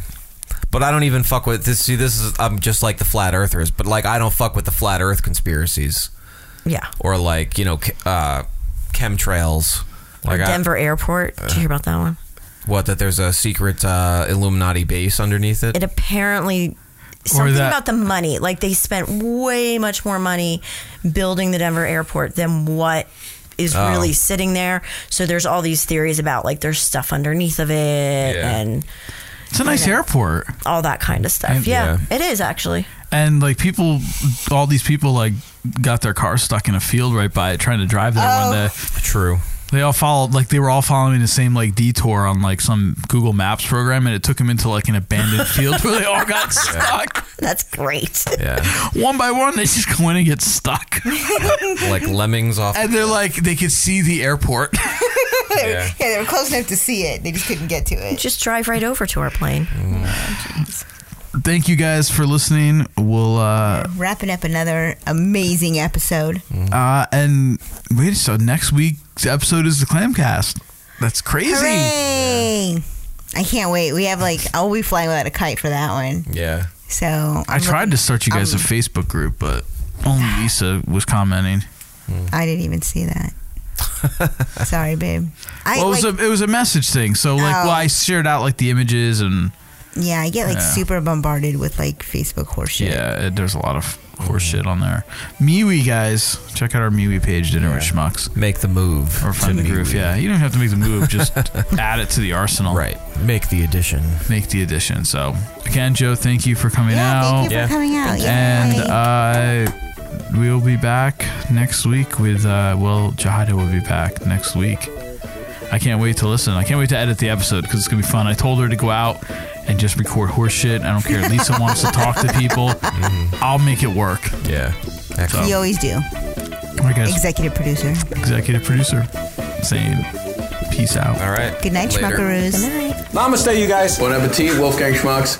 Speaker 6: But I don't even fuck with this. See, this is I'm just like the flat earthers, but like I don't fuck with the flat Earth conspiracies.
Speaker 7: Yeah.
Speaker 6: Or like you know, ch- uh, chemtrails. Like I-
Speaker 7: Denver airport. Did you hear about that one?
Speaker 6: what that there's a secret uh, Illuminati base underneath it.
Speaker 7: It apparently something
Speaker 6: that-
Speaker 7: about the money. Like they spent way much more money building the Denver airport than what is
Speaker 6: Oh.
Speaker 7: really sitting there. So there's all these theories about like there's stuff underneath of it and
Speaker 8: It's a nice
Speaker 7: you know,
Speaker 8: airport.
Speaker 7: <laughs> All that kind of stuff.
Speaker 8: And-
Speaker 7: Yeah,
Speaker 8: yeah.
Speaker 7: it is actually.
Speaker 8: And like people, all these people like got their car stuck in a field right by it, trying to drive there
Speaker 7: Oh.
Speaker 8: one day.
Speaker 6: True.
Speaker 8: They all followed, like they were all following the same like detour on like some Google Maps program, and it took them into like an abandoned field where they all got
Speaker 6: <laughs>
Speaker 8: stuck.
Speaker 7: That's great.
Speaker 6: Yeah.
Speaker 8: One by one, they just go in and get stuck.
Speaker 6: <laughs> like lemmings off.
Speaker 8: And they're like, they could see the airport. <laughs>
Speaker 5: <laughs> yeah. they were close enough to see it. They just couldn't get to it.
Speaker 7: Just drive right over to our plane.
Speaker 8: Thank you guys for listening. We'll, uh,
Speaker 5: Wrapping up another amazing episode.
Speaker 6: Mm.
Speaker 8: uh, and wait, so next week's episode is the Clamcast. That's crazy.
Speaker 5: Hooray! I can't wait. We have like I'll be flying without a kite for that one.
Speaker 6: Yeah.
Speaker 5: So
Speaker 8: I tried to start you
Speaker 5: um,
Speaker 8: guys a Facebook group, but only Lisa was commenting.
Speaker 6: Mm.
Speaker 5: I didn't even
Speaker 6: <laughs>
Speaker 5: see that. Sorry, babe. I
Speaker 8: well, it was
Speaker 5: like,
Speaker 8: a it was a message thing. So like,
Speaker 5: Oh.
Speaker 8: well, I shared out like the images and
Speaker 5: yeah, I get like
Speaker 8: Yeah.
Speaker 5: super bombarded with like Facebook horseshit.
Speaker 8: yeah, it, there's a lot of horse shit on there. Miwi guys, check out our Miwi page, Dinner with Schmucks.
Speaker 6: Make the move
Speaker 8: or find
Speaker 6: to
Speaker 8: the groove.
Speaker 6: MeWe.
Speaker 8: Yeah, you don't have to make the move.
Speaker 6: <laughs>
Speaker 7: <laughs>
Speaker 8: Just add it to the arsenal. Right.
Speaker 6: Make the addition.
Speaker 8: Make the addition. So again, Joe, thank you for coming out.
Speaker 5: thank you for Yeah. coming out. Thank you.
Speaker 8: And uh, we'll be back next week with uh, well, Jahada will be back next week. I can't wait to listen. I can't wait to edit the episode because it's gonna be fun. I told her to go out and just record horse shit. I don't care.
Speaker 5: <laughs>
Speaker 8: Lisa wants to talk to people. I'll make it work.
Speaker 6: Mm-hmm. Yeah.
Speaker 5: You always do.
Speaker 8: All right, guys.
Speaker 5: Executive producer.
Speaker 8: Executive producer saying peace out.
Speaker 6: All right.
Speaker 5: Good night, schmuckaroos.
Speaker 12: Namaste, you guys. Bon appetit, Wolfgang Schmucks.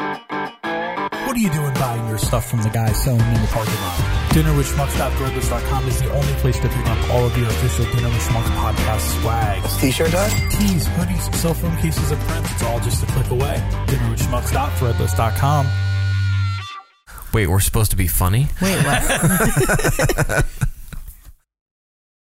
Speaker 10: What are you doing buying your stuff from the guy selling in the parking lot? DinnerWithSchmucks.Golders.com is the only place to pick up all of your official Dinner with Schmucks podcast swag.
Speaker 19: T-shirt on?
Speaker 10: Tees, hoodies, cell phone cases, and prints. It's all just a click away. DinnerWithSchmucks.Threadless.com.
Speaker 6: Wait, we're supposed to be funny?
Speaker 10: <laughs>
Speaker 6: <laughs>
Speaker 5: Wait, what?